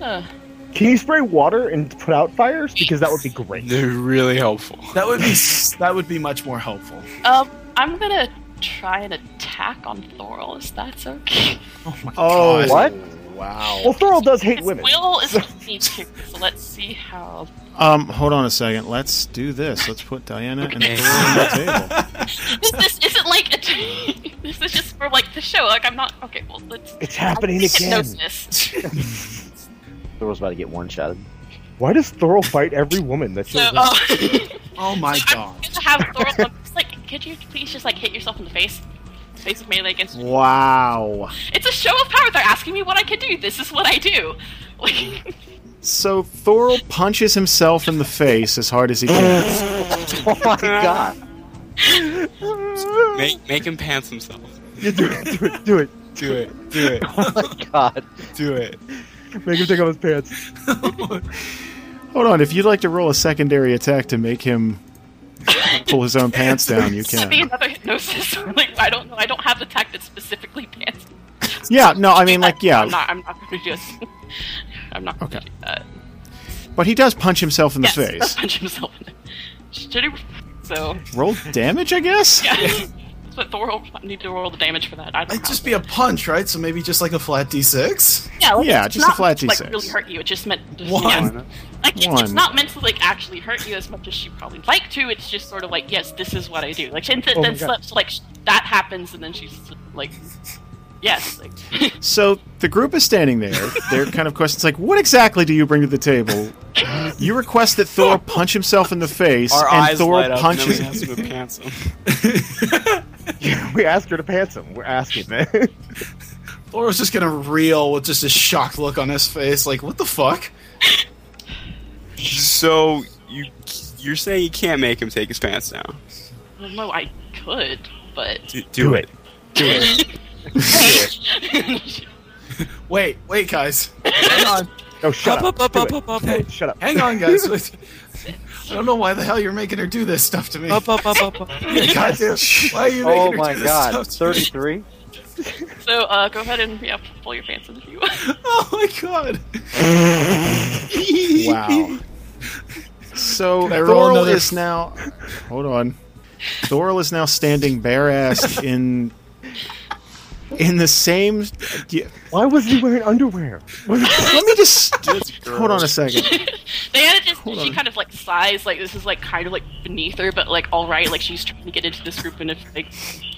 [SPEAKER 2] Uh,
[SPEAKER 1] (laughs) Can you spray water and put out fires? Because that would be great.
[SPEAKER 6] They're really (laughs) helpful.
[SPEAKER 4] That would be s- that would be much more helpful.
[SPEAKER 2] Um, I'm gonna try an attack on Thorl. Is that's okay?
[SPEAKER 3] Oh,
[SPEAKER 5] What?
[SPEAKER 1] Well, Thurl does hate
[SPEAKER 2] His
[SPEAKER 1] women.
[SPEAKER 2] will is 22, so let's see how.
[SPEAKER 3] Um, hold on a second. Let's do this. Let's put Diana and Thor on
[SPEAKER 4] (laughs)
[SPEAKER 3] the table.
[SPEAKER 2] This, this isn't like a. (laughs) this is just for like the show. Like I'm not okay. Well, let's.
[SPEAKER 1] It's happening again.
[SPEAKER 2] Hypnosis.
[SPEAKER 5] The world's about to get one shotted.
[SPEAKER 1] Why does Thurl fight every woman that
[SPEAKER 2] So,
[SPEAKER 1] shows
[SPEAKER 2] (laughs)
[SPEAKER 1] up?
[SPEAKER 2] uh,
[SPEAKER 4] Oh my
[SPEAKER 2] I'm
[SPEAKER 4] god.
[SPEAKER 2] gonna have Thorl. I'm just like, could you please just like hit yourself in the face? Basic melee against.
[SPEAKER 3] Wow.
[SPEAKER 2] It's a show of power. They're asking me what I can do. This is what I do. (laughs) Like, (laughs)
[SPEAKER 3] So Thor punches himself in the face as hard as he can.
[SPEAKER 5] Oh
[SPEAKER 1] (laughs)
[SPEAKER 5] my (laughs) god.
[SPEAKER 6] (laughs) Make, make him pants himself.
[SPEAKER 1] You do it, do it, do it.
[SPEAKER 6] Do it. Do it. (laughs)
[SPEAKER 5] (laughs) God.
[SPEAKER 6] Do it.
[SPEAKER 1] Make him take off his pants.
[SPEAKER 3] Hold on. If you'd like to roll a secondary attack to make him pull his own pants down,
[SPEAKER 2] (laughs)
[SPEAKER 3] you
[SPEAKER 2] That'd be
[SPEAKER 3] can.
[SPEAKER 2] another hypnosis. (laughs) like I don't know. I don't have the tech that specifically pants.
[SPEAKER 3] Yeah. No, I mean, like,
[SPEAKER 2] I'm
[SPEAKER 3] yeah.
[SPEAKER 2] not. I'm not gonna do this. (laughs) I'm not. Gonna
[SPEAKER 3] Okay.
[SPEAKER 2] do that. Uh,
[SPEAKER 3] But he does punch himself in the
[SPEAKER 2] Yes,
[SPEAKER 3] face.
[SPEAKER 2] (laughs) Punch himself. In the... Should he? (laughs) So
[SPEAKER 3] Roll damage, I guess.
[SPEAKER 2] yeah.
[SPEAKER 3] (laughs)
[SPEAKER 2] But Thor will need to roll the damage for that. I don't
[SPEAKER 4] It'd just
[SPEAKER 2] have
[SPEAKER 4] be a punch, right? So maybe just like a flat d6.
[SPEAKER 2] yeah, like,
[SPEAKER 3] yeah,
[SPEAKER 2] it's
[SPEAKER 3] just a
[SPEAKER 2] not
[SPEAKER 3] flat
[SPEAKER 2] Like
[SPEAKER 3] D6.
[SPEAKER 2] really hurt you. It just meant just,
[SPEAKER 4] One.
[SPEAKER 2] yeah. Like it's just
[SPEAKER 3] One.
[SPEAKER 2] not meant to like actually hurt you as much as she probably would like to. It's just sort of like yes, this is what I do. Like and th-
[SPEAKER 1] Oh my
[SPEAKER 2] then
[SPEAKER 1] God.
[SPEAKER 2] slips. Like sh- that happens, and then she's like, yes. Like,
[SPEAKER 3] So the group is standing there. They're kind of questions like, "What exactly do you bring to the table?" You request that Thor
[SPEAKER 2] (laughs)
[SPEAKER 3] punch himself in the face,
[SPEAKER 6] Our
[SPEAKER 3] and
[SPEAKER 6] eyes
[SPEAKER 3] Thor
[SPEAKER 6] light up.
[SPEAKER 3] punches.
[SPEAKER 6] And then we ask him to pants him.
[SPEAKER 1] (laughs) we asked her to pants him. We're asking that.
[SPEAKER 4] Or was just gonna reel with just a shocked look on his face, like, what the fuck?
[SPEAKER 6] So you you're saying you can't make him take his pants down?
[SPEAKER 2] I don't know. I could, but
[SPEAKER 6] Do,
[SPEAKER 1] Do it.
[SPEAKER 4] Wait, wait, guys. Hang on.
[SPEAKER 1] (laughs) No, shut
[SPEAKER 6] Up,
[SPEAKER 1] up.
[SPEAKER 6] up,
[SPEAKER 1] Do
[SPEAKER 6] up,
[SPEAKER 1] it.
[SPEAKER 6] up, up,
[SPEAKER 1] Do
[SPEAKER 6] up.
[SPEAKER 1] it. Shut up.
[SPEAKER 4] Hang on, guys. I don't know why the hell you're making her do this stuff to me.
[SPEAKER 6] Up, up, up, up,
[SPEAKER 4] (laughs)
[SPEAKER 6] up.
[SPEAKER 3] (laughs)
[SPEAKER 4] Goddamn. Why are you making
[SPEAKER 5] Oh
[SPEAKER 4] her
[SPEAKER 5] my
[SPEAKER 4] do this
[SPEAKER 5] god,
[SPEAKER 4] stuff to me?
[SPEAKER 5] 33?
[SPEAKER 2] (laughs) So uh, go ahead and yeah, pull your pants in if you want.
[SPEAKER 4] (laughs) Oh my
[SPEAKER 6] (laughs)
[SPEAKER 4] god.
[SPEAKER 3] Wow. So
[SPEAKER 4] Can I roll
[SPEAKER 3] Thorl
[SPEAKER 4] another-
[SPEAKER 3] is now. Hold on. Thorl is now standing bare assed in in the same. yeah,
[SPEAKER 1] Why was he wearing underwear? (laughs)
[SPEAKER 3] Let me just hold on a second.
[SPEAKER 2] they had it just
[SPEAKER 3] Hold
[SPEAKER 2] she
[SPEAKER 3] on.
[SPEAKER 2] kind of like sighs like this is like kind of like beneath her, but like all right, like she's trying to get into this group, and if like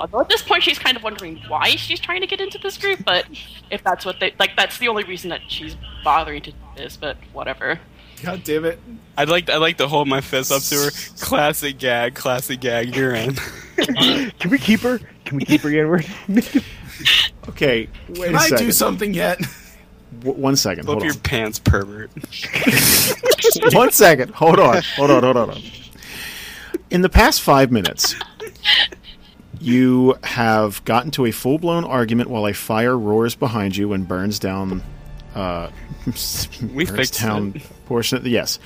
[SPEAKER 2] although at this point she's kind of wondering why she's trying to get into this group, but if that's what they like, that's the only reason that she's bothering to do this. But whatever.
[SPEAKER 4] God damn it.
[SPEAKER 6] I'd like I'd like to hold my fist up to her. Classic gag, classic gag. You're in.
[SPEAKER 1] Can we keep her? Can we keep her (laughs) inward?
[SPEAKER 3] Okay, wait
[SPEAKER 4] Can
[SPEAKER 3] a
[SPEAKER 4] I
[SPEAKER 3] second.
[SPEAKER 4] do something yet? (laughs)
[SPEAKER 3] W- one second.
[SPEAKER 6] Flip
[SPEAKER 3] Hold on.
[SPEAKER 6] your pants, pervert.
[SPEAKER 3] (laughs) one second. Hold on. Hold on. Hold on. hold on. In the past five minutes, you have gotten to a full blown argument while a fire roars behind you and burns down. Uh,
[SPEAKER 6] We
[SPEAKER 3] burns
[SPEAKER 6] fixed
[SPEAKER 3] down
[SPEAKER 6] it.
[SPEAKER 3] portion. Of the, yes.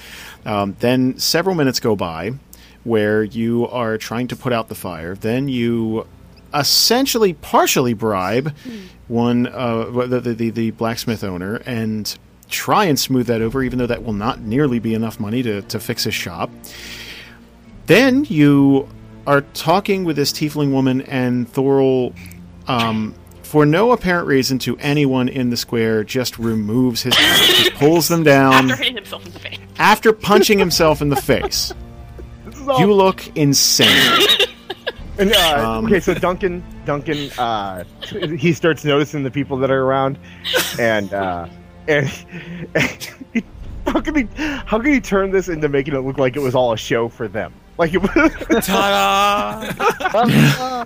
[SPEAKER 3] Um, then several minutes go by where you are trying to put out the fire. Then you essentially partially bribe one uh, the, the, the the blacksmith owner and try and smooth that over, even though that will not nearly be enough money to, to fix his shop. Then you are talking with this tiefling woman and Thorl, um, for no apparent reason to anyone in the square, just removes his, just pulls them down
[SPEAKER 2] After hitting himself in the face.
[SPEAKER 3] after punching himself in the face.
[SPEAKER 1] This is all-
[SPEAKER 3] You look insane.
[SPEAKER 1] And, uh,
[SPEAKER 3] Um,
[SPEAKER 1] okay, so Duncan, Duncan, uh, he starts noticing the people that are around, and uh, and, and (laughs) how can he how can he turn this into making it look like it was all a show for them? Like it (laughs) was
[SPEAKER 6] Ta-da!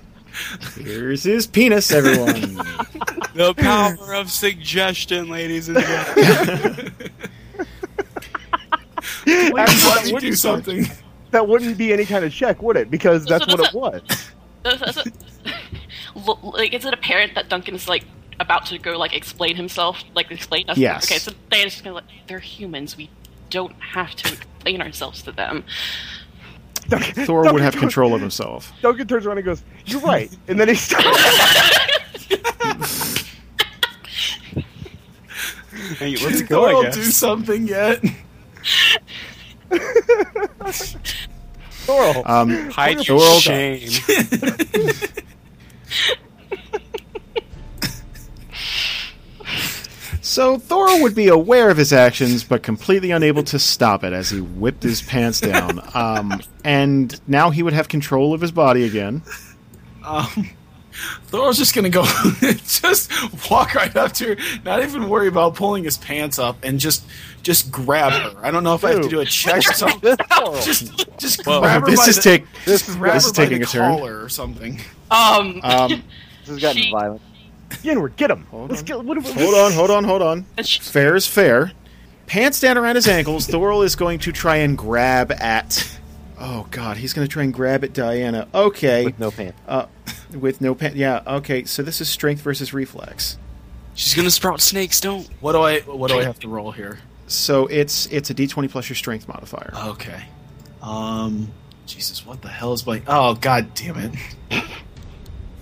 [SPEAKER 3] Here's his penis, everyone.
[SPEAKER 6] The power of suggestion, ladies
[SPEAKER 3] (laughs)
[SPEAKER 6] and gentlemen.
[SPEAKER 4] Why
[SPEAKER 1] that,
[SPEAKER 4] don't you do
[SPEAKER 1] wouldn't,
[SPEAKER 4] something?
[SPEAKER 1] that wouldn't be any kind of check, would it? Because that's what it was.
[SPEAKER 2] Does- (laughs) does it- Lo- like, is it apparent that Duncan is like about to go like explain himself, like explain us?
[SPEAKER 3] Yes.
[SPEAKER 2] Okay, so Diana's just gonna like they're humans. We don't have to explain ourselves to them.
[SPEAKER 1] (laughs) Duncan,
[SPEAKER 3] Thor would
[SPEAKER 1] Duncan
[SPEAKER 3] have
[SPEAKER 1] turns-
[SPEAKER 3] control of himself.
[SPEAKER 1] Duncan turns around and goes, "You're right," and then
[SPEAKER 3] (laughs)
[SPEAKER 1] he starts.
[SPEAKER 6] Hey, let's
[SPEAKER 4] Can
[SPEAKER 6] go, I
[SPEAKER 4] Thorl
[SPEAKER 6] guess.
[SPEAKER 4] do something yet?
[SPEAKER 1] Thor,
[SPEAKER 3] Um,
[SPEAKER 6] Hide
[SPEAKER 3] Thor-
[SPEAKER 6] your shame.
[SPEAKER 3] So Thor would be aware of his actions, but completely unable to stop it as he whipped his pants down. Um, and now he would have control of his body again.
[SPEAKER 4] Um, Thor's just gonna go, (laughs) just walk right up to her, not even worry about pulling his pants up, and just just grab her. I don't know if I have to
[SPEAKER 1] Dude.
[SPEAKER 4] do a check or
[SPEAKER 6] (laughs)
[SPEAKER 4] something.
[SPEAKER 1] Thor.
[SPEAKER 4] just just
[SPEAKER 6] Whoa.
[SPEAKER 4] grab her
[SPEAKER 3] Oh, this
[SPEAKER 4] by
[SPEAKER 3] is
[SPEAKER 4] the,
[SPEAKER 3] take.
[SPEAKER 4] just grab
[SPEAKER 3] this
[SPEAKER 4] her
[SPEAKER 3] is
[SPEAKER 4] by
[SPEAKER 3] taking
[SPEAKER 4] the
[SPEAKER 3] a turn.
[SPEAKER 4] collar or something.
[SPEAKER 2] Um,
[SPEAKER 3] Um,
[SPEAKER 5] This has gotten
[SPEAKER 2] She-
[SPEAKER 5] violent.
[SPEAKER 1] Inward, get him.
[SPEAKER 3] Hold
[SPEAKER 1] Let's
[SPEAKER 3] on.
[SPEAKER 1] get. (laughs) What, what,
[SPEAKER 3] hold on, hold on, hold on.
[SPEAKER 2] and she,
[SPEAKER 3] Fair is fair. Pants down around his ankles. Thorl is going to try and grab at. Oh God, he's going to try and grab at Diana. Okay,
[SPEAKER 5] With no pants.
[SPEAKER 3] uh, with no pants. Yeah. Okay. So this is strength versus reflex.
[SPEAKER 6] She's gonna sprout snakes, don't.
[SPEAKER 4] What do I what do I have to roll here?
[SPEAKER 3] So it's it's a d20 plus your strength modifier.
[SPEAKER 4] Okay. Um, Jesus, what the hell is my? Oh God, damn it!
[SPEAKER 3] (laughs)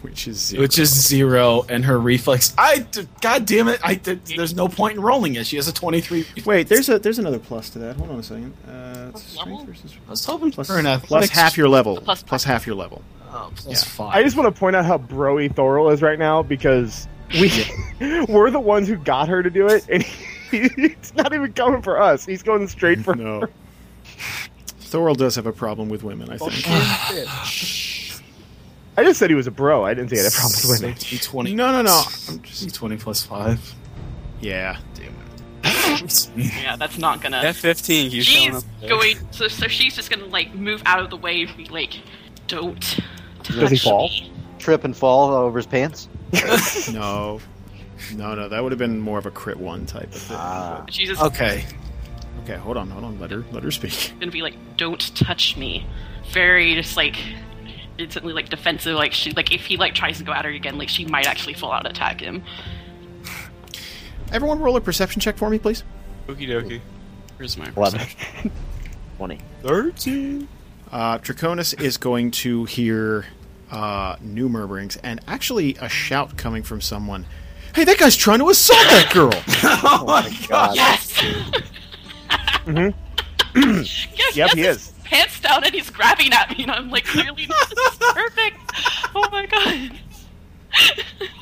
[SPEAKER 3] which is zero.
[SPEAKER 4] Which is zero, and her reflex. I d- God damn it! I did, there's no point in rolling it. She has a twenty-three.
[SPEAKER 3] wait. There's a there's another plus to that. Hold on a second. Uh, it's
[SPEAKER 2] Plus
[SPEAKER 3] strength
[SPEAKER 2] level?
[SPEAKER 3] versus
[SPEAKER 4] I was hoping
[SPEAKER 3] plus,
[SPEAKER 4] for an
[SPEAKER 3] plus
[SPEAKER 4] athletics.
[SPEAKER 3] half your level.
[SPEAKER 2] Plus-
[SPEAKER 3] plus half your level.
[SPEAKER 4] Oh, plus
[SPEAKER 3] Yeah.
[SPEAKER 4] five.
[SPEAKER 1] I just want to point out how broy Thorl is right now because we (laughs) we're the ones who got her to do it, and (laughs) he, he's not even coming for us. He's going straight for
[SPEAKER 3] (laughs)
[SPEAKER 1] (laughs)
[SPEAKER 3] No. Thorl does have a problem with women. I think.
[SPEAKER 1] I just said he was a bro. I didn't say he had a problem
[SPEAKER 4] (laughs)
[SPEAKER 1] with women.
[SPEAKER 4] D twenty.
[SPEAKER 3] No, no, no.
[SPEAKER 4] I'm just twenty plus five.
[SPEAKER 3] Yeah.
[SPEAKER 4] Damn
[SPEAKER 2] (laughs)
[SPEAKER 3] (laughs)
[SPEAKER 2] yeah, that's not gonna.
[SPEAKER 6] That 15, you showing
[SPEAKER 2] she's
[SPEAKER 6] up.
[SPEAKER 2] going. So, so she's just gonna like move out of the way and be like, "Don't."
[SPEAKER 1] Does he
[SPEAKER 2] touch
[SPEAKER 1] fall?
[SPEAKER 2] me."
[SPEAKER 5] Trip and fall over his pants.
[SPEAKER 3] No. No, no, that would have been more of a crit one type of thing.
[SPEAKER 5] Ah.
[SPEAKER 2] She's just
[SPEAKER 4] Okay.
[SPEAKER 3] Okay, hold on, hold on. Let her let her (laughs) speak.
[SPEAKER 2] gonna be like, "Don't touch me," very just like instantly like defensive. Like she like if he like tries to go at her again, like she might actually full out attack him.
[SPEAKER 3] Everyone, roll a perception check for me, please.
[SPEAKER 6] Okie dokie. Here's my
[SPEAKER 5] (laughs) Eleven.
[SPEAKER 6] perception.
[SPEAKER 5] 20.
[SPEAKER 6] 13.
[SPEAKER 3] Uh, Draconis is going to hear uh, new murmurings and actually a shout coming from someone. Hey, that guy's trying to assault that (laughs) girl.
[SPEAKER 5] Oh my god.
[SPEAKER 2] (laughs) Yes.
[SPEAKER 1] Mhm.
[SPEAKER 2] yes.
[SPEAKER 1] Yep,
[SPEAKER 2] yes,
[SPEAKER 1] he
[SPEAKER 2] his
[SPEAKER 1] is.
[SPEAKER 2] Pants down, and he's grabbing at me, and I'm like, clearly this
[SPEAKER 1] (laughs)
[SPEAKER 2] is perfect. Oh my god.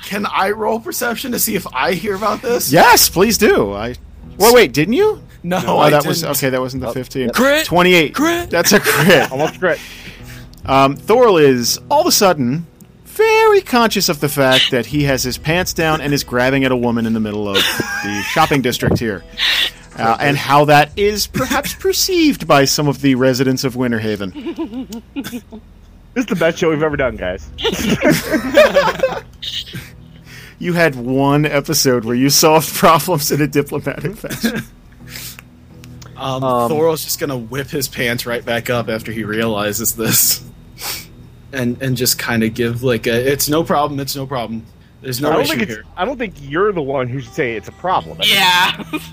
[SPEAKER 4] Can I roll perception to see if I hear about this?
[SPEAKER 3] Yes, please do. I. Well, wait, didn't you?
[SPEAKER 4] No,
[SPEAKER 3] oh,
[SPEAKER 4] I
[SPEAKER 3] that
[SPEAKER 4] didn't. Oh,
[SPEAKER 3] was okay. That wasn't the fifteen.
[SPEAKER 6] Crit!
[SPEAKER 3] Twenty-eight.
[SPEAKER 6] Crit!
[SPEAKER 3] That's a
[SPEAKER 4] (laughs)
[SPEAKER 3] crit.
[SPEAKER 1] Almost crit.
[SPEAKER 3] Um, Thorl is all of a sudden very conscious of the fact that he has his pants down and is grabbing at a woman in the middle of the shopping district here, uh, and how that is perhaps perceived by some of the residents of Winter Haven.
[SPEAKER 1] This is the best show we've ever done, guys.
[SPEAKER 3] You had one episode where you solved (laughs) problems in a diplomatic fashion.
[SPEAKER 4] Um,
[SPEAKER 5] Um,
[SPEAKER 4] Thorl's just gonna whip his pants right back up after he realizes this, and and just kind of give like a, it's no problem, it's no problem. There's
[SPEAKER 1] I
[SPEAKER 4] no
[SPEAKER 1] don't think
[SPEAKER 4] issue
[SPEAKER 1] it's.
[SPEAKER 4] here.
[SPEAKER 1] I don't think you're the one who should say it's a problem.
[SPEAKER 2] Yeah. (laughs)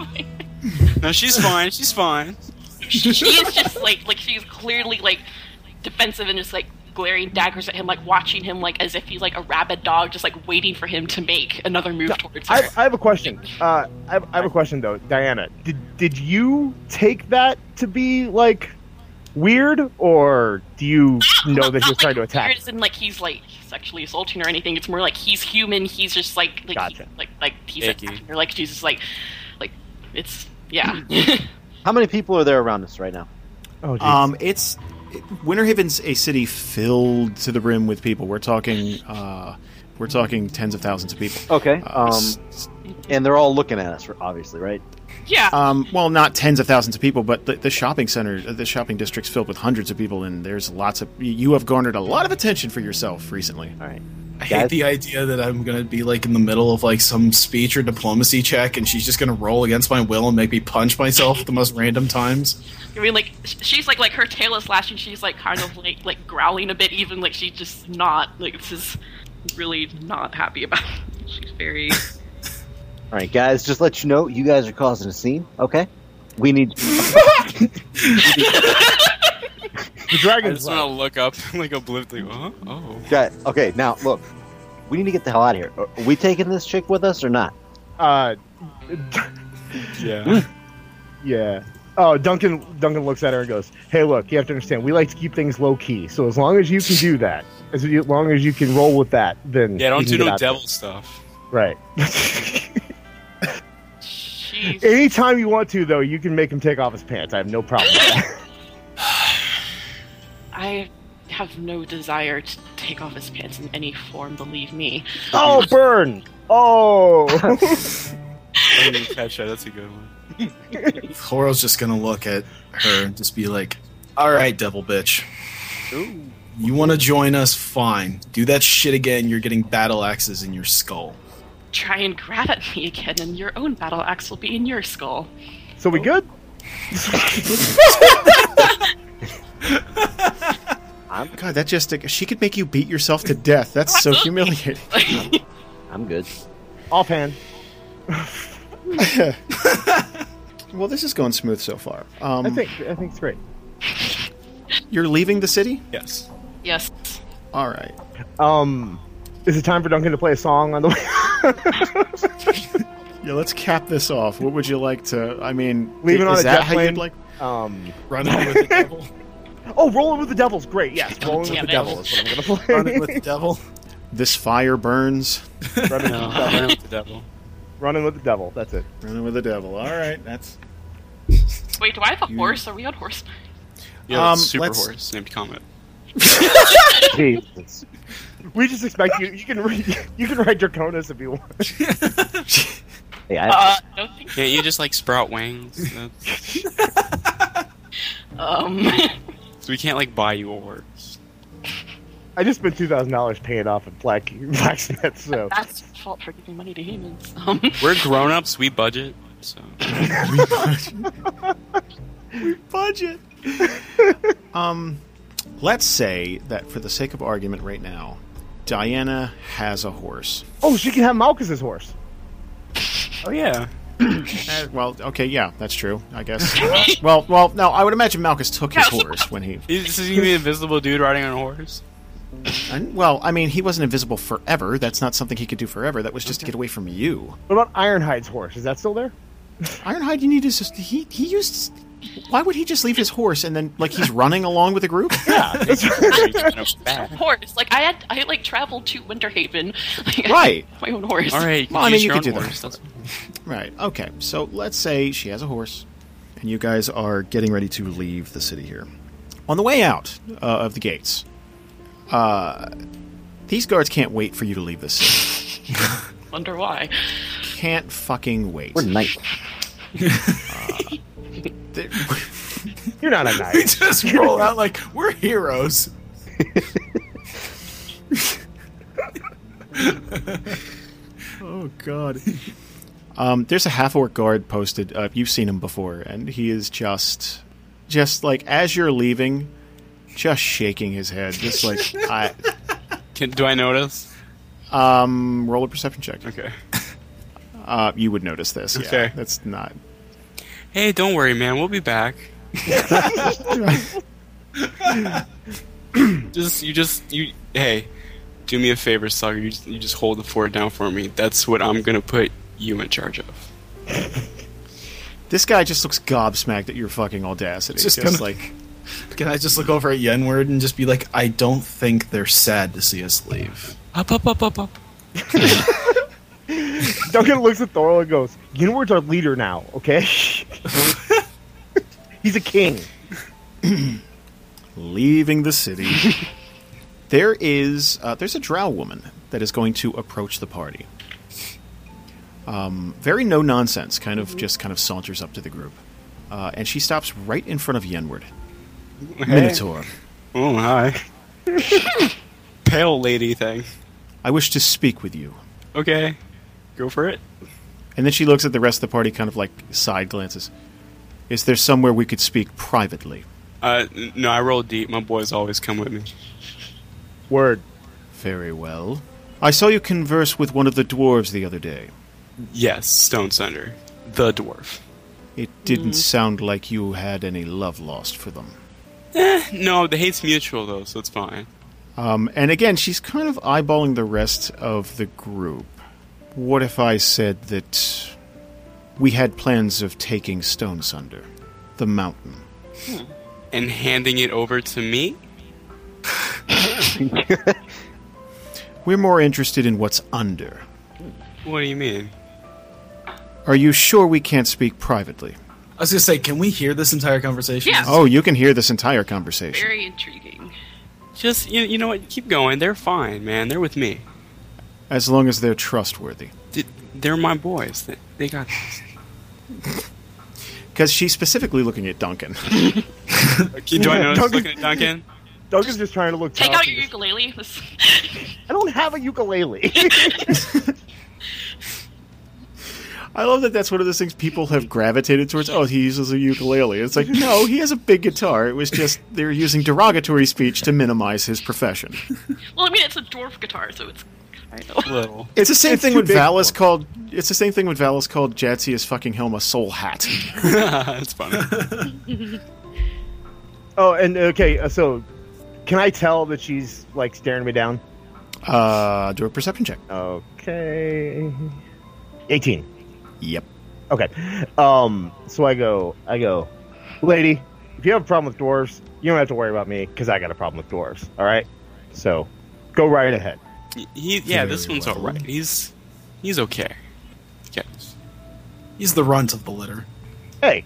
[SPEAKER 6] No, she's fine. She's fine.
[SPEAKER 2] she is just like like she's clearly like defensive and just like glaring daggers at him, like watching him like as if he's like a rabid dog, just like waiting for him to make another move towards her.
[SPEAKER 1] I, I have a question. Uh, I, have, I have a question though, Diana. Did did you take that to be like weird, or do you know that
[SPEAKER 2] Not,
[SPEAKER 1] he was
[SPEAKER 2] like,
[SPEAKER 1] trying to attack? (laughs)
[SPEAKER 2] weird as in, like he's like sexually assaulting or anything. It's more like he's human. He's just like like
[SPEAKER 1] Gotcha.
[SPEAKER 2] he, like like he's
[SPEAKER 6] Icky.
[SPEAKER 2] attacking her. Like she's just like like it's yeah.
[SPEAKER 1] Hmm.
[SPEAKER 5] How many people are there around us right now?
[SPEAKER 1] Oh, geez.
[SPEAKER 3] Um, it's it, Winter Haven's a city filled to the brim with people. We're talking, uh, we're talking tens of thousands of people.
[SPEAKER 5] Okay.
[SPEAKER 3] Uh,
[SPEAKER 5] Um,
[SPEAKER 3] s-
[SPEAKER 5] and they're all looking at us, obviously, right?
[SPEAKER 2] (laughs) yeah.
[SPEAKER 3] um, well, not tens of thousands of people, but the, the shopping center, uh, the shopping district's filled with hundreds of people, and there's lots of. You have garnered a lot of attention for yourself recently.
[SPEAKER 5] All right.
[SPEAKER 4] I
[SPEAKER 5] guys-
[SPEAKER 4] hate the idea that I'm gonna be like in the middle of like some speech or diplomacy check, and she's just gonna roll against my will and make me punch myself at the most
[SPEAKER 3] (laughs)
[SPEAKER 4] random times.
[SPEAKER 2] I mean, like sh- she's like like her tail is lashing. She's like kind of like like growling a bit, even like she's just not like this is really not happy about. It. She's very
[SPEAKER 5] All right, guys, just let you know, you guys are causing a scene, okay? We need.
[SPEAKER 1] the
[SPEAKER 6] I
[SPEAKER 1] dragon's
[SPEAKER 6] just want to look up (laughs) like oblivion. Like, huh? Oh.
[SPEAKER 5] Guys, okay, now, look. We need to get the hell out of here. Are we taking this chick with us or not?
[SPEAKER 1] uh,
[SPEAKER 6] Yeah.
[SPEAKER 1] yeah. Oh, Duncan. Duncan looks at her and goes, "Hey, look, you have to understand. We like to keep things low key. So as long as you can do that, as long as you can roll with that, then
[SPEAKER 6] Yeah,
[SPEAKER 1] we
[SPEAKER 6] don't
[SPEAKER 1] can
[SPEAKER 6] do
[SPEAKER 1] get
[SPEAKER 6] no
[SPEAKER 1] out there."
[SPEAKER 6] devil stuff.
[SPEAKER 1] Right. (laughs)
[SPEAKER 2] she's
[SPEAKER 1] Anytime you want to, though, you can make him take off his pants. I have no problem. with that.
[SPEAKER 2] I have no desire to take off his pants in any form. Believe me.
[SPEAKER 1] (laughs) oh, (laughs) burn! Oh,
[SPEAKER 6] I didn't catch that. That's a good one.
[SPEAKER 4] Thorl's just gonna look at her and just be like, "All right, devil bitch." You want to join us? Fine. Do that shit again. You're getting battle axes in your skull.
[SPEAKER 2] Try and grab at me again, and your own battle axe will be in your skull.
[SPEAKER 1] so we good?
[SPEAKER 5] I'm,
[SPEAKER 3] Oh God, that just she could make you beat yourself to death. That's
[SPEAKER 1] (laughs)
[SPEAKER 3] so humiliating.
[SPEAKER 5] I'm good.
[SPEAKER 1] Offhand.
[SPEAKER 3] Well, this is going smooth so far. Um,
[SPEAKER 1] I think I think it's great.
[SPEAKER 3] you're leaving the city.
[SPEAKER 6] Yes.
[SPEAKER 2] yes.
[SPEAKER 3] All right.
[SPEAKER 1] Um, is it time for Duncan to play a song on the way? (laughs)
[SPEAKER 3] Yeah, let's cap this off. What would you like to? I mean,
[SPEAKER 1] Leave it
[SPEAKER 3] is
[SPEAKER 1] on a
[SPEAKER 3] that
[SPEAKER 1] jet
[SPEAKER 3] how
[SPEAKER 1] plane.
[SPEAKER 3] you'd like?
[SPEAKER 1] Um,
[SPEAKER 4] Running with the devil.
[SPEAKER 1] (laughs) oh, Rolling with the Devil's great. Yes, Rolling with
[SPEAKER 2] Damn
[SPEAKER 1] the
[SPEAKER 2] it.
[SPEAKER 1] Devil is what I'm gonna play.
[SPEAKER 4] (laughs) Running
[SPEAKER 1] (laughs)
[SPEAKER 4] with the devil.
[SPEAKER 3] This fire burns.
[SPEAKER 1] Running,
[SPEAKER 6] No,
[SPEAKER 1] with the devil.
[SPEAKER 6] (laughs) I'm with the devil.
[SPEAKER 1] Running with the Devil. That's it.
[SPEAKER 3] Running with the devil. All right, that's.
[SPEAKER 2] Wait, do I have a horse? Are we on horse?
[SPEAKER 6] Yeah,
[SPEAKER 3] Um,
[SPEAKER 6] that's super
[SPEAKER 3] let's-
[SPEAKER 6] horse named Comet.
[SPEAKER 5] Jesus.
[SPEAKER 1] We just expect you. You can re- you can ride Draconis if you want.
[SPEAKER 5] Hey, I,
[SPEAKER 2] Uh, no thanks.
[SPEAKER 6] Can't you just like sprout wings? That's-
[SPEAKER 2] Um,
[SPEAKER 6] so we can't like buy you a horse.
[SPEAKER 1] I just spent two thousand dollars paying off a black blacksmith. So
[SPEAKER 2] (laughs) that's your fault for giving money to humans. Um,
[SPEAKER 6] We're grown ups. We budget. So
[SPEAKER 3] budget. (laughs) um, let's say that for the sake of argument, right now, Diana has a horse.
[SPEAKER 1] oh, she can have Malchus's horse.
[SPEAKER 6] Oh yeah.
[SPEAKER 3] Eh, well, okay, yeah, that's true. I guess. well, well, no, I would imagine Malchus took his horse when he.
[SPEAKER 6] Is is he the invisible dude riding on a horse?
[SPEAKER 3] and- well, I mean, he wasn't invisible forever. That's not something he could do forever. That was just to get away from you.
[SPEAKER 1] What about Ironhide's horse? Is that still there?
[SPEAKER 3] Ironhide, you need to. Just, he he used. Why would he just leave his horse and then like he's running along with the group?
[SPEAKER 2] horse. Like I had, I had, like traveled to Winterhaven. Like, I
[SPEAKER 3] Right.
[SPEAKER 2] had my own horse.
[SPEAKER 6] All right,
[SPEAKER 3] Well, I mean, you
[SPEAKER 6] can
[SPEAKER 3] could
[SPEAKER 6] use
[SPEAKER 3] do
[SPEAKER 6] your own
[SPEAKER 3] that.
[SPEAKER 6] horse. That's-
[SPEAKER 3] Right. Okay. So let's say she has a horse, and you guys are getting ready to leave the city here. On the way out uh, of the gates, uh, these guards can't wait for you to leave the city.
[SPEAKER 2] Wonder why?
[SPEAKER 3] Can't fucking wait.
[SPEAKER 5] We're nice.
[SPEAKER 3] They-
[SPEAKER 1] You're not a
[SPEAKER 4] They
[SPEAKER 1] knight.
[SPEAKER 4] just roll out like we're heroes.
[SPEAKER 3] oh God. Um, there's a half orc guard posted. Uh, you've seen him before, and he is just, just like as you're leaving, just shaking his head, just like (laughs) I.
[SPEAKER 6] Can, do I notice?
[SPEAKER 3] Um, roll a perception check.
[SPEAKER 6] Okay.
[SPEAKER 3] Uh, you would notice this. Yeah,
[SPEAKER 6] Okay.
[SPEAKER 3] that's not
[SPEAKER 6] Hey, don't worry, man. We'll be back. (laughs) just you, just you. Hey, do me a favor, Saga. You, just- you just hold the fort down for me. That's what I'm gonna put you in charge of.
[SPEAKER 3] This guy just looks gobsmacked at your fucking audacity. Just,
[SPEAKER 4] Just kinda-
[SPEAKER 3] like,
[SPEAKER 4] Can I just look over at Yenward and just be like, I don't think they're sad to see us leave.
[SPEAKER 6] Up, up, up, up, up.
[SPEAKER 1] Duncan looks at Thorol and goes, Yinward's our leader now, okay? He's a king.
[SPEAKER 3] leaving the city. there is uh, there's a drow woman that is going to approach the party. Um, very no nonsense, kind of just kind of saunters up to the group, uh, and she stops right in front of Yenward. Minotaur,
[SPEAKER 6] Oh hi. (laughs) Pale lady thing.
[SPEAKER 3] I wish to speak with you.
[SPEAKER 6] Okay, go for it.
[SPEAKER 3] And then she looks at the rest of the party, kind of like side glances. Is there somewhere we could speak privately?
[SPEAKER 6] Uh, n- no, I roll deep. My boys always come with me.
[SPEAKER 1] Word.
[SPEAKER 3] Very well. I saw you converse with one of the dwarves the other day.
[SPEAKER 6] Yes, Stone Center, the dwarf.
[SPEAKER 3] It didn't sound like you had any love lost for them.
[SPEAKER 6] No, the hate's mutual though, so it's fine.
[SPEAKER 3] Um, and again, she's kind of eyeballing the rest of the group. What if I said that we had plans of taking Stone Sunder, the mountain?
[SPEAKER 6] And handing it over to me.
[SPEAKER 3] We're more interested in what's under.
[SPEAKER 6] What do you mean?
[SPEAKER 3] Are you sure we can't speak privately?
[SPEAKER 4] I was gonna say, can we hear this entire conversation?
[SPEAKER 2] Yeah.
[SPEAKER 3] Oh, you can hear this entire conversation.
[SPEAKER 2] Very intriguing.
[SPEAKER 6] Just you, you know what? Keep going. They're fine, man. They're with me.
[SPEAKER 3] As long as they're trustworthy.
[SPEAKER 6] D- They're my boys. They, they got (laughs) this.
[SPEAKER 3] Because she's specifically looking at Duncan. (laughs)
[SPEAKER 6] Okay, do I know?
[SPEAKER 1] Duncan-
[SPEAKER 6] looking at Duncan.
[SPEAKER 1] Duncan's just trying to look
[SPEAKER 2] Take
[SPEAKER 1] tough
[SPEAKER 2] out
[SPEAKER 1] and
[SPEAKER 2] your
[SPEAKER 1] just-
[SPEAKER 2] ukulele. (laughs) This-
[SPEAKER 1] I don't have a ukulele.
[SPEAKER 3] I love that that's one of those things people have gravitated towards. Oh, he uses a ukulele. It's like, no, he has a big guitar. It was just they're using derogatory speech to minimize his profession.
[SPEAKER 2] well, I mean, it's a dwarf guitar, so it's. I know.
[SPEAKER 6] (laughs) Little.
[SPEAKER 3] It's the same
[SPEAKER 1] It's
[SPEAKER 3] thing
[SPEAKER 1] too
[SPEAKER 3] when
[SPEAKER 1] big
[SPEAKER 3] Valis
[SPEAKER 1] for him.
[SPEAKER 3] called it's the same thing when Valis called Jatsia's fucking helm a soul hat.
[SPEAKER 6] (laughs) That's funny.
[SPEAKER 1] oh, and okay, uh, so can I tell that she's like staring me down?
[SPEAKER 3] Uh do a perception check.
[SPEAKER 1] Okay. 18.
[SPEAKER 3] Yep.
[SPEAKER 1] Okay. Um, so I go, I go, lady, if you have a problem with dwarves, you don't have to worry about me because I got a problem with dwarves. All right. So go right ahead.
[SPEAKER 6] He, yeah, this
[SPEAKER 3] Very
[SPEAKER 6] one's
[SPEAKER 3] well.
[SPEAKER 6] all right. He's he's okay. Okay.
[SPEAKER 4] He's the runt of the litter.
[SPEAKER 1] Hey,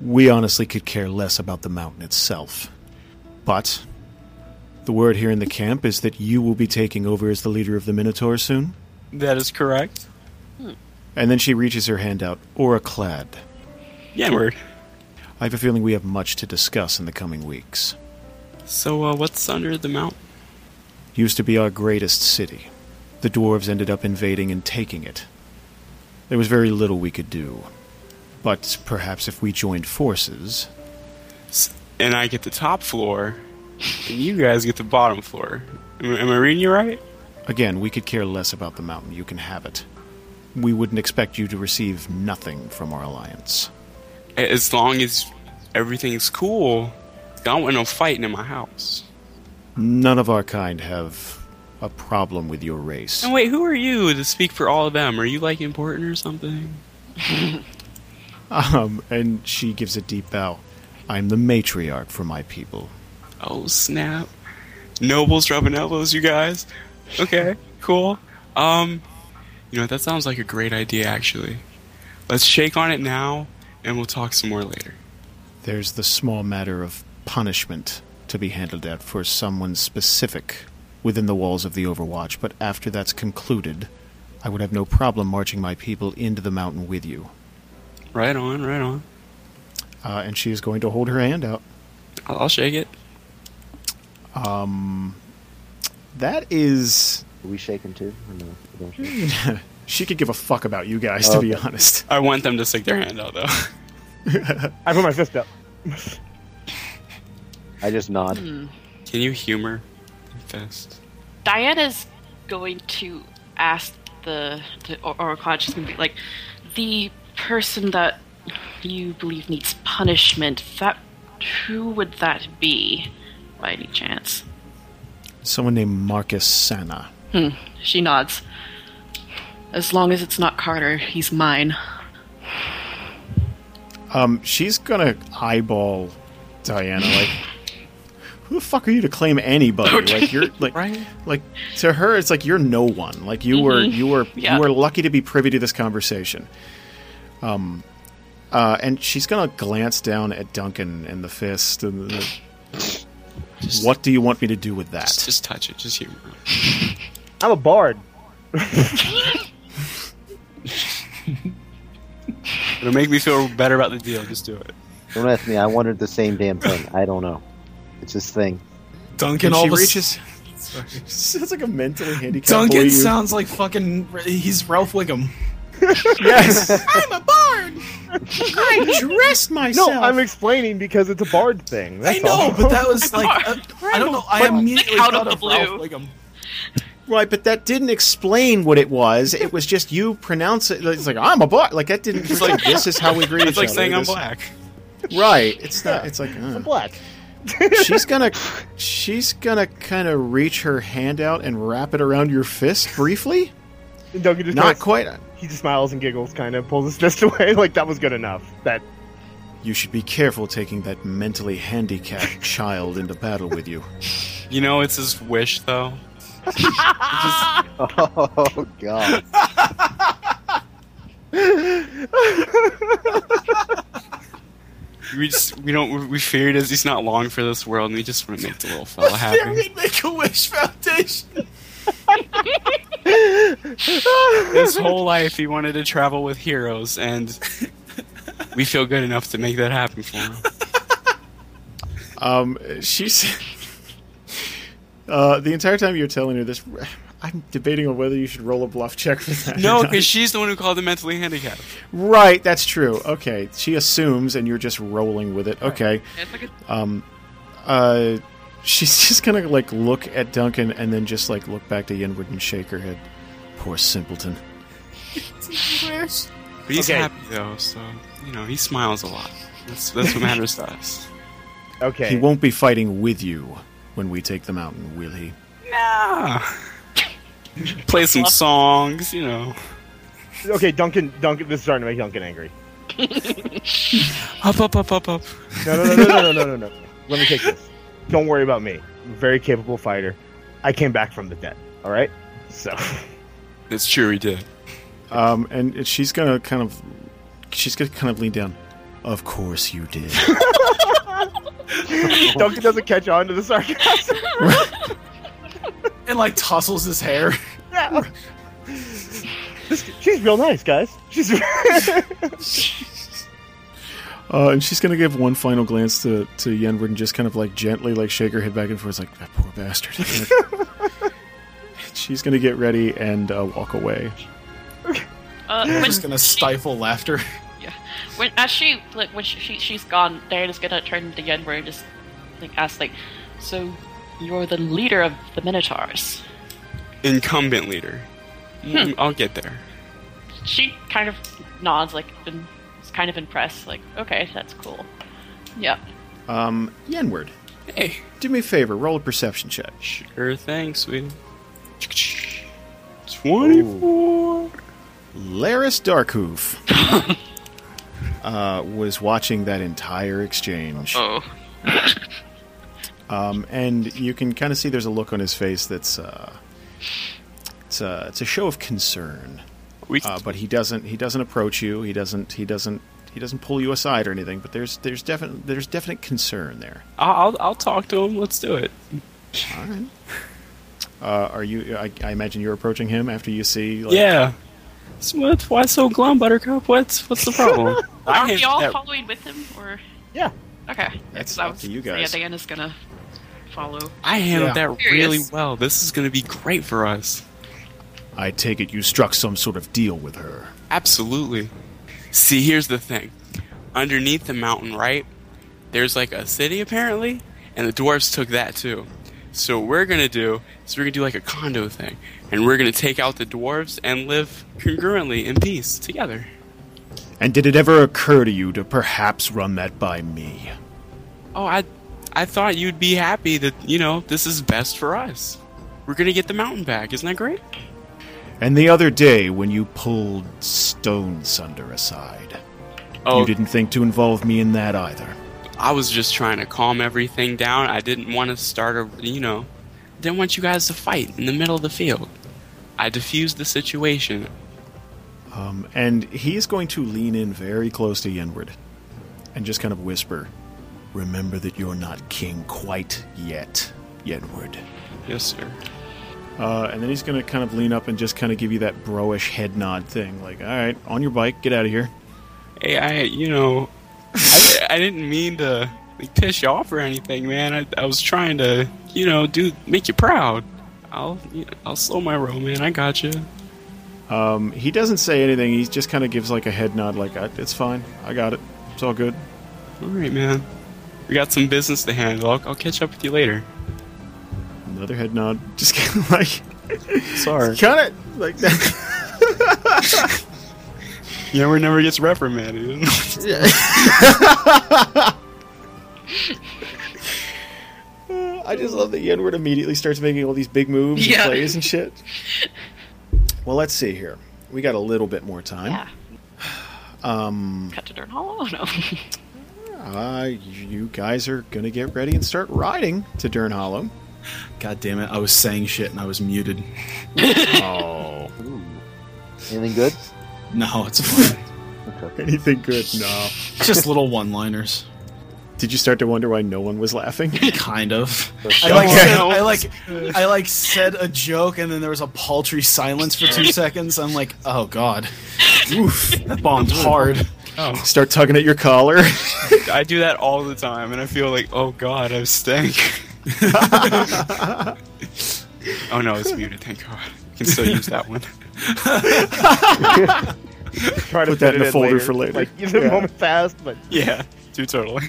[SPEAKER 3] We honestly could care less about the mountain itself. But the word here in the camp is that you will be taking over as the leader of the Minotaur soon.
[SPEAKER 6] That is correct.
[SPEAKER 3] And then she reaches her hand out, or a clad.
[SPEAKER 6] Yeah, word.
[SPEAKER 3] I have a feeling we have much to discuss in the coming weeks.
[SPEAKER 6] So uh, what's under the mountain?
[SPEAKER 3] Used to be our greatest city. The dwarves ended up invading and taking it. There was very little we could do. But perhaps if we joined forces,
[SPEAKER 6] S- And I get the top floor, and you guys get the bottom floor. Am, am I reading you right?
[SPEAKER 3] again, we could care less about the mountain. You can have it. we wouldn't expect you to receive nothing from our alliance.
[SPEAKER 6] As long as everything's cool, I don't want no fighting in my house.
[SPEAKER 3] None of our kind have a problem with your race.
[SPEAKER 6] And wait, who are you to speak for all of them? Are you like important or something?
[SPEAKER 3] (laughs) Um, and she gives a deep bow. I'm the matriarch for my people.
[SPEAKER 6] Oh snap! Nobles rubbing elbows, you guys. Okay, cool. Um, you know that sounds like a great idea actually. Let's shake on it now, and we'll talk some more later.
[SPEAKER 3] There's the small matter of punishment to be handled out for someone specific within the walls of the Overwatch, but after that's concluded, I would have no problem marching my people into the mountain with you.
[SPEAKER 6] Right on, right on.
[SPEAKER 3] Uh, and she is going to hold her hand out.
[SPEAKER 6] I'll, I'll shake it.
[SPEAKER 3] That is.
[SPEAKER 5] Are we shaking too? Or no? We don't shake?
[SPEAKER 3] She could give a fuck about you guys, to be honest.
[SPEAKER 6] I want them to stick their hand out though. (laughs)
[SPEAKER 1] I put my fist up.
[SPEAKER 5] I just nod.
[SPEAKER 6] Can you humor the fist?
[SPEAKER 2] Diana's going to ask the, the or- Oracle, she's going to be like, the person that you believe needs punishment, that who would that be by any chance?
[SPEAKER 3] Someone named Marcus Sana.
[SPEAKER 2] She nods. As long as it's not Carter, he's mine.
[SPEAKER 3] Um, she's gonna eyeball Diana like, who the fuck are you to claim anybody? Like you're like, like to her, it's like you're no one. Like you were, you were,
[SPEAKER 2] Yeah.
[SPEAKER 3] you were lucky to be privy to this conversation. Um, uh, and she's gonna glance down at Duncan and the fist and the, what do you want me to do with that?
[SPEAKER 6] Just, just touch it. Just humor. it.
[SPEAKER 1] I'm a bard.
[SPEAKER 6] It'll make me feel better about the deal. Just do it.
[SPEAKER 5] Don't ask me. I wondered the same damn thing. I don't know. It's this thing. (laughs)
[SPEAKER 4] Duncan
[SPEAKER 3] And
[SPEAKER 4] all
[SPEAKER 3] she
[SPEAKER 4] of a-
[SPEAKER 3] reaches. (laughs) Sounds like a mentally handicapped. boy,
[SPEAKER 4] Duncan
[SPEAKER 3] you-
[SPEAKER 4] sounds like fucking. He's Ralph Wiggum.
[SPEAKER 1] Yes.
[SPEAKER 4] I'm a
[SPEAKER 3] (laughs)
[SPEAKER 4] bard.
[SPEAKER 3] I dressed
[SPEAKER 1] no,
[SPEAKER 3] myself.
[SPEAKER 1] I'm explaining because it's a bard thing. That's
[SPEAKER 4] I know,
[SPEAKER 1] all. (laughs)
[SPEAKER 4] but that
[SPEAKER 2] (laughs)
[SPEAKER 4] was like uh, I don't know. I immediately
[SPEAKER 2] Out of
[SPEAKER 4] thought
[SPEAKER 2] the
[SPEAKER 4] of Ralph
[SPEAKER 2] blue.
[SPEAKER 4] Wiggum.
[SPEAKER 3] Right, but that didn't explain what it was. It was just you pronounce it. It's like I'm a black. Like that didn't. It's like this is how we greet
[SPEAKER 6] (laughs) It's
[SPEAKER 3] each
[SPEAKER 6] like
[SPEAKER 3] other.
[SPEAKER 6] saying I'm
[SPEAKER 3] This-
[SPEAKER 6] black.
[SPEAKER 3] Right. It's not. It's like uh.
[SPEAKER 1] black.
[SPEAKER 3] she's gonna. She's gonna kind of reach her hand out and wrap it around your fist briefly.
[SPEAKER 1] And Duncan just
[SPEAKER 3] Not
[SPEAKER 1] not
[SPEAKER 3] quite.
[SPEAKER 1] He just smiles and giggles, kind of pulls his (laughs) fist away. Like that was good enough. That
[SPEAKER 3] You should be careful taking that mentally
[SPEAKER 6] (laughs)
[SPEAKER 3] handicapped child into battle with you.
[SPEAKER 6] You know, it's his wish though.
[SPEAKER 5] Oh god.
[SPEAKER 6] We just we don't we feared as he's not long for this world, and we just want to make the little (laughs) fella happy.
[SPEAKER 4] Make a Wish Foundation.
[SPEAKER 6] His whole life, he wanted to travel with heroes, (laughs) and we feel good enough to make that happen for (laughs) him.
[SPEAKER 3] Um, she's. Uh, the entire time you're telling her this, I'm debating on whether you should roll a bluff check for that. or
[SPEAKER 6] No,
[SPEAKER 3] not.
[SPEAKER 6] because she's the one who called him mentally handicapped.
[SPEAKER 3] Right, that's true. Okay, she assumes, and you're just rolling with it. Okay, uh, she's (laughs) just gonna like look at Duncan and then just like look back to Yenward and shake her head. Poor simpleton.
[SPEAKER 6] But he's
[SPEAKER 1] Okay.
[SPEAKER 6] happy though, so you know he smiles a lot. That's that's what matters to us.
[SPEAKER 1] okay.
[SPEAKER 3] He won't be fighting with you when we take the mountain, will he?
[SPEAKER 6] (laughs) Nah. Play some songs, you know.
[SPEAKER 1] Okay, Duncan. Duncan. This is starting to make Duncan angry.
[SPEAKER 6] Up, up, up, up, up.
[SPEAKER 1] No, no, no, no, no, no, no,
[SPEAKER 3] (laughs)
[SPEAKER 1] no, no. Let me take this. Don't worry about me. I'm a very capable fighter. I came back from the dead. All right. So (laughs)
[SPEAKER 6] It's true, he did.
[SPEAKER 3] Um, and and she's gonna kind of, she's gonna kind of lean down. Of course you did.
[SPEAKER 1] Duncan doesn't catch on to the sarcasm. (laughs)
[SPEAKER 4] And like tousles his hair.
[SPEAKER 1] This- She's real nice, guys. She's. (laughs)
[SPEAKER 3] Uh, and she's gonna give one final glance to to Yenward and just kind of like gently like shake her head back and forth, like that poor bastard. (laughs) she's gonna get ready and uh, walk away.
[SPEAKER 2] Uh,
[SPEAKER 4] I'm
[SPEAKER 2] when,
[SPEAKER 4] just gonna stifle laughter. (laughs)
[SPEAKER 2] when, as she like when she, she she's gone, Diana's gonna turn to Yenward and just like ask like, so you're the leader of the Minotaurs.
[SPEAKER 6] Hmm. Incumbent leader. Mm, I'll get there.
[SPEAKER 2] she kind of nods, like, and is kind of impressed, like, okay, that's cool. Yep.
[SPEAKER 3] Um, Yenward,
[SPEAKER 6] Hey,
[SPEAKER 3] do me a favor, roll a perception check.
[SPEAKER 6] sure thing, sweetie. Twenty-four.
[SPEAKER 3] Laris (laughs) Darkhoof uh, was watching that entire exchange.
[SPEAKER 2] Oh.
[SPEAKER 3] Um, and you can kind of see there's a look on his face that's uh, it's, a, it's a show of concern.
[SPEAKER 6] We,
[SPEAKER 3] Uh, but he doesn't he doesn't approach you. He doesn't he doesn't he doesn't pull you aside or anything. But there's there's definite there's definite concern there.
[SPEAKER 6] I'll, I'll talk to him. Let's do it.
[SPEAKER 3] All right. Uh, are you? I, I imagine you're approaching him after you see. Like,
[SPEAKER 6] yeah. So what, why so glum, Buttercup? What's what's
[SPEAKER 2] (laughs)
[SPEAKER 6] the problem?
[SPEAKER 2] Are we
[SPEAKER 6] hate
[SPEAKER 2] all
[SPEAKER 6] that-
[SPEAKER 2] following with him, or
[SPEAKER 1] Yeah.
[SPEAKER 2] okay?
[SPEAKER 3] That's
[SPEAKER 2] That
[SPEAKER 3] up
[SPEAKER 2] was-
[SPEAKER 3] to you guys.
[SPEAKER 2] Yeah, Dan is gonna follow.
[SPEAKER 6] I handled
[SPEAKER 3] Yeah.
[SPEAKER 6] that
[SPEAKER 2] Curious.
[SPEAKER 6] really well. This is going to be great for us.
[SPEAKER 3] I take it you struck some sort of deal with her.
[SPEAKER 6] Absolutely. See, here's the thing. Underneath the mountain, right? There's like a city apparently, and the dwarves took that too. So what we're gonna do is we're gonna do like a condo thing, and we're gonna take out the dwarves and live congruently in peace together.
[SPEAKER 3] And did it ever occur to you to perhaps run that by me?
[SPEAKER 6] Oh, I, I thought you'd be happy that you know this is best for us. We're gonna get the mountain back. Isn't that great?
[SPEAKER 3] And the other day when you pulled Stone Sunder aside,
[SPEAKER 6] Oh,
[SPEAKER 3] you didn't think to involve me in that either.
[SPEAKER 6] I was just trying to calm everything down. I didn't want to start a, you know, didn't want you guys to fight in the middle of the field. I diffused the situation.
[SPEAKER 3] Um, and he is going to lean in very close to Yenward and just kind of whisper, Remember that you're not king quite yet, Yenward.
[SPEAKER 6] Yes, sir.
[SPEAKER 3] Uh, and then he's going to kind of lean up and just kind of give you that bro-ish head nod thing, like, all right, on your bike, get out of here.
[SPEAKER 6] Hey, I, you know, I, I didn't mean to like, piss you off or anything, man. I, I was trying to, you know, do make you proud. I'll, you know, I'll slow my roll, man. I got you.
[SPEAKER 3] Um, he doesn't say anything. He just kind of gives like a head nod, like, "I- it's fine, I got it, it's all good.
[SPEAKER 6] All right, man. We got some business to handle. I'll, I'll catch up with you later.
[SPEAKER 3] Another head nod, (laughs) just kind of like,
[SPEAKER 6] Sorry.
[SPEAKER 3] kind of like that.
[SPEAKER 6] Yeah, we never gets reprimanded. (laughs)
[SPEAKER 3] I just love that Yenward immediately starts making all these big moves
[SPEAKER 2] Yeah.
[SPEAKER 3] and plays and (laughs) shit. Well, let's see here. We got a little bit more time.
[SPEAKER 2] Yeah.
[SPEAKER 3] (sighs) Um,
[SPEAKER 2] Cut to Dern Hollow. No. (laughs)
[SPEAKER 3] uh, you guys are gonna get ready and start riding to Dern Hollow.
[SPEAKER 4] God damn it! I was saying shit and I was muted. (laughs)
[SPEAKER 3] Oh.
[SPEAKER 5] Ooh. Anything good?
[SPEAKER 4] No, it's fine.
[SPEAKER 3] (laughs) Anything good? No.
[SPEAKER 4] just little one-liners.
[SPEAKER 3] Did you start to wonder why no one was laughing?
[SPEAKER 4] (laughs)
[SPEAKER 3] (laughs)
[SPEAKER 4] Kind of. I like, said, I
[SPEAKER 2] (laughs)
[SPEAKER 4] like, I like said a joke, and then there was a paltry silence for two seconds. I'm like,
[SPEAKER 2] (laughs)
[SPEAKER 4] oh god, oof, that bombed hard.
[SPEAKER 6] oh,
[SPEAKER 3] Start tugging at your collar. (laughs)
[SPEAKER 6] I do that all the time, and I feel like, oh god, I (laughs) stink. oh no, it's muted. Thank God. I can still use that one.
[SPEAKER 1] Try to
[SPEAKER 3] Put that
[SPEAKER 1] fit
[SPEAKER 3] in
[SPEAKER 1] it
[SPEAKER 3] a folder
[SPEAKER 1] later.
[SPEAKER 3] for later.
[SPEAKER 1] Like, give it
[SPEAKER 3] Yeah.
[SPEAKER 1] a moment fast, but
[SPEAKER 6] (laughs) Yeah, do totally.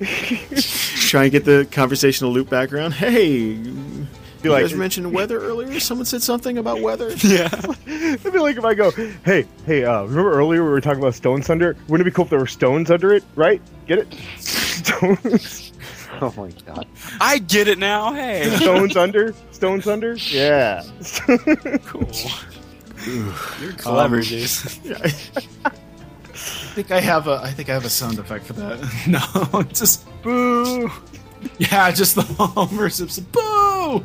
[SPEAKER 3] Try and get the conversational loop back around. Hey, you
[SPEAKER 1] like-
[SPEAKER 3] guys mentioned weather earlier. Someone said something about weather. (laughs)
[SPEAKER 6] Yeah.
[SPEAKER 1] (laughs) It'd be like if I go, hey, hey, uh, remember earlier we were talking about stones under? it? Wouldn't it be cool if there were stones under it, right? Get it? Stones,
[SPEAKER 5] Oh my god.
[SPEAKER 6] I get it now. Hey.
[SPEAKER 1] stones under, stones under. Yeah.
[SPEAKER 6] (laughs) Cool. You're clever, Jason.
[SPEAKER 4] I think I have a, I think I have a sound effect for that. (laughs) No, just boo. Yeah, just the Homer Simpson boo.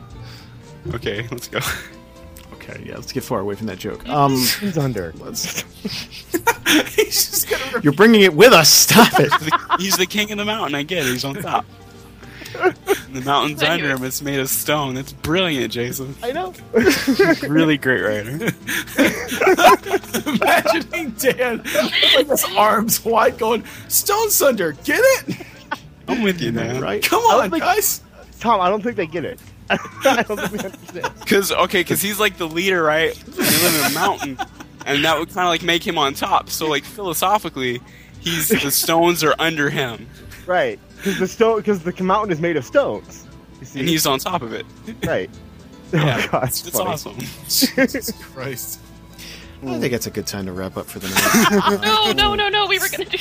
[SPEAKER 4] (laughs)
[SPEAKER 6] Okay, let's go. (laughs)
[SPEAKER 3] Okay, yeah, let's get far away from that joke. Um,
[SPEAKER 1] stones under.
[SPEAKER 3] let's-
[SPEAKER 4] He's just gonna.
[SPEAKER 3] you're bringing it with us. Stop it.
[SPEAKER 6] The- He's the king of the mountain. I get it. He's on top. The mountain's under him. It's made of stone. That's brilliant, Jason.
[SPEAKER 1] I know.
[SPEAKER 6] Really great writer.
[SPEAKER 4] Imagining Dan with his arms wide, going Stone Sunder, get it?
[SPEAKER 6] I'm with you, man.
[SPEAKER 3] Right?
[SPEAKER 4] Come on, guys.
[SPEAKER 1] Tom, I don't think they get it. (laughs) I don't think they understand.
[SPEAKER 6] Cause okay, cause he's like the leader, right? They live in a mountain, and that would kind of like make him on top. So like philosophically, he's the stones are under him,
[SPEAKER 1] Right. Because the stone, because the mountain is made of stones. You see?
[SPEAKER 6] and he's on top of it.
[SPEAKER 1] right.
[SPEAKER 6] Yeah,
[SPEAKER 1] (laughs) oh, God,
[SPEAKER 6] it's,
[SPEAKER 1] it's
[SPEAKER 6] it's
[SPEAKER 1] funny.
[SPEAKER 6] awesome.
[SPEAKER 4] Jesus Christ.
[SPEAKER 3] I think that's a good time to wrap up for the (laughs) night.
[SPEAKER 2] Ah, No, no, no, no. We were gonna do.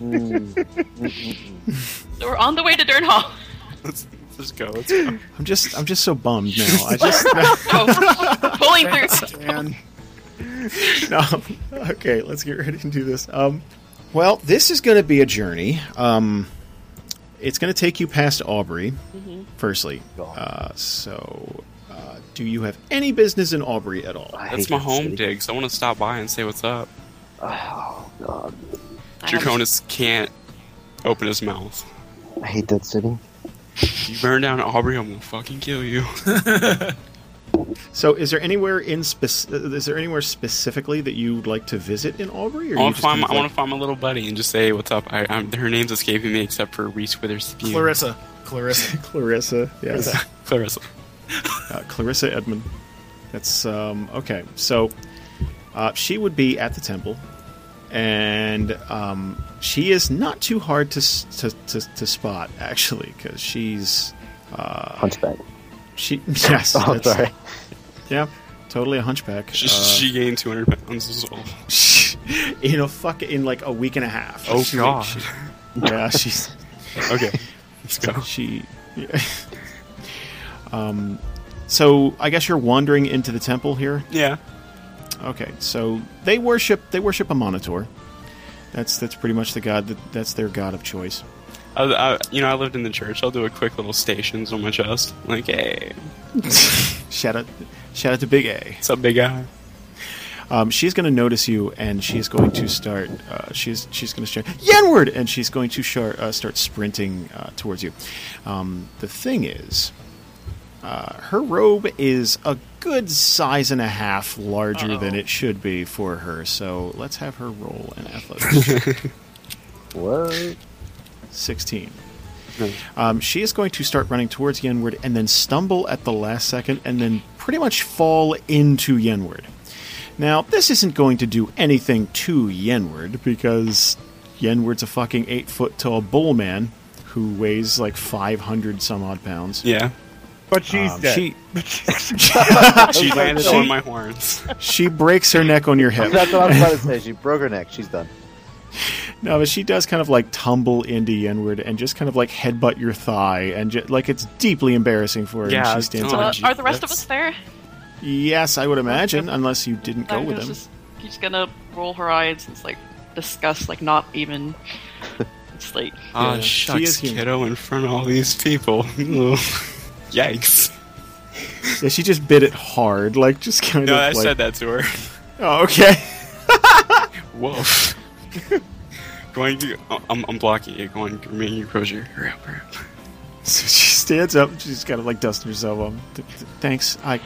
[SPEAKER 2] something. (laughs) so we're on the way to Dern Hall.
[SPEAKER 6] (laughs)
[SPEAKER 2] (laughs)
[SPEAKER 6] Let's, let's go. Let's go.
[SPEAKER 3] I'm just I'm just so bummed now. (laughs) I just
[SPEAKER 2] Oh, pulling through.
[SPEAKER 4] Man.
[SPEAKER 3] no. Okay, let's get ready and do this. Um, well, this is going to be a journey. Um, it's going to take you past Aubrey, firstly. Uh, so, uh, do you have any business in Aubrey at all?
[SPEAKER 5] I
[SPEAKER 6] That's
[SPEAKER 5] hate
[SPEAKER 6] my
[SPEAKER 5] that
[SPEAKER 6] home,
[SPEAKER 5] city.
[SPEAKER 6] Diggs. I want to stop by and say what's up.
[SPEAKER 5] Oh god,
[SPEAKER 6] Draconis can't open his mouth.
[SPEAKER 5] I hate that city.
[SPEAKER 6] If you burn down Aubrey, I'm gonna fucking kill you.
[SPEAKER 3] So, is there anywhere in spec- uh, is there anywhere specifically that you'd like to visit in Aubrey? Or you
[SPEAKER 6] I want to
[SPEAKER 3] just kind
[SPEAKER 6] find. My,
[SPEAKER 3] of
[SPEAKER 6] I want
[SPEAKER 3] like-
[SPEAKER 6] to find my little buddy and just say what's up. I, I'm, her name's escaping me except for Reese Witherspoon.
[SPEAKER 4] Clarissa.
[SPEAKER 3] (laughs)
[SPEAKER 4] Clarissa.
[SPEAKER 3] Clarissa. Yes.
[SPEAKER 6] (laughs) Clarissa.
[SPEAKER 3] uh, Clarissa Edmond. That's um, okay. So uh, she would be at the temple, and um, she is not too hard to s- to, to, to spot actually, because she's
[SPEAKER 5] Hunchback.
[SPEAKER 3] she (laughs) yes.
[SPEAKER 5] Oh,
[SPEAKER 3] that's-
[SPEAKER 5] sorry.
[SPEAKER 3] Yeah, totally a hunchback.
[SPEAKER 6] She,
[SPEAKER 3] uh,
[SPEAKER 6] she gained 200 pounds as well.
[SPEAKER 3] (laughs) in a fuck in like a week and a half.
[SPEAKER 6] Oh,
[SPEAKER 3] She-
[SPEAKER 6] God.
[SPEAKER 3] she- yeah, she's
[SPEAKER 6] (laughs) Okay, let's go.
[SPEAKER 3] she. (laughs) um, so I guess you're wandering into the temple here.
[SPEAKER 6] Yeah.
[SPEAKER 3] Okay, so they worship they worship a monitor. That's that's pretty much the god that, that's their god of choice. (laughs)
[SPEAKER 6] I, I, you know, I lived in the church. I'll do a quick little stations on my chest. Like, hey,
[SPEAKER 3] Shout out shout out to Big A.
[SPEAKER 6] what's up, big guy?
[SPEAKER 3] Um, she's going to notice you, and she's going to start. Uh, she's she's going to start Yenward, and she's going to shar uh, start sprinting uh, towards you. Um, the thing is, uh, her robe is a good size and a half larger than it should be for her. So let's have her roll an athletics. check.
[SPEAKER 5] What?
[SPEAKER 3] 16. Um, she is going to start running towards Yenward and then stumble at the last second and then pretty much fall into Yenward. Now, this isn't going to do anything to Yenward because Yenward's a fucking eight foot tall bull man who weighs like 500 some odd pounds.
[SPEAKER 6] Yeah.
[SPEAKER 1] But she's
[SPEAKER 3] Um,
[SPEAKER 1] dead.
[SPEAKER 3] she,
[SPEAKER 6] She landed
[SPEAKER 3] She-
[SPEAKER 6] on my horns.
[SPEAKER 3] she breaks her neck on your hip.
[SPEAKER 5] (laughs) That's what I was about to say. She broke her neck. She's done.
[SPEAKER 3] No, but she does kind of like tumble into Yenward and just kind of like headbutt your thigh and ju- like it's deeply embarrassing for her.
[SPEAKER 6] Yeah,
[SPEAKER 3] and she stands
[SPEAKER 6] oh,
[SPEAKER 3] up.
[SPEAKER 2] Uh,
[SPEAKER 6] gee,
[SPEAKER 2] are the rest of
[SPEAKER 6] that's-
[SPEAKER 2] us there?
[SPEAKER 3] Yes, I would imagine, unless you didn't go
[SPEAKER 2] I'm
[SPEAKER 3] with
[SPEAKER 2] just-
[SPEAKER 3] him.
[SPEAKER 2] just- She's gonna roll her eyes and it's like disgust, like not
[SPEAKER 3] (laughs)
[SPEAKER 2] even. It's like
[SPEAKER 3] Yeah.
[SPEAKER 6] Ah,
[SPEAKER 3] She is
[SPEAKER 6] shucks,
[SPEAKER 3] human.
[SPEAKER 6] kiddo, in front of all these people. (laughs) Ooh. Yikes.
[SPEAKER 3] Yeah, she just bit it hard, like just kind
[SPEAKER 6] No,
[SPEAKER 3] of.
[SPEAKER 6] I
[SPEAKER 3] like,
[SPEAKER 6] said that to her. (laughs)
[SPEAKER 3] Oh, okay. (laughs)
[SPEAKER 6] Woof. (laughs) Going to, I'm, I'm blocking you. Going, me, you closure. Hurry up, hurry up.
[SPEAKER 3] so she stands up. She's kind of like dusting herself off. Th- th- Thanks. I,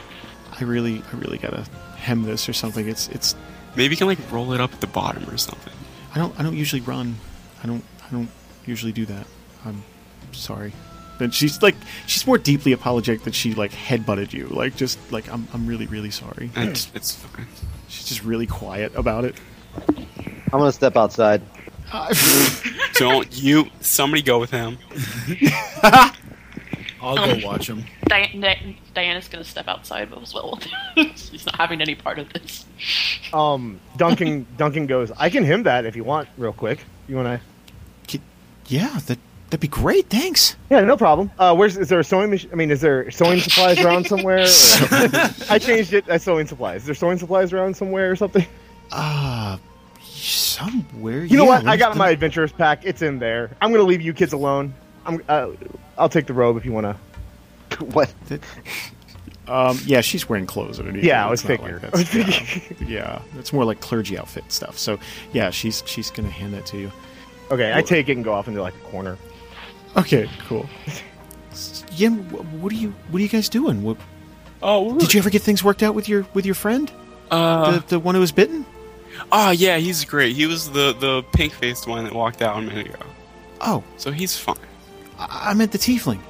[SPEAKER 3] I really, I really gotta hem this or something. It's, it's.
[SPEAKER 6] Maybe you can like roll it up at the bottom or something.
[SPEAKER 3] I don't, I don't usually run. I don't, I don't usually do that. I'm sorry. Then she's like, she's more deeply apologetic that she like headbutted you. Like just like I'm, I'm really, really sorry.
[SPEAKER 6] And It's, it's fucking.
[SPEAKER 3] She's just really quiet about it.
[SPEAKER 5] I'm gonna step outside. (laughs)
[SPEAKER 3] (laughs)
[SPEAKER 6] Don't you? Somebody go with him.
[SPEAKER 4] I'll go watch him.
[SPEAKER 2] Dian- Di- Diana's gonna step outside as well. (laughs) she's not having any part of this. (laughs)
[SPEAKER 1] um, Duncan (laughs) Duncan goes, I can him that if you want, real quick. You want to?
[SPEAKER 3] Ki- yeah, that that'd be great. Thanks.
[SPEAKER 1] Yeah, no problem. Uh, where's is there a sewing machine? I mean, is there sewing supplies around somewhere?
[SPEAKER 3] (laughs)
[SPEAKER 1] Or- I changed it. I sewing supplies. Is there sewing supplies around somewhere or something?
[SPEAKER 3] Uh, somewhere.
[SPEAKER 1] You know
[SPEAKER 3] yeah,
[SPEAKER 1] what? I
[SPEAKER 3] let's-
[SPEAKER 1] got my adventurers pack. It's in there. I'm gonna leave you kids alone. I'm. Uh, I'll take the robe if you want to.
[SPEAKER 5] What?
[SPEAKER 3] Um, yeah, she's wearing clothes underneath.
[SPEAKER 1] Yeah, I
[SPEAKER 3] It's
[SPEAKER 1] was
[SPEAKER 3] not like
[SPEAKER 1] figuring. I was
[SPEAKER 3] that's-
[SPEAKER 1] figuring.
[SPEAKER 3] yeah, yeah, it's more like clergy outfit stuff. So yeah, she's she's gonna hand that to you.
[SPEAKER 1] Okay, I take it and go off into like a corner.
[SPEAKER 3] Okay, cool. Yeah, wh- what are you what are you guys doing? What,
[SPEAKER 6] Oh,
[SPEAKER 3] did you ever get things worked out with your with your friend,
[SPEAKER 6] Uh,
[SPEAKER 3] the the one who was bitten?
[SPEAKER 6] oh yeah, he's great. He was the the pink faced one that walked out a minute ago,
[SPEAKER 3] Oh,
[SPEAKER 6] so he's fine.
[SPEAKER 3] I, I meant the tiefling.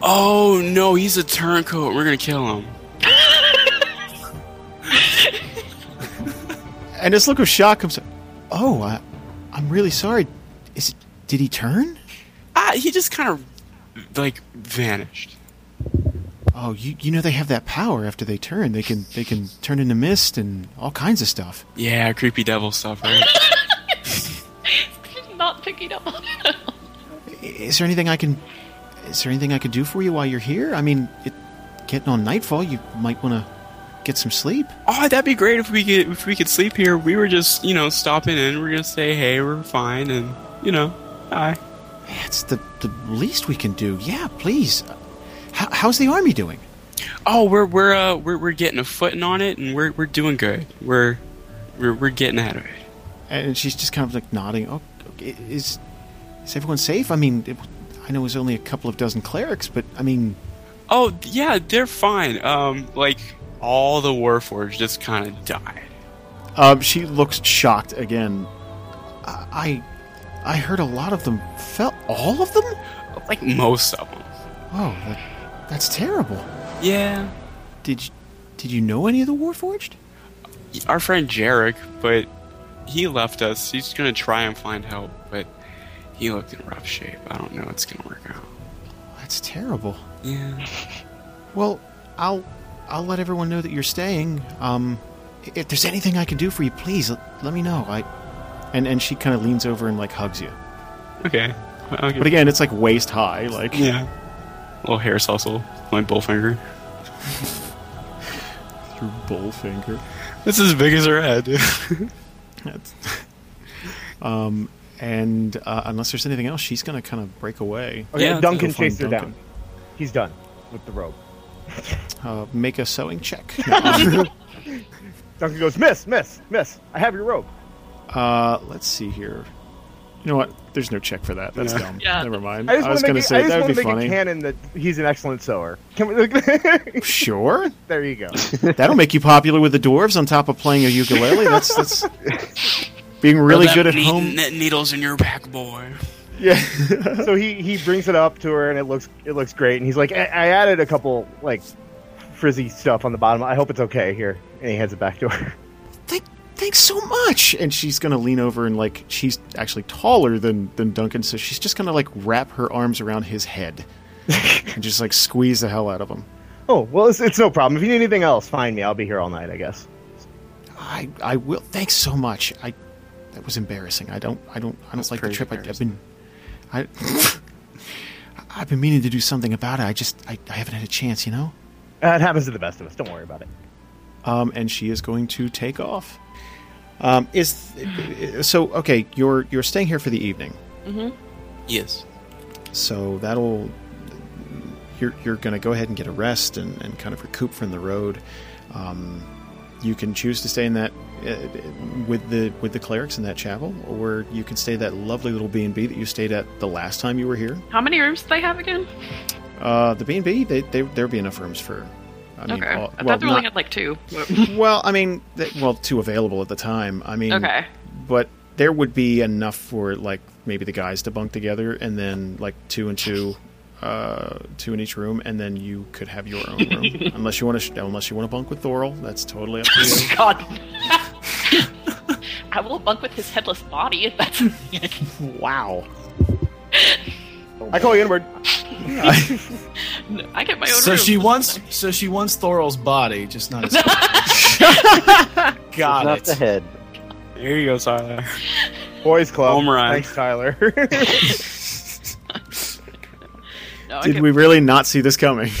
[SPEAKER 6] Oh no, he's a turncoat. We're gonna kill him.
[SPEAKER 3] And this look of shock comes. up. Oh, I, I'm really sorry. Is it, did he turn?
[SPEAKER 6] Ah, he just kind of like vanished.
[SPEAKER 3] Oh, you you know they have that power after they turn. They can they can turn into mist and all kinds of stuff.
[SPEAKER 6] Yeah, creepy devil stuff, right?
[SPEAKER 2] Not picking up on it. at all.
[SPEAKER 3] I- Is there anything I can is there anything I could do for you while you're here? I mean, it getting on nightfall, you might want to get some sleep.
[SPEAKER 6] oh, that'd be great if we could if we could sleep here. We were just you know stopping in. We're gonna say hey, we're fine, and you know hi.
[SPEAKER 3] That's the the least we can do. Yeah, please. How, how's the army doing?
[SPEAKER 6] Oh, we're we're uh we're we're getting a footing on it, and we're we're doing good. We're we're we're getting out of it.
[SPEAKER 3] And she's just kind of like nodding. Oh, okay, is is everyone safe? I mean, it, I know it was only a couple of dozen clerics, but I mean,
[SPEAKER 6] Oh yeah, they're fine. Um, like all the warforged just kind of died.
[SPEAKER 3] um, she looks shocked again. I, I I heard a lot of them fell. All of them?
[SPEAKER 6] Like most of them.
[SPEAKER 3] Whoa, Oh, that, that's terrible.
[SPEAKER 6] Yeah.
[SPEAKER 3] Did you, did you know any of the Warforged?
[SPEAKER 6] Our friend Jarek, but he left us. He's gonna try and find help, but he looked in rough shape. I don't know it's gonna work out.
[SPEAKER 3] That's terrible.
[SPEAKER 6] Yeah.
[SPEAKER 3] Well, I'll I'll let everyone know that you're staying. Um, i- if there's anything I can do for you, please l- let me know. I and and she kind of leans over and like hugs you.
[SPEAKER 6] Okay. okay.
[SPEAKER 3] But again, it's like waist high. Like
[SPEAKER 6] yeah. Little hair hustle. My bullfinger.
[SPEAKER 3] your bullfinger.
[SPEAKER 6] It's as big as her head.
[SPEAKER 3] That's- (laughs) um, and uh, unless there's anything else, she's gonna kind of break away.
[SPEAKER 1] Okay,
[SPEAKER 6] Yeah,
[SPEAKER 1] Duncan
[SPEAKER 3] Oh, that's a fun
[SPEAKER 1] chased her
[SPEAKER 3] Duncan.
[SPEAKER 1] down. He's done with the rope.
[SPEAKER 3] Uh, make a sewing check.
[SPEAKER 1] (laughs) Duncan goes, miss, miss, miss. I have your rope.
[SPEAKER 3] uh, let's see here. You know what? There's no check for that. That's
[SPEAKER 6] Yeah.
[SPEAKER 3] dumb.
[SPEAKER 2] Yeah.
[SPEAKER 3] Never mind.
[SPEAKER 1] I just
[SPEAKER 3] was
[SPEAKER 1] want to
[SPEAKER 3] gonna
[SPEAKER 1] make, it,
[SPEAKER 3] say
[SPEAKER 1] I just
[SPEAKER 3] that
[SPEAKER 1] want
[SPEAKER 3] would
[SPEAKER 1] to
[SPEAKER 3] be
[SPEAKER 1] make it
[SPEAKER 3] (laughs) funny.
[SPEAKER 1] canon that he's an excellent sewer. Can we, (laughs)
[SPEAKER 3] Sure.
[SPEAKER 1] there you go.
[SPEAKER 3] That'll make you popular with the dwarves on top of playing a ukulele. That's that's
[SPEAKER 1] (laughs)
[SPEAKER 3] being (laughs) really good at home.
[SPEAKER 6] Net needles in your back, boy.
[SPEAKER 3] (laughs) Yeah.
[SPEAKER 1] so he he brings it up to her and it looks it looks great and he's like I, I added a couple like frizzy stuff on the bottom i hope it's okay here and he hands it back to her (laughs)
[SPEAKER 3] Thank, thanks so much. And she's gonna lean over and like she's actually taller than than Duncan, so she's just gonna like wrap her arms around his head and just like squeeze the hell out of him.
[SPEAKER 1] oh well it's, it's no problem if you need anything else find me i'll be here all night i guess
[SPEAKER 3] I I will. Thanks so much. I that was embarrassing. I don't I don't I don't like the
[SPEAKER 6] pretty
[SPEAKER 3] trip. I, I've been I (laughs) I've been meaning to do something about it. I just I, I haven't had a chance. You know.
[SPEAKER 1] uh, it happens to the best of us don't worry about it
[SPEAKER 3] um, and she is going to take off. Um, is so okay. You're you're staying here for the evening,
[SPEAKER 2] Mm-hmm.
[SPEAKER 6] Yes.
[SPEAKER 3] so that'll you're you're going to go ahead and get a rest and, and kind of recoup from the road. Um, you can choose to stay in that uh, with the with the clerics in that chapel, or you can stay that lovely little B and B that you stayed at the last time you were here.
[SPEAKER 2] How many rooms do they have again?
[SPEAKER 3] Uh, the B and B, they, they there'd be enough rooms for. I mean,
[SPEAKER 2] okay.
[SPEAKER 3] all-
[SPEAKER 2] I
[SPEAKER 3] well,
[SPEAKER 2] thought they only
[SPEAKER 3] not-
[SPEAKER 2] had like two.
[SPEAKER 3] well, I mean, th- well, two available at the time. I mean,
[SPEAKER 2] okay.
[SPEAKER 3] but there would be enough for like maybe the guys to bunk together and then like two and two uh two in each room and then you could have your own
[SPEAKER 2] (laughs)
[SPEAKER 3] room unless you want to sh- unless you want to bunk with thorl that's totally up to
[SPEAKER 2] (laughs)
[SPEAKER 3] you
[SPEAKER 2] God.
[SPEAKER 3] (laughs)
[SPEAKER 2] I will bunk with his headless body if
[SPEAKER 3] (laughs)
[SPEAKER 2] that's. (laughs)
[SPEAKER 3] wow
[SPEAKER 1] i call you inward
[SPEAKER 2] I get my own
[SPEAKER 4] So
[SPEAKER 2] room.
[SPEAKER 4] she
[SPEAKER 2] (laughs)
[SPEAKER 4] wants, so she wants Thorol's body, just not his. Got
[SPEAKER 5] Not
[SPEAKER 4] it.
[SPEAKER 5] the head.
[SPEAKER 6] There you go, Tyler.
[SPEAKER 1] boys club
[SPEAKER 6] Home run.
[SPEAKER 1] thanks tyler
[SPEAKER 2] No, I
[SPEAKER 3] did
[SPEAKER 2] get-
[SPEAKER 3] we really not see this coming (laughs)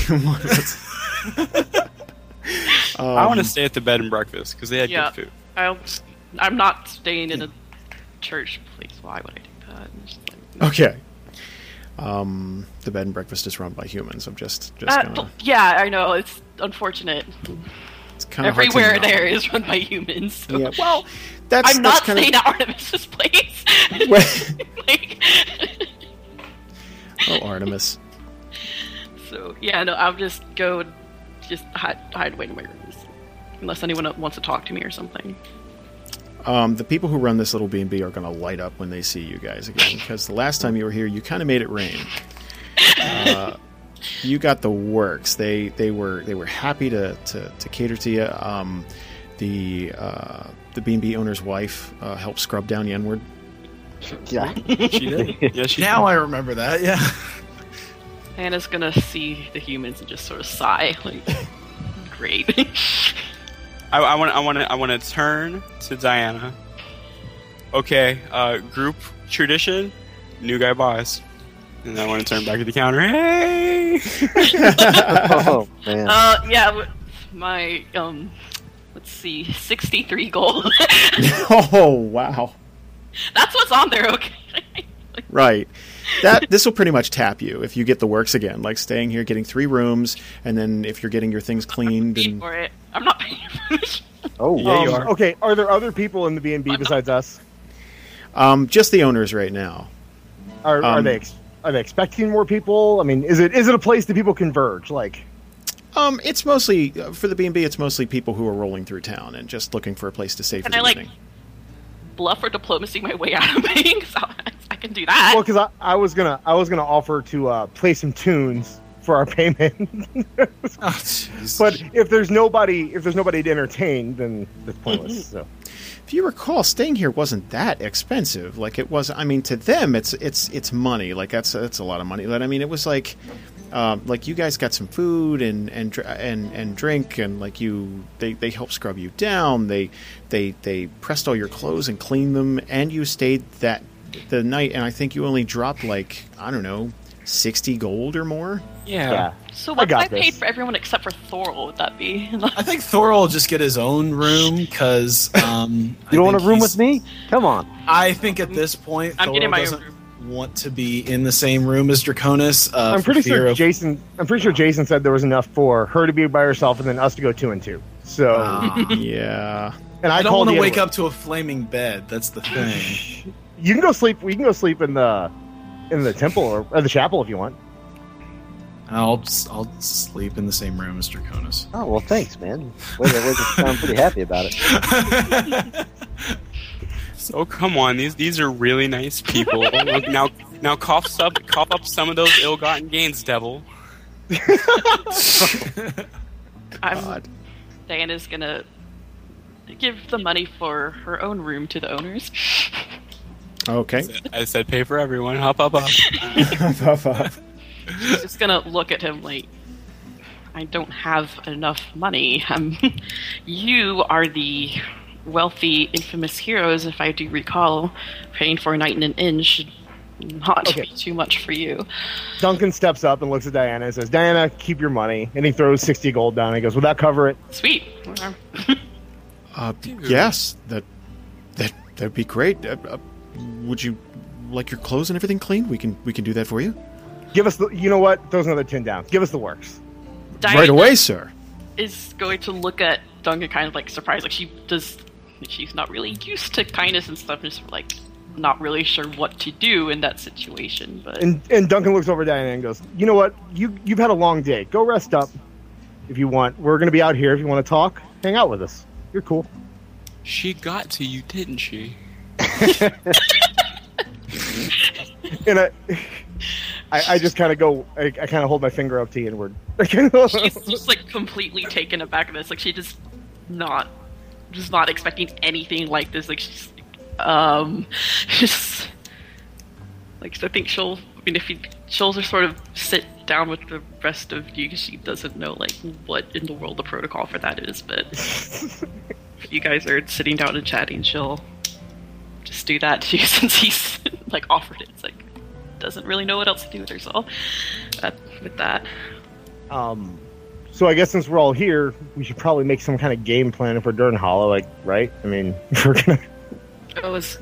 [SPEAKER 6] I want to stay at the bed and breakfast because they had
[SPEAKER 2] Yeah.
[SPEAKER 6] good food.
[SPEAKER 2] I'll, I'm not staying in a church place. Why would I do that? It's just like-
[SPEAKER 3] okay um the bed and breakfast is run by humans i'm just just
[SPEAKER 2] Uh,
[SPEAKER 3] gonna
[SPEAKER 2] but- yeah, I know. It's unfortunate.
[SPEAKER 3] it's kind of
[SPEAKER 2] Everywhere there is run by humans. So. (laughs)
[SPEAKER 3] yeah well that's
[SPEAKER 2] I'm not
[SPEAKER 3] that's kinda- (laughs)
[SPEAKER 2] staying at Artemis's place. (laughs) like, (laughs)
[SPEAKER 3] oh artemis
[SPEAKER 2] so yeah, no, I'll just go, and just hide, hide away in my rooms, unless anyone wants to talk to me or something.
[SPEAKER 3] Um, the people who run this little B and B are going to light up when they see you guys again because the last time you were here, you kind of made it rain. Uh, you got the works. They they were they were happy to to, to cater to you. Um, the uh, the B and B owner's wife uh, helped scrub down the N word.
[SPEAKER 6] (laughs)
[SPEAKER 5] Yeah.
[SPEAKER 6] She did. Yeah, she
[SPEAKER 4] Now I remember that. Yeah.
[SPEAKER 2] Hannah's gonna see the humans and just sort of sigh,
[SPEAKER 3] (laughs)
[SPEAKER 2] like, great. (laughs)
[SPEAKER 6] I, I want. I want to. I want to turn to Diana. Okay. Uh, group tradition. New guy buys. And I want to turn back to the counter. Hey. (laughs)
[SPEAKER 5] Oh man.
[SPEAKER 2] Uh, yeah, w- my um, let's see, sixty-three gold.
[SPEAKER 3] (laughs)
[SPEAKER 2] (laughs)
[SPEAKER 3] oh wow.
[SPEAKER 2] That's what's on there. Okay. (laughs)
[SPEAKER 3] Right. That this will pretty much tap you if you get the works again, like staying here, getting three rooms, and then if you're getting your things cleaned
[SPEAKER 2] Pay
[SPEAKER 3] and
[SPEAKER 2] for it. I'm not (laughs) paying for it.
[SPEAKER 6] (laughs)
[SPEAKER 5] Oh,
[SPEAKER 6] Yeah, you
[SPEAKER 1] Um,
[SPEAKER 6] are.
[SPEAKER 1] Okay, are there other people in the B and B besides us?
[SPEAKER 3] um, just the owners right now.
[SPEAKER 1] Are, are
[SPEAKER 3] Um,
[SPEAKER 1] they ex- are they expecting more people? I mean, is it is it a place that people converge? Like,
[SPEAKER 3] Um, it's mostly uh, for the B and B. It's mostly people who are rolling through town and just looking for a place to stay for
[SPEAKER 2] Can
[SPEAKER 3] the
[SPEAKER 2] I, like,
[SPEAKER 3] evening.
[SPEAKER 2] Bluff or diplomacy my way out of (laughs) paying. So I can do that.
[SPEAKER 1] well, because I, I was gonna I was gonna offer to uh, play some tunes for our (laughs) payment, (laughs)
[SPEAKER 4] Oh, jeez.
[SPEAKER 1] but if there's nobody if there's nobody to entertain, then it's pointless. So
[SPEAKER 3] If you recall, staying here wasn't that expensive. Like it was. I mean, to them, it's it's it's money. Like that's that's a lot of money. But I mean, it was like, um, like you guys got some food and and dr- and and drink, and like you, they they help scrub you down. They they they pressed all your clothes and cleaned them, and you stayed that the night. And I think you only dropped like I don't know, sixty gold or more.
[SPEAKER 6] Yeah.
[SPEAKER 1] yeah,
[SPEAKER 2] so
[SPEAKER 1] I
[SPEAKER 2] what
[SPEAKER 1] got
[SPEAKER 2] I paid
[SPEAKER 1] this.
[SPEAKER 2] for everyone except for Thorol would that be? (laughs)
[SPEAKER 4] I think Thorol will just get his own room because (laughs) um, I
[SPEAKER 5] you don't want
[SPEAKER 4] think
[SPEAKER 5] to room
[SPEAKER 4] he's-
[SPEAKER 5] with me? Come on.
[SPEAKER 4] I think at this point,
[SPEAKER 2] I'm
[SPEAKER 4] Thorol
[SPEAKER 2] getting my own
[SPEAKER 4] doesn't want to be in the same room as Draconis. Uh,
[SPEAKER 1] I'm
[SPEAKER 4] for
[SPEAKER 1] pretty
[SPEAKER 4] fear
[SPEAKER 1] sure
[SPEAKER 4] of-
[SPEAKER 1] Jason. I'm pretty sure Jason said there was enough for her to be by herself and then us to go two and two. So
[SPEAKER 4] (laughs) (laughs) Ah.
[SPEAKER 3] Yeah.
[SPEAKER 1] and I,
[SPEAKER 4] I don't
[SPEAKER 1] called
[SPEAKER 4] want to
[SPEAKER 1] you
[SPEAKER 4] wake
[SPEAKER 1] anyway.
[SPEAKER 4] up to a flaming bed. That's the thing. (laughs)
[SPEAKER 1] You can go sleep. We can go sleep in the in the temple or, or the chapel if you want.
[SPEAKER 4] I'll s- I'll sleep in the same room as Draconis.
[SPEAKER 5] Oh well, thanks, man. Wait, wait, wait, I'm pretty happy about it.
[SPEAKER 6] So Oh, come on, these these are really nice (laughs) people. Look, now now cough up cough up some of those ill-gotten gains, devil.
[SPEAKER 1] Oh,
[SPEAKER 2] I'm,
[SPEAKER 3] God.
[SPEAKER 2] Diana's gonna give the money for her own room to the owners. (laughs)
[SPEAKER 3] Okay.
[SPEAKER 6] I said pay for everyone. Hop up up.
[SPEAKER 2] She's just gonna look at him like, I don't have enough money. Um, (laughs) you are the wealthy, infamous heroes, if I do recall. Paying for a night in an inn should not
[SPEAKER 1] Okay.
[SPEAKER 2] be too much for you.
[SPEAKER 1] Duncan steps up and looks at Diana and says, "Diana, keep your money." And he throws sixty gold down. And he goes, "Will that cover it?"
[SPEAKER 2] Sweet. (laughs)
[SPEAKER 3] Uh, yes, that that that'd be great. Uh, uh, would you like your clothes and everything cleaned? We can we can do that for you
[SPEAKER 1] Give us the. You know what? Throws another tin down. Give us the works.
[SPEAKER 2] Diana
[SPEAKER 3] right away, sir.
[SPEAKER 2] is going to look at Duncan kind of like surprised, like she does. She's not really used to kindness and stuff, and just like not really sure what to do in that situation. But
[SPEAKER 1] And and Duncan looks over at Diana and goes, "You know what? You you've had a long day. Go rest up, if you want. We're gonna be out here. If you want to talk, hang out with us. You're cool."
[SPEAKER 6] She got to you, didn't she?
[SPEAKER 1] (laughs) And I, I, I just kind of go. I, I kind of hold my finger up to you inward. (laughs) I
[SPEAKER 2] she's
[SPEAKER 1] (laughs)
[SPEAKER 2] just like completely taken aback at this. Like she just not just not expecting anything like this. Like she's um (laughs) just like so I think she'll I mean if you she'll just sort of sit down with the rest of you 'cause she doesn't know like what in the world the protocol for that is, but if you guys are sitting down and chatting, she'll just do that too (laughs) since he's like offered it. It's like doesn't really know what else to do with herself uh, with that.
[SPEAKER 1] Um, so I guess since we're all here, we should probably make some kind of game plan for Dern Hollow, like right? I mean, (laughs) we're gonna.
[SPEAKER 2] Oh, is,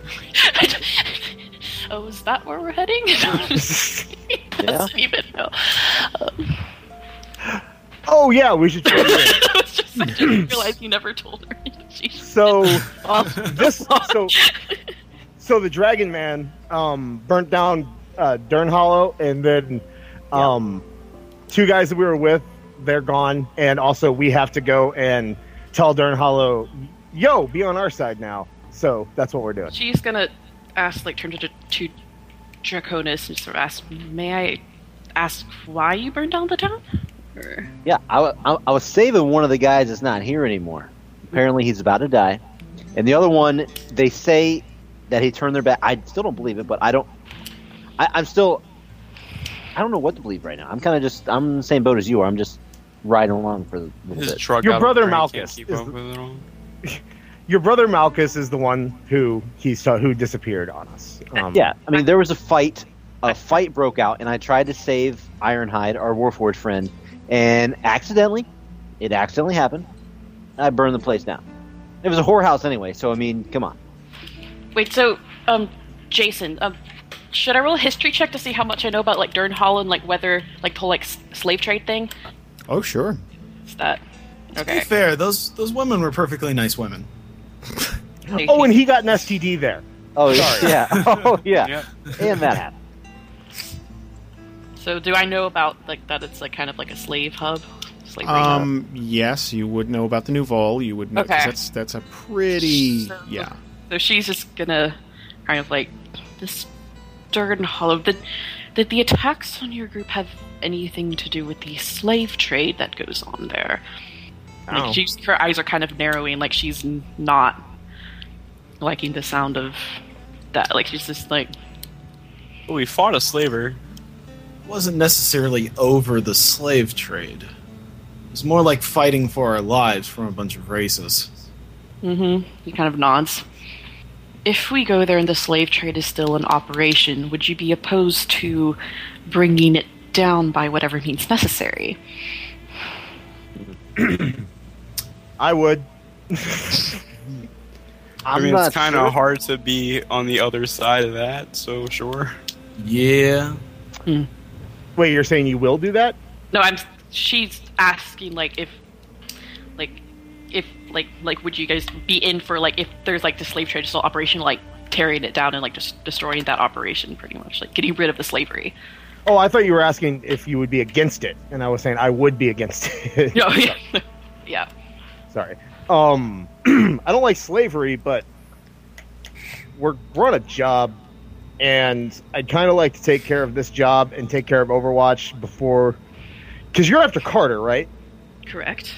[SPEAKER 2] oh, is that where we're heading? (laughs) Doesn't even know. (laughs)
[SPEAKER 1] Oh yeah, we should.
[SPEAKER 2] I was just, I just realized you never told her. (laughs) She-
[SPEAKER 1] so um,
[SPEAKER 2] well,
[SPEAKER 1] this, so, so the Dragon Man um, burnt down uh, Dern Hollow, and then um, two guys that we were with, they're gone, and also we have to go and tell Dern Hollow, "Yo, be on our side now." So that's what we're doing.
[SPEAKER 2] she's gonna ask, like, turn to, to Draconis and sort of ask, "May I ask why you burned down the town?" Or,
[SPEAKER 5] Yeah, I, wa- I, I was saving one of the guys that's not here anymore. Apparently, he's about to die, and the other one, they say that he turned their back. I still don't believe it, but I don't. I, I'm still. I don't know what to believe right now. I'm kind of just I'm in the same boat as you are. I'm just riding along for a little
[SPEAKER 6] His
[SPEAKER 5] bit.
[SPEAKER 6] truck.
[SPEAKER 1] Your
[SPEAKER 6] out of the
[SPEAKER 1] brother
[SPEAKER 6] train can't
[SPEAKER 1] Malchus
[SPEAKER 6] keep
[SPEAKER 1] is
[SPEAKER 6] up
[SPEAKER 1] the-
[SPEAKER 6] with it all.
[SPEAKER 1] Your brother Malchus is the one who he's who disappeared on us. Um,
[SPEAKER 5] yeah, I mean there was a fight. A fight broke out, and I tried to save Ironhide, our Warforged friend, and accidentally, it accidentally happened. I burned the place down. It was a whorehouse anyway, so I mean, come on.
[SPEAKER 2] Wait, so um, Jason, um, should I roll a history check to see how much I know about like Dern Hall and like whether like the whole like s- slave trade thing?
[SPEAKER 3] Oh, sure.
[SPEAKER 2] Is that
[SPEAKER 4] To be
[SPEAKER 2] okay?
[SPEAKER 4] fair, those those women were perfectly nice women.
[SPEAKER 1] Oh, and he got an STD there.
[SPEAKER 5] Oh (laughs) yeah, oh yeah,
[SPEAKER 6] Yeah.
[SPEAKER 5] and that happened.
[SPEAKER 2] so do I know about like that? It's like kind of like a slave hub. Slavery hub?
[SPEAKER 3] Um, yes, you would know about the new Vol. You would know 'cause
[SPEAKER 2] Okay.
[SPEAKER 3] that's that's a pretty
[SPEAKER 2] So-
[SPEAKER 3] yeah.
[SPEAKER 2] So she's just gonna kind of like this Dern Hollow. Did, did the attacks on your group have anything to do with the slave trade that goes on there?
[SPEAKER 1] Oh.
[SPEAKER 2] Like she's, her eyes are kind of narrowing, like she's n- not liking the sound of that. Like she's just like,
[SPEAKER 6] Well, we fought a slaver.
[SPEAKER 4] It wasn't necessarily over the slave trade. It was more like fighting for our lives from a bunch of races.
[SPEAKER 2] mm-hmm. He kind of nods. If we go there and the slave trade is still in operation, would you be opposed to bringing it down by whatever means necessary?
[SPEAKER 1] I would.
[SPEAKER 5] I'm
[SPEAKER 6] I mean,
[SPEAKER 5] not
[SPEAKER 6] it's kind of
[SPEAKER 5] sure.
[SPEAKER 6] hard to be on the other side of that. So sure.
[SPEAKER 4] Yeah.
[SPEAKER 1] Wait, you're saying you will do that?
[SPEAKER 2] No, I'm. She's asking like if, like, if like like would you guys be in for like if there's like the slave trade still operation like tearing it down and like just destroying that operation pretty much like getting rid of the slavery.
[SPEAKER 1] Oh, I thought you were asking if you would be against it, and I was saying I would be against it. (laughs)
[SPEAKER 2] No, (laughs) yeah, yeah.
[SPEAKER 1] Sorry. Um, (clears throat) I don't like slavery, but we're we're on a job, and I'd kind of like to take care of this job and take care of Overwatch before, because you're after Carter, right?
[SPEAKER 2] Correct.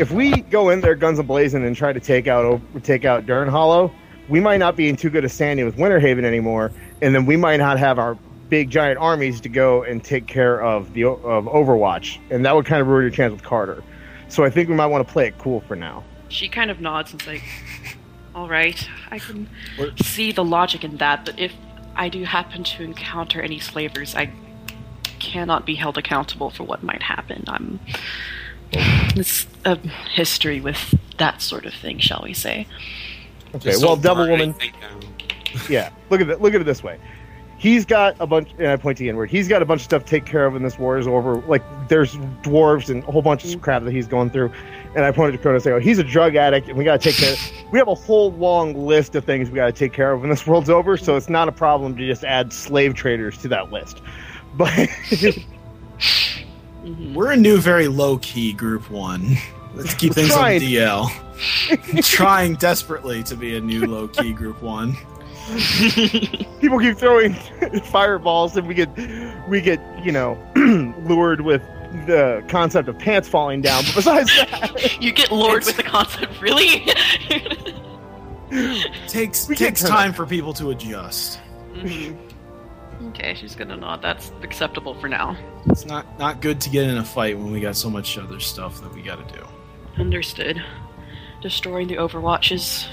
[SPEAKER 1] If we go in there guns a blazing and try to take out O- take out Dern Hollow, we might not be in too good a standing with Winterhaven anymore, and then we might not have our big giant armies to go and take care of the O- of Overwatch, and that would kind of ruin your chance with Carter. So I think we might want to play it cool for now.
[SPEAKER 2] She kind of nods and's like, "All right, I can
[SPEAKER 4] What-
[SPEAKER 2] see the logic in that, but if I do happen to encounter any slavers, I cannot be held accountable for what might happen. I'm it's a history with that sort of thing, shall we say?
[SPEAKER 1] Okay,
[SPEAKER 6] Just
[SPEAKER 1] well,
[SPEAKER 6] don't
[SPEAKER 1] Devil
[SPEAKER 6] burn
[SPEAKER 1] Woman,
[SPEAKER 6] anything down.
[SPEAKER 1] yeah. Look at it. Look at it this way. He's got a bunch, and I point to the inward. He's got a bunch of stuff to take care of when this war is over. Like there's dwarves and a whole bunch of crap that he's going through. And I pointed to Kronos and I go, "He's a drug addict, and we got to take care. we have a whole long list of things we got to take care of when this world's over. So it's not a problem to just add slave traders to that list." (laughs) But
[SPEAKER 7] Mm-hmm.
[SPEAKER 2] hmm
[SPEAKER 4] We're a new, very low key group one. Let's keep things on
[SPEAKER 1] Tried.
[SPEAKER 4] DL. trying desperately to be a new low key group one.
[SPEAKER 1] people keep throwing (laughs) fireballs and we get we get you know (clears throat) lured with the concept of pants falling down but besides that
[SPEAKER 2] You get lured with the concept, really?
[SPEAKER 4] Takes
[SPEAKER 1] We can't
[SPEAKER 4] takes
[SPEAKER 1] turn
[SPEAKER 4] time for people to adjust.
[SPEAKER 2] Mm-hmm. Okay, she's gonna nod. That's acceptable for now.
[SPEAKER 4] It's not not good to get in a fight when we got so much other stuff that we got to do.
[SPEAKER 2] Understood. Destroying the Overwatch is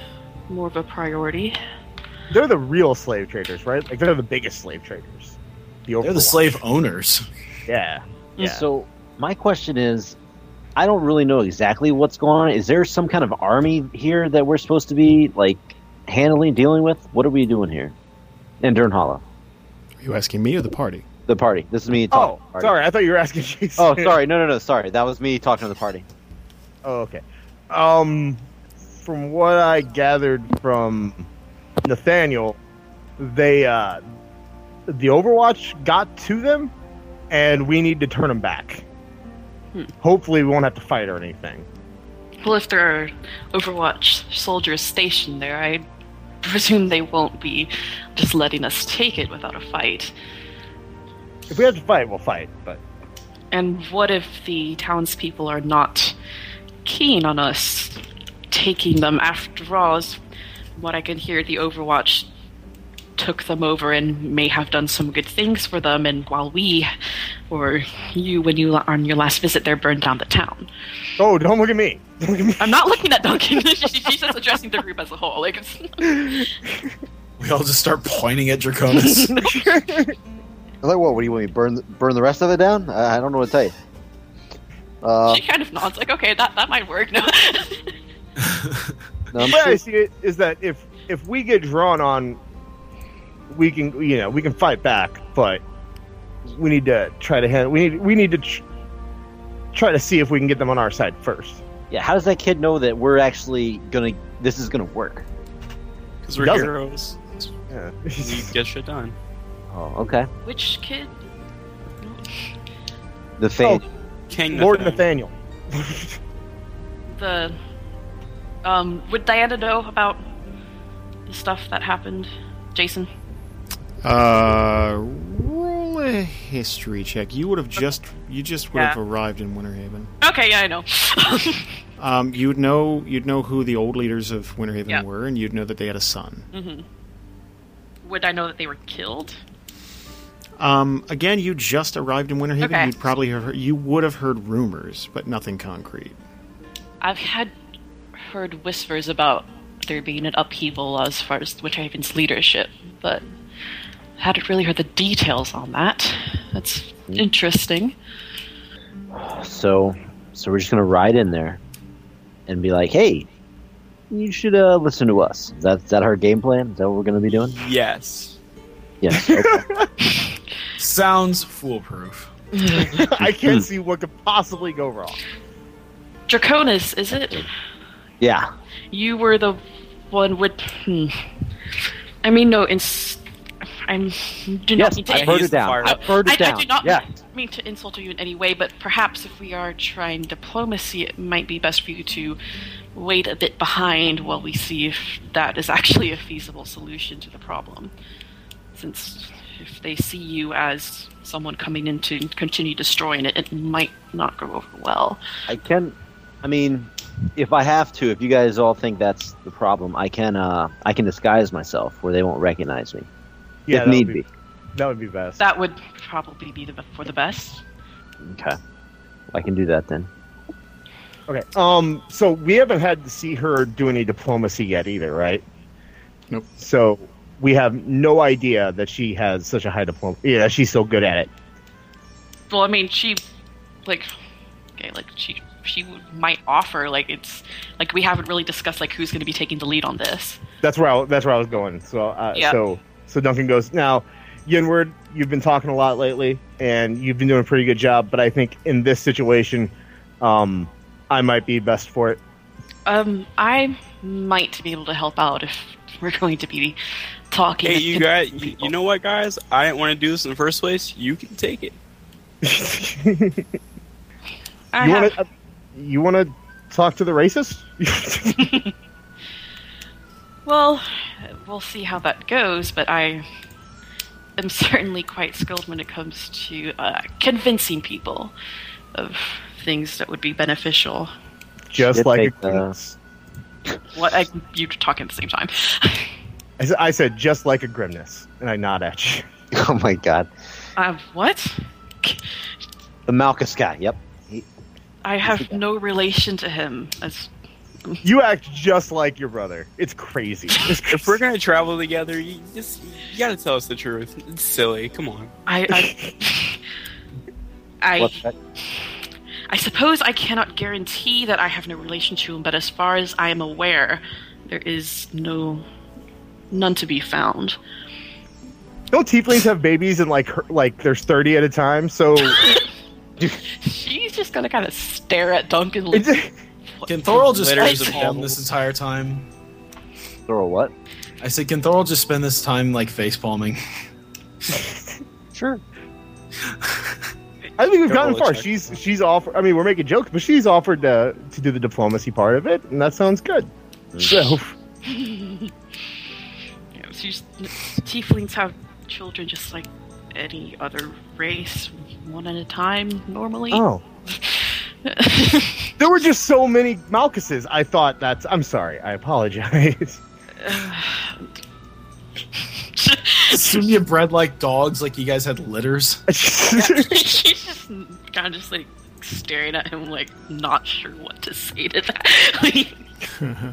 [SPEAKER 2] more of a priority.
[SPEAKER 1] they're the real slave traders right like they're the biggest slave traders the
[SPEAKER 4] They're the
[SPEAKER 1] Overwatch.
[SPEAKER 4] slave owners.
[SPEAKER 1] yeah yeah
[SPEAKER 5] So my question is, I don't really know exactly what's going on. Is there some kind of army here that we're supposed to be like handling, dealing with? What are we doing here in Dern Hollow?
[SPEAKER 3] Are you asking me or the party?
[SPEAKER 5] The party. This is me
[SPEAKER 1] oh
[SPEAKER 5] talking. to the party.
[SPEAKER 1] sorry i thought you were asking (laughs) jason
[SPEAKER 5] Oh, sorry. No, no, no. Sorry, that was me talking to the party.
[SPEAKER 1] oh okay um from what i gathered from nathaniel they uh the overwatch got to them and we need to turn them back
[SPEAKER 2] Hmm.
[SPEAKER 1] hopefully we won't have to fight or anything
[SPEAKER 2] Well, if there are Overwatch soldiers stationed there, I presume they won't be just letting us take it without a fight.
[SPEAKER 1] If we have to fight, we'll fight. But
[SPEAKER 2] And what if the townspeople are not keen on us taking them after all? Is what I can hear, the Overwatch took them over and may have done some good things for them. And while we, or you, when you la- on your last visit there, burned down the town.
[SPEAKER 1] Oh, don't look at me. (laughs) Don't look at me.
[SPEAKER 2] I'm not looking at Duncan. (laughs) She- She's just addressing the group as a whole. Like, it's,
[SPEAKER 4] We all just start pointing at Draconis.
[SPEAKER 5] I'm like, what? What do you want me to burn? Burn the rest of it down? I, I don't know what to tell you.
[SPEAKER 2] (laughs)
[SPEAKER 5] Uh,
[SPEAKER 2] she kind of nods, like, okay, that, that might work. (laughs) No.
[SPEAKER 5] no, I'm
[SPEAKER 1] The way I
[SPEAKER 5] sure-
[SPEAKER 1] see it is that if if we get drawn on, we can you know we can fight back, but we need to try to hand, we need we need to tr- try to see if we can get them on our side first.
[SPEAKER 5] yeah. How does that kid know that we're actually gonna? This is gonna work.
[SPEAKER 6] because we're
[SPEAKER 1] Doesn't.
[SPEAKER 6] heroes.
[SPEAKER 1] Yeah.
[SPEAKER 6] We get shit done.
[SPEAKER 5] Oh, okay.
[SPEAKER 2] Which kid?
[SPEAKER 5] The thing.
[SPEAKER 6] King
[SPEAKER 1] Lord
[SPEAKER 6] Nathaniel.
[SPEAKER 1] Nathaniel.
[SPEAKER 2] The. Um, would Diana know about the stuff that happened, Jason?
[SPEAKER 3] Uh, roll a history check. You would have just you just would have
[SPEAKER 2] Yeah.
[SPEAKER 3] arrived in Winterhaven.
[SPEAKER 2] Okay, yeah, I know. (laughs)
[SPEAKER 3] Um, you'd know you'd know who the old leaders of Winterhaven
[SPEAKER 2] Yeah.
[SPEAKER 3] were, and you'd know that they had a son.
[SPEAKER 2] would I know that they were killed?
[SPEAKER 3] Um, again, you just arrived in Winterhaven.
[SPEAKER 2] Okay.
[SPEAKER 3] You'd probably have heard, you would have heard rumors, but nothing concrete.
[SPEAKER 2] I've had heard whispers about there being an upheaval as far as Witchhaven's leadership, but hadn't really heard the details on that. That's interesting.
[SPEAKER 5] So, so we're just gonna ride in there, and be like, hey, you should uh, listen to us. Is that is that our game plan? Is that what we're gonna be doing?
[SPEAKER 6] Yes.
[SPEAKER 5] Yes. Okay.
[SPEAKER 4] Sounds foolproof.
[SPEAKER 1] (laughs) I
[SPEAKER 5] Hmm.
[SPEAKER 1] can't see what could possibly go wrong.
[SPEAKER 2] Draconis, is it?
[SPEAKER 5] yeah.
[SPEAKER 2] You were the one with. Hmm. I mean, no. Ins- I'm. Do not
[SPEAKER 5] Yes.
[SPEAKER 2] mean to.
[SPEAKER 5] I burned
[SPEAKER 6] he's
[SPEAKER 5] it down.
[SPEAKER 6] fired
[SPEAKER 5] I
[SPEAKER 6] up.
[SPEAKER 5] burned
[SPEAKER 2] I,
[SPEAKER 5] it down.
[SPEAKER 2] I do not
[SPEAKER 5] yeah.
[SPEAKER 2] mean to insult you in any way, but perhaps if we are trying diplomacy, it might be best for you to wait a bit behind while we see if that is actually a feasible solution to the problem. Since if they see you as someone coming in to continue destroying it, it might not go over well.
[SPEAKER 5] I can. I mean, if I have to, if you guys all think that's the problem, I can. Uh, I can disguise myself where they won't recognize me
[SPEAKER 1] Yeah,
[SPEAKER 5] if
[SPEAKER 1] that
[SPEAKER 5] need
[SPEAKER 1] would
[SPEAKER 5] be.
[SPEAKER 1] That would be best.
[SPEAKER 2] That would probably be the, for the best.
[SPEAKER 5] Okay. Well, I can do that then. (laughs)
[SPEAKER 1] Okay. Um. So we haven't had to see her do any diplomacy yet either, right?
[SPEAKER 3] Nope.
[SPEAKER 1] So we have no idea that she has such a high diploma. Yeah, that she's so good at it.
[SPEAKER 2] Well, I mean, she, like, okay, like she she might offer like it's like we haven't really discussed like who's going to be taking the lead on this.
[SPEAKER 1] That's where I, that's where I was going. So uh,
[SPEAKER 2] Yeah.
[SPEAKER 1] so so Duncan goes now. Yinward, you've been talking a lot lately, and you've been doing a pretty good job. But I think in this situation, um, I might be best for it. (laughs)
[SPEAKER 2] Um, I might be able to help out if (laughs) we're going to be talking.
[SPEAKER 6] Hey, you guys. You, you know what, guys? I didn't want to do this in the first place. You can take it.
[SPEAKER 2] I
[SPEAKER 1] you
[SPEAKER 2] have-
[SPEAKER 1] want to you want to talk to the racist? (laughs)
[SPEAKER 2] Well, we'll see how that goes, but I am (laughs) certainly quite skilled when it comes to uh, convincing people of things that would be beneficial.
[SPEAKER 1] Just
[SPEAKER 5] Did
[SPEAKER 1] like
[SPEAKER 5] take
[SPEAKER 1] a
[SPEAKER 5] the-
[SPEAKER 1] grimace.
[SPEAKER 2] What I, you talk at the same time. (laughs)
[SPEAKER 1] I said, I said just like a grimness, and I nod at you. (laughs)
[SPEAKER 5] Oh my god.
[SPEAKER 2] uh, what?
[SPEAKER 5] The Malchus guy. Yep.
[SPEAKER 2] I have no relation to him. As
[SPEAKER 1] You act just like your brother. It's crazy.
[SPEAKER 2] (laughs)
[SPEAKER 1] It's
[SPEAKER 6] If we're gonna travel together, you just you gotta tell us the truth. It's silly. Come on.
[SPEAKER 2] I, I, (laughs) I
[SPEAKER 5] What's that?
[SPEAKER 2] I suppose I cannot guarantee that I have no relation to him, but as far as I am aware, there is no none to be found.
[SPEAKER 1] Don't tieflings have babies and like her, like there's thirty at a time? So
[SPEAKER 2] She's just gonna kind of stare at Duncan. (laughs)
[SPEAKER 1] it's,
[SPEAKER 4] Can Thorol just
[SPEAKER 6] Letters
[SPEAKER 4] face
[SPEAKER 6] of
[SPEAKER 4] palm
[SPEAKER 6] devil.
[SPEAKER 4] this entire time?
[SPEAKER 5] Throw what?
[SPEAKER 4] I said, can Thorol just spend this time like face palming? (laughs)
[SPEAKER 5] Sure.
[SPEAKER 1] I think we've gotten
[SPEAKER 6] Double
[SPEAKER 1] far.
[SPEAKER 6] check.
[SPEAKER 1] She's she's offered. I mean, we're making jokes, but she's offered to to do the diplomacy part of it, and that sounds good. So
[SPEAKER 2] You know, she's, tieflings have children just like any other race, one at a time normally. (laughs)
[SPEAKER 1] oh, there were just so many Malchuses. I thought that's. I'm sorry. I apologize.
[SPEAKER 4] Assume you bred like dogs, like you guys had litters.
[SPEAKER 5] (laughs)
[SPEAKER 2] (laughs) She's just kind of just like staring at him, like not sure what to say to that. (laughs) Like,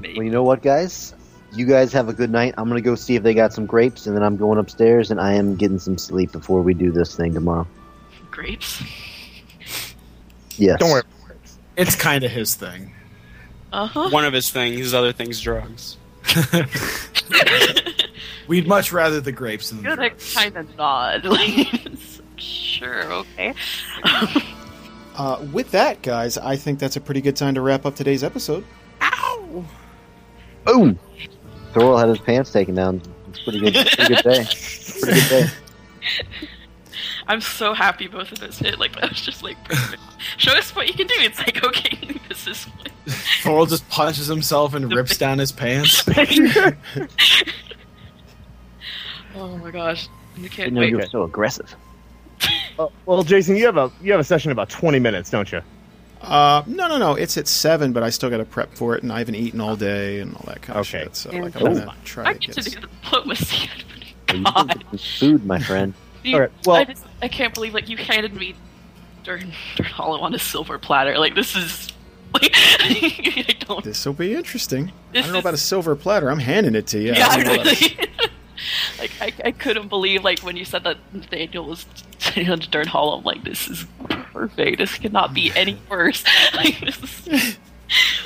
[SPEAKER 5] Well, you know what, guys? You guys have a good night. I'm gonna go see if they got some grapes, and then I'm going upstairs and I am getting some sleep before we do this thing tomorrow.
[SPEAKER 2] (laughs) grapes.
[SPEAKER 5] Yes.
[SPEAKER 1] (laughs) Don't worry.
[SPEAKER 4] It's kind of his thing.
[SPEAKER 2] Uh huh. (laughs)
[SPEAKER 6] One of his things, his other thing's drugs.
[SPEAKER 4] We'd much rather the grapes than the
[SPEAKER 2] You're like
[SPEAKER 4] drugs.
[SPEAKER 2] kind of nod. (laughs) Like, sure, okay. (laughs)
[SPEAKER 3] Uh, with that, guys, I think that's a pretty good time to wrap up today's episode.
[SPEAKER 5] Boom. Thorol had his pants taken down. It's pretty good. Pretty good day. Pretty good day.
[SPEAKER 2] I'm so happy both of us hit. Like that was just like perfect. Show us what you can do. It's like okay, (laughs) this
[SPEAKER 5] (laughs)
[SPEAKER 2] is what
[SPEAKER 4] Thorl just punches himself and rips down his pants.
[SPEAKER 2] (laughs) Oh my gosh. You
[SPEAKER 5] You
[SPEAKER 2] can't
[SPEAKER 5] know
[SPEAKER 2] wait.
[SPEAKER 5] you're
[SPEAKER 1] (laughs)
[SPEAKER 5] so aggressive.
[SPEAKER 1] Uh, well, Jason, you have a you have a session in about twenty minutes, don't you?
[SPEAKER 3] Uh, no, no, no. It's at seven, but I still got to prep for it, and I haven't eaten all day and all that kind of
[SPEAKER 1] Okay.
[SPEAKER 3] shit. So
[SPEAKER 2] Yeah.
[SPEAKER 3] like, I'm
[SPEAKER 5] Ooh.
[SPEAKER 3] gonna try
[SPEAKER 2] I
[SPEAKER 3] to
[SPEAKER 2] get
[SPEAKER 3] get.
[SPEAKER 2] to do the diplomacy. (laughs) Oh my
[SPEAKER 5] You can
[SPEAKER 2] God.
[SPEAKER 5] get some food, my friend.
[SPEAKER 2] You-
[SPEAKER 1] Alright, well-
[SPEAKER 2] I, just, I can't believe like you handed me Dirt Dirt Hollow on a silver platter. Like this is (laughs) like I don't.
[SPEAKER 3] This will be interesting. I
[SPEAKER 2] This
[SPEAKER 3] don't know
[SPEAKER 2] is-
[SPEAKER 3] about a silver platter. I'm handing it to you. I
[SPEAKER 2] yeah,
[SPEAKER 3] don't know about a-
[SPEAKER 2] really. (laughs) like I, I couldn't believe like when you said that Nathaniel was (laughs) sitting on Dirt Hollow. I'm like this is perfect. This cannot be
[SPEAKER 3] (laughs)
[SPEAKER 2] any worse. (laughs) like this is.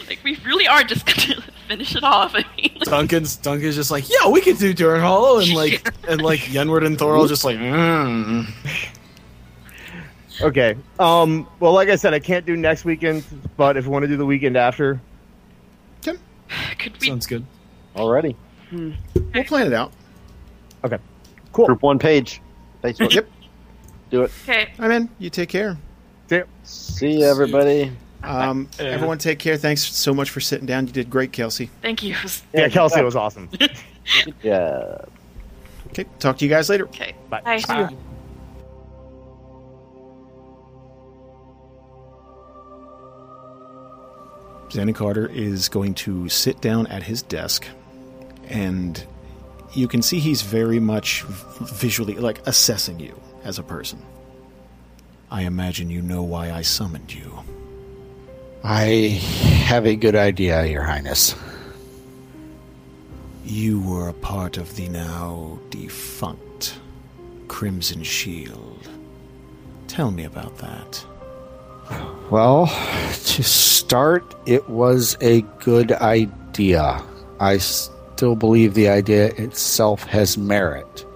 [SPEAKER 2] Like we really are just gonna (laughs) finish it off. I mean, like,
[SPEAKER 4] Duncan's Duncan's just like, yeah, we could do Durin Hollow, and like and like Yenward and Thorl just like, mm.
[SPEAKER 1] Okay. Um. Well, like I said, I can't do next weekend, but if we want to do the weekend after,
[SPEAKER 2] could we
[SPEAKER 4] sounds good.
[SPEAKER 5] Alrighty.
[SPEAKER 3] We'll plan it out.
[SPEAKER 1] cool.
[SPEAKER 5] Group one page.
[SPEAKER 1] (laughs)
[SPEAKER 5] Facebook.
[SPEAKER 3] Yep.
[SPEAKER 5] Do it.
[SPEAKER 2] Okay.
[SPEAKER 3] I'm in. You take care.
[SPEAKER 5] See ya, everybody.
[SPEAKER 3] Um,
[SPEAKER 6] Yeah.
[SPEAKER 3] Everyone, take care. Thanks so much for sitting down. You did great, Kelsey.
[SPEAKER 2] Thank you. It was-
[SPEAKER 1] Yeah, Kelsey it was awesome.
[SPEAKER 5] Yeah.
[SPEAKER 3] Okay. Talk to you guys later.
[SPEAKER 2] Okay.
[SPEAKER 1] Bye.
[SPEAKER 2] Bye.
[SPEAKER 3] Xander Carter is going to sit down at his desk, and you can see he's very much v- visually like assessing you as a person. I imagine you know why I summoned you.
[SPEAKER 7] I have a good idea, Your Highness.
[SPEAKER 3] You were a part of the now defunct Crimson Shield. Tell me about that.
[SPEAKER 7] Well, to start, it was a good idea. I still believe the idea itself has merit.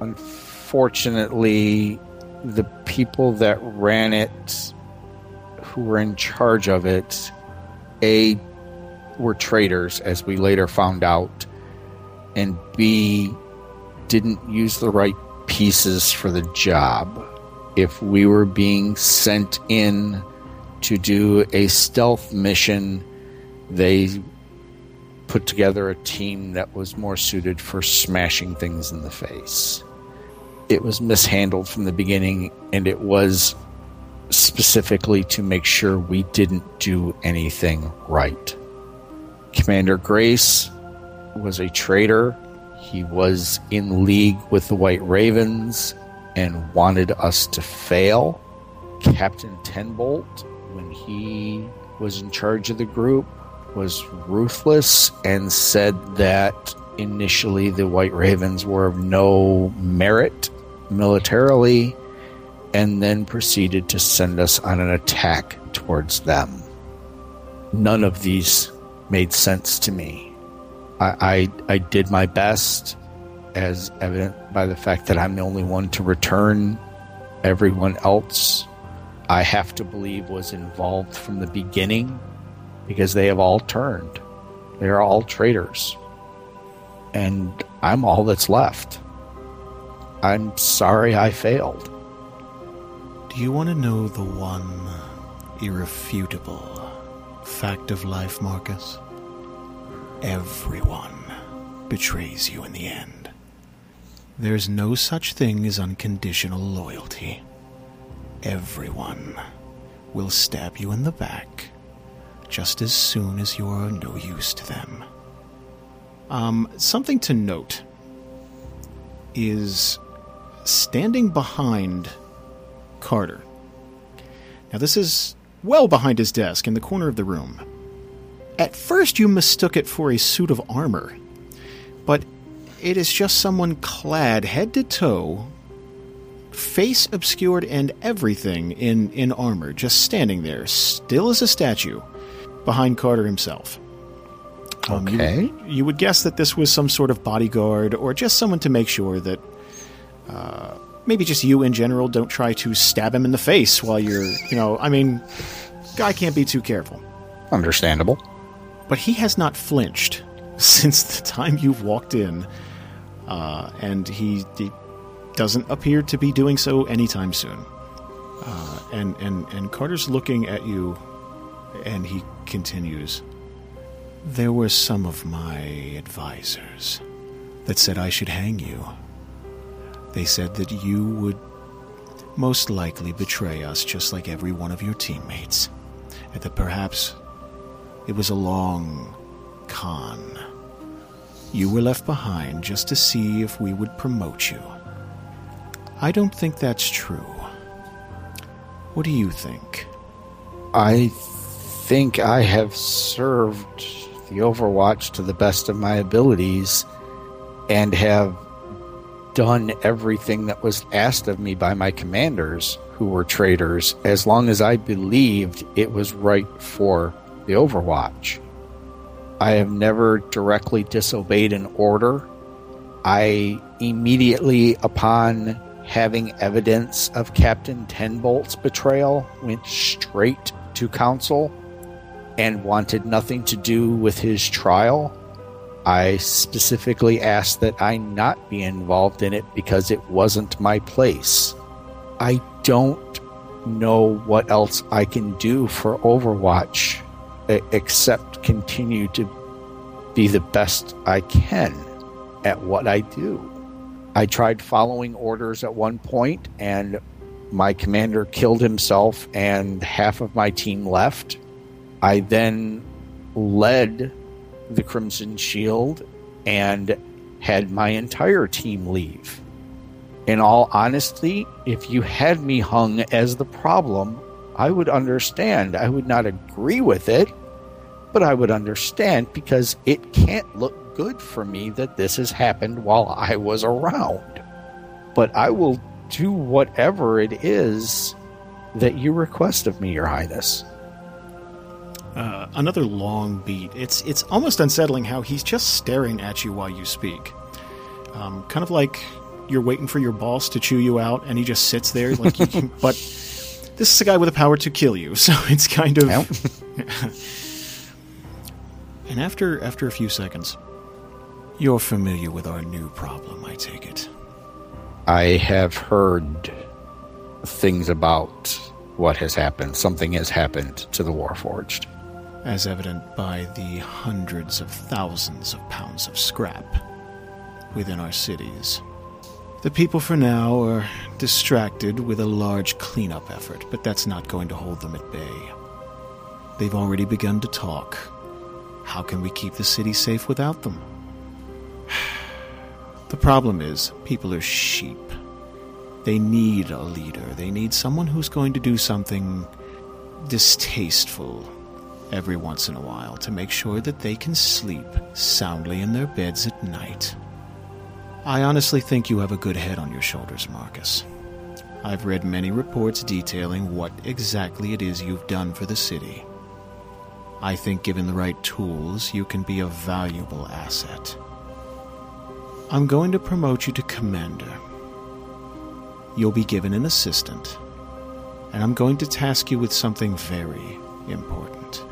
[SPEAKER 7] Unfortunately, the people that ran it, who were in charge of it, A, were traitors, as we later found out, and B, didn't use the right pieces for the job. If we were being sent in to do a stealth mission. They put together a team that was more suited for smashing things in the face. It was mishandled from the beginning, and it was specifically to make sure we didn't do anything right. Commander Grace was a traitor. He was in league with the White Ravens and wanted us to fail. Captain Tenbolt, when he was in charge of the group, was ruthless and said that initially the White Ravens were of no merit militarily, and then proceeded to send us on an attack towards them. None of these made sense to me. I, I, I did my best, as evident by the fact that I'm the only one to return. Everyone else I have to believe was involved from the beginning because they have all turned. They are all traitors. And I'm all that's left. I'm sorry I failed.
[SPEAKER 3] Do you want to know the one irrefutable fact of life, Marcus? Everyone betrays you in the end. There's no such thing as unconditional loyalty. Everyone will stab you in the back just as soon as you're of no use to them. Um, something to note is standing behind Carter. Now, this is well behind his desk in the corner of the room. At first, you mistook it for a suit of armor, but it is just someone clad head to toe, face obscured and everything in, in armor, just standing there, still as a statue, behind Carter himself. Um, you-
[SPEAKER 7] Okay.
[SPEAKER 3] you would guess that this was some sort of bodyguard or just someone to make sure that uh, maybe just you in general don't try to stab him in the face while you're, you know, I mean, guy can't be too careful.
[SPEAKER 7] Understandable.
[SPEAKER 3] But he has not flinched (laughs) since the time you've walked in, uh, and he, he doesn't appear to be doing so anytime soon. Uh, and, and, and Carter's looking at you, and he continues. There were some of my advisors that said I should hang you. They said that you would most likely betray us just like every one of your teammates, and that perhaps it was a long con. You were left behind just to see if we would promote you. I don't think that's true. What do you think?
[SPEAKER 7] I think I have served the Overwatch to the best of my abilities and have done everything that was asked of me by my commanders, who were traitors, as long as I believed it was right for the Overwatch. I have never directly disobeyed an order. I immediately upon having evidence of Captain Tenbolt's betrayal went straight to council and wanted nothing to do with his trial. I specifically asked that I not be involved in it because it wasn't my place. I don't know what else I can do for Overwatch e- except continue to be the best I can at what I do. I tried following orders at one point, and my commander killed himself, and half of my team left. I then led the Crimson Shield and had my entire team leave. In all honesty, if you had me hung as the problem, I would understand. I would not agree with it, but I would understand because it can't look good for me that this has happened while I was around. But I will do whatever it is that you request of me, Your Highness.
[SPEAKER 3] Uh, another long beat. It's it's almost unsettling how he's just staring at you while you speak. Um, kind of like you're waiting for your boss to chew you out, and he just sits there. Like, you can, but this is a guy with the power to kill you, (laughs) so it's kind of.
[SPEAKER 7] Yep.
[SPEAKER 3] (laughs) and after after a few seconds, you're familiar with our new problem. I take it.
[SPEAKER 7] I have heard things about what has happened. Something has happened to the Warforged.
[SPEAKER 3] as evident by the hundreds of thousands of pounds of scrap within our cities. The people for now are distracted with a large cleanup effort, but that's not going to hold them at bay. They've already begun to talk. How can we keep the city safe without them? (sighs) The problem is, people are sheep. They need a leader. They need someone who's going to do something distasteful every once in a while to make sure that they can sleep soundly in their beds at night. I honestly think you have a good head on your shoulders, Marcus. I've read many reports detailing what exactly it is you've done for the city. I think, given the right tools, you can be a valuable asset. I'm going to promote you to commander. You'll be given an assistant and I'm going to task you with something very important.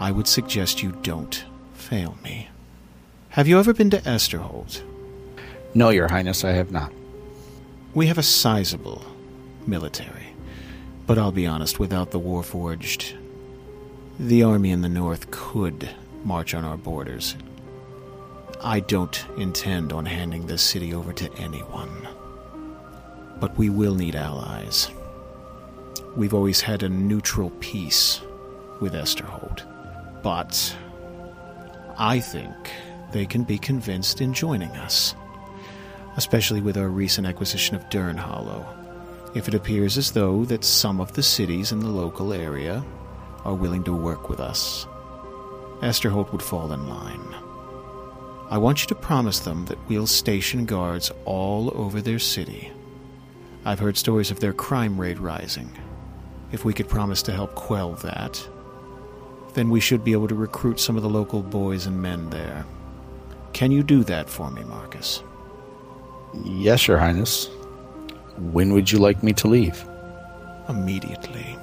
[SPEAKER 3] I would suggest you don't fail me. Have you ever been to Esterholt?
[SPEAKER 7] No, Your Highness, I have not.
[SPEAKER 3] We have a sizable military, but I'll be honest, without the Warforged, the army in the north could march on our borders. I don't intend on handing this city over to anyone. But we will need allies. We've always had a neutral peace with Esterhold, but I think they can be convinced in joining us. especially with our recent acquisition of Dern Hollow. If it appears as though that some of the cities in the local area are willing to work with us, Esterholt would fall in line. I want you to promise them that we'll station guards all over their city. I've heard stories of their crime rate rising. If we could promise to help quell that, then we should be able to recruit some of the local boys and men there. Can you do that for me, Marcus?
[SPEAKER 7] Yes, Your Highness. When would you like me to leave?
[SPEAKER 3] Immediately.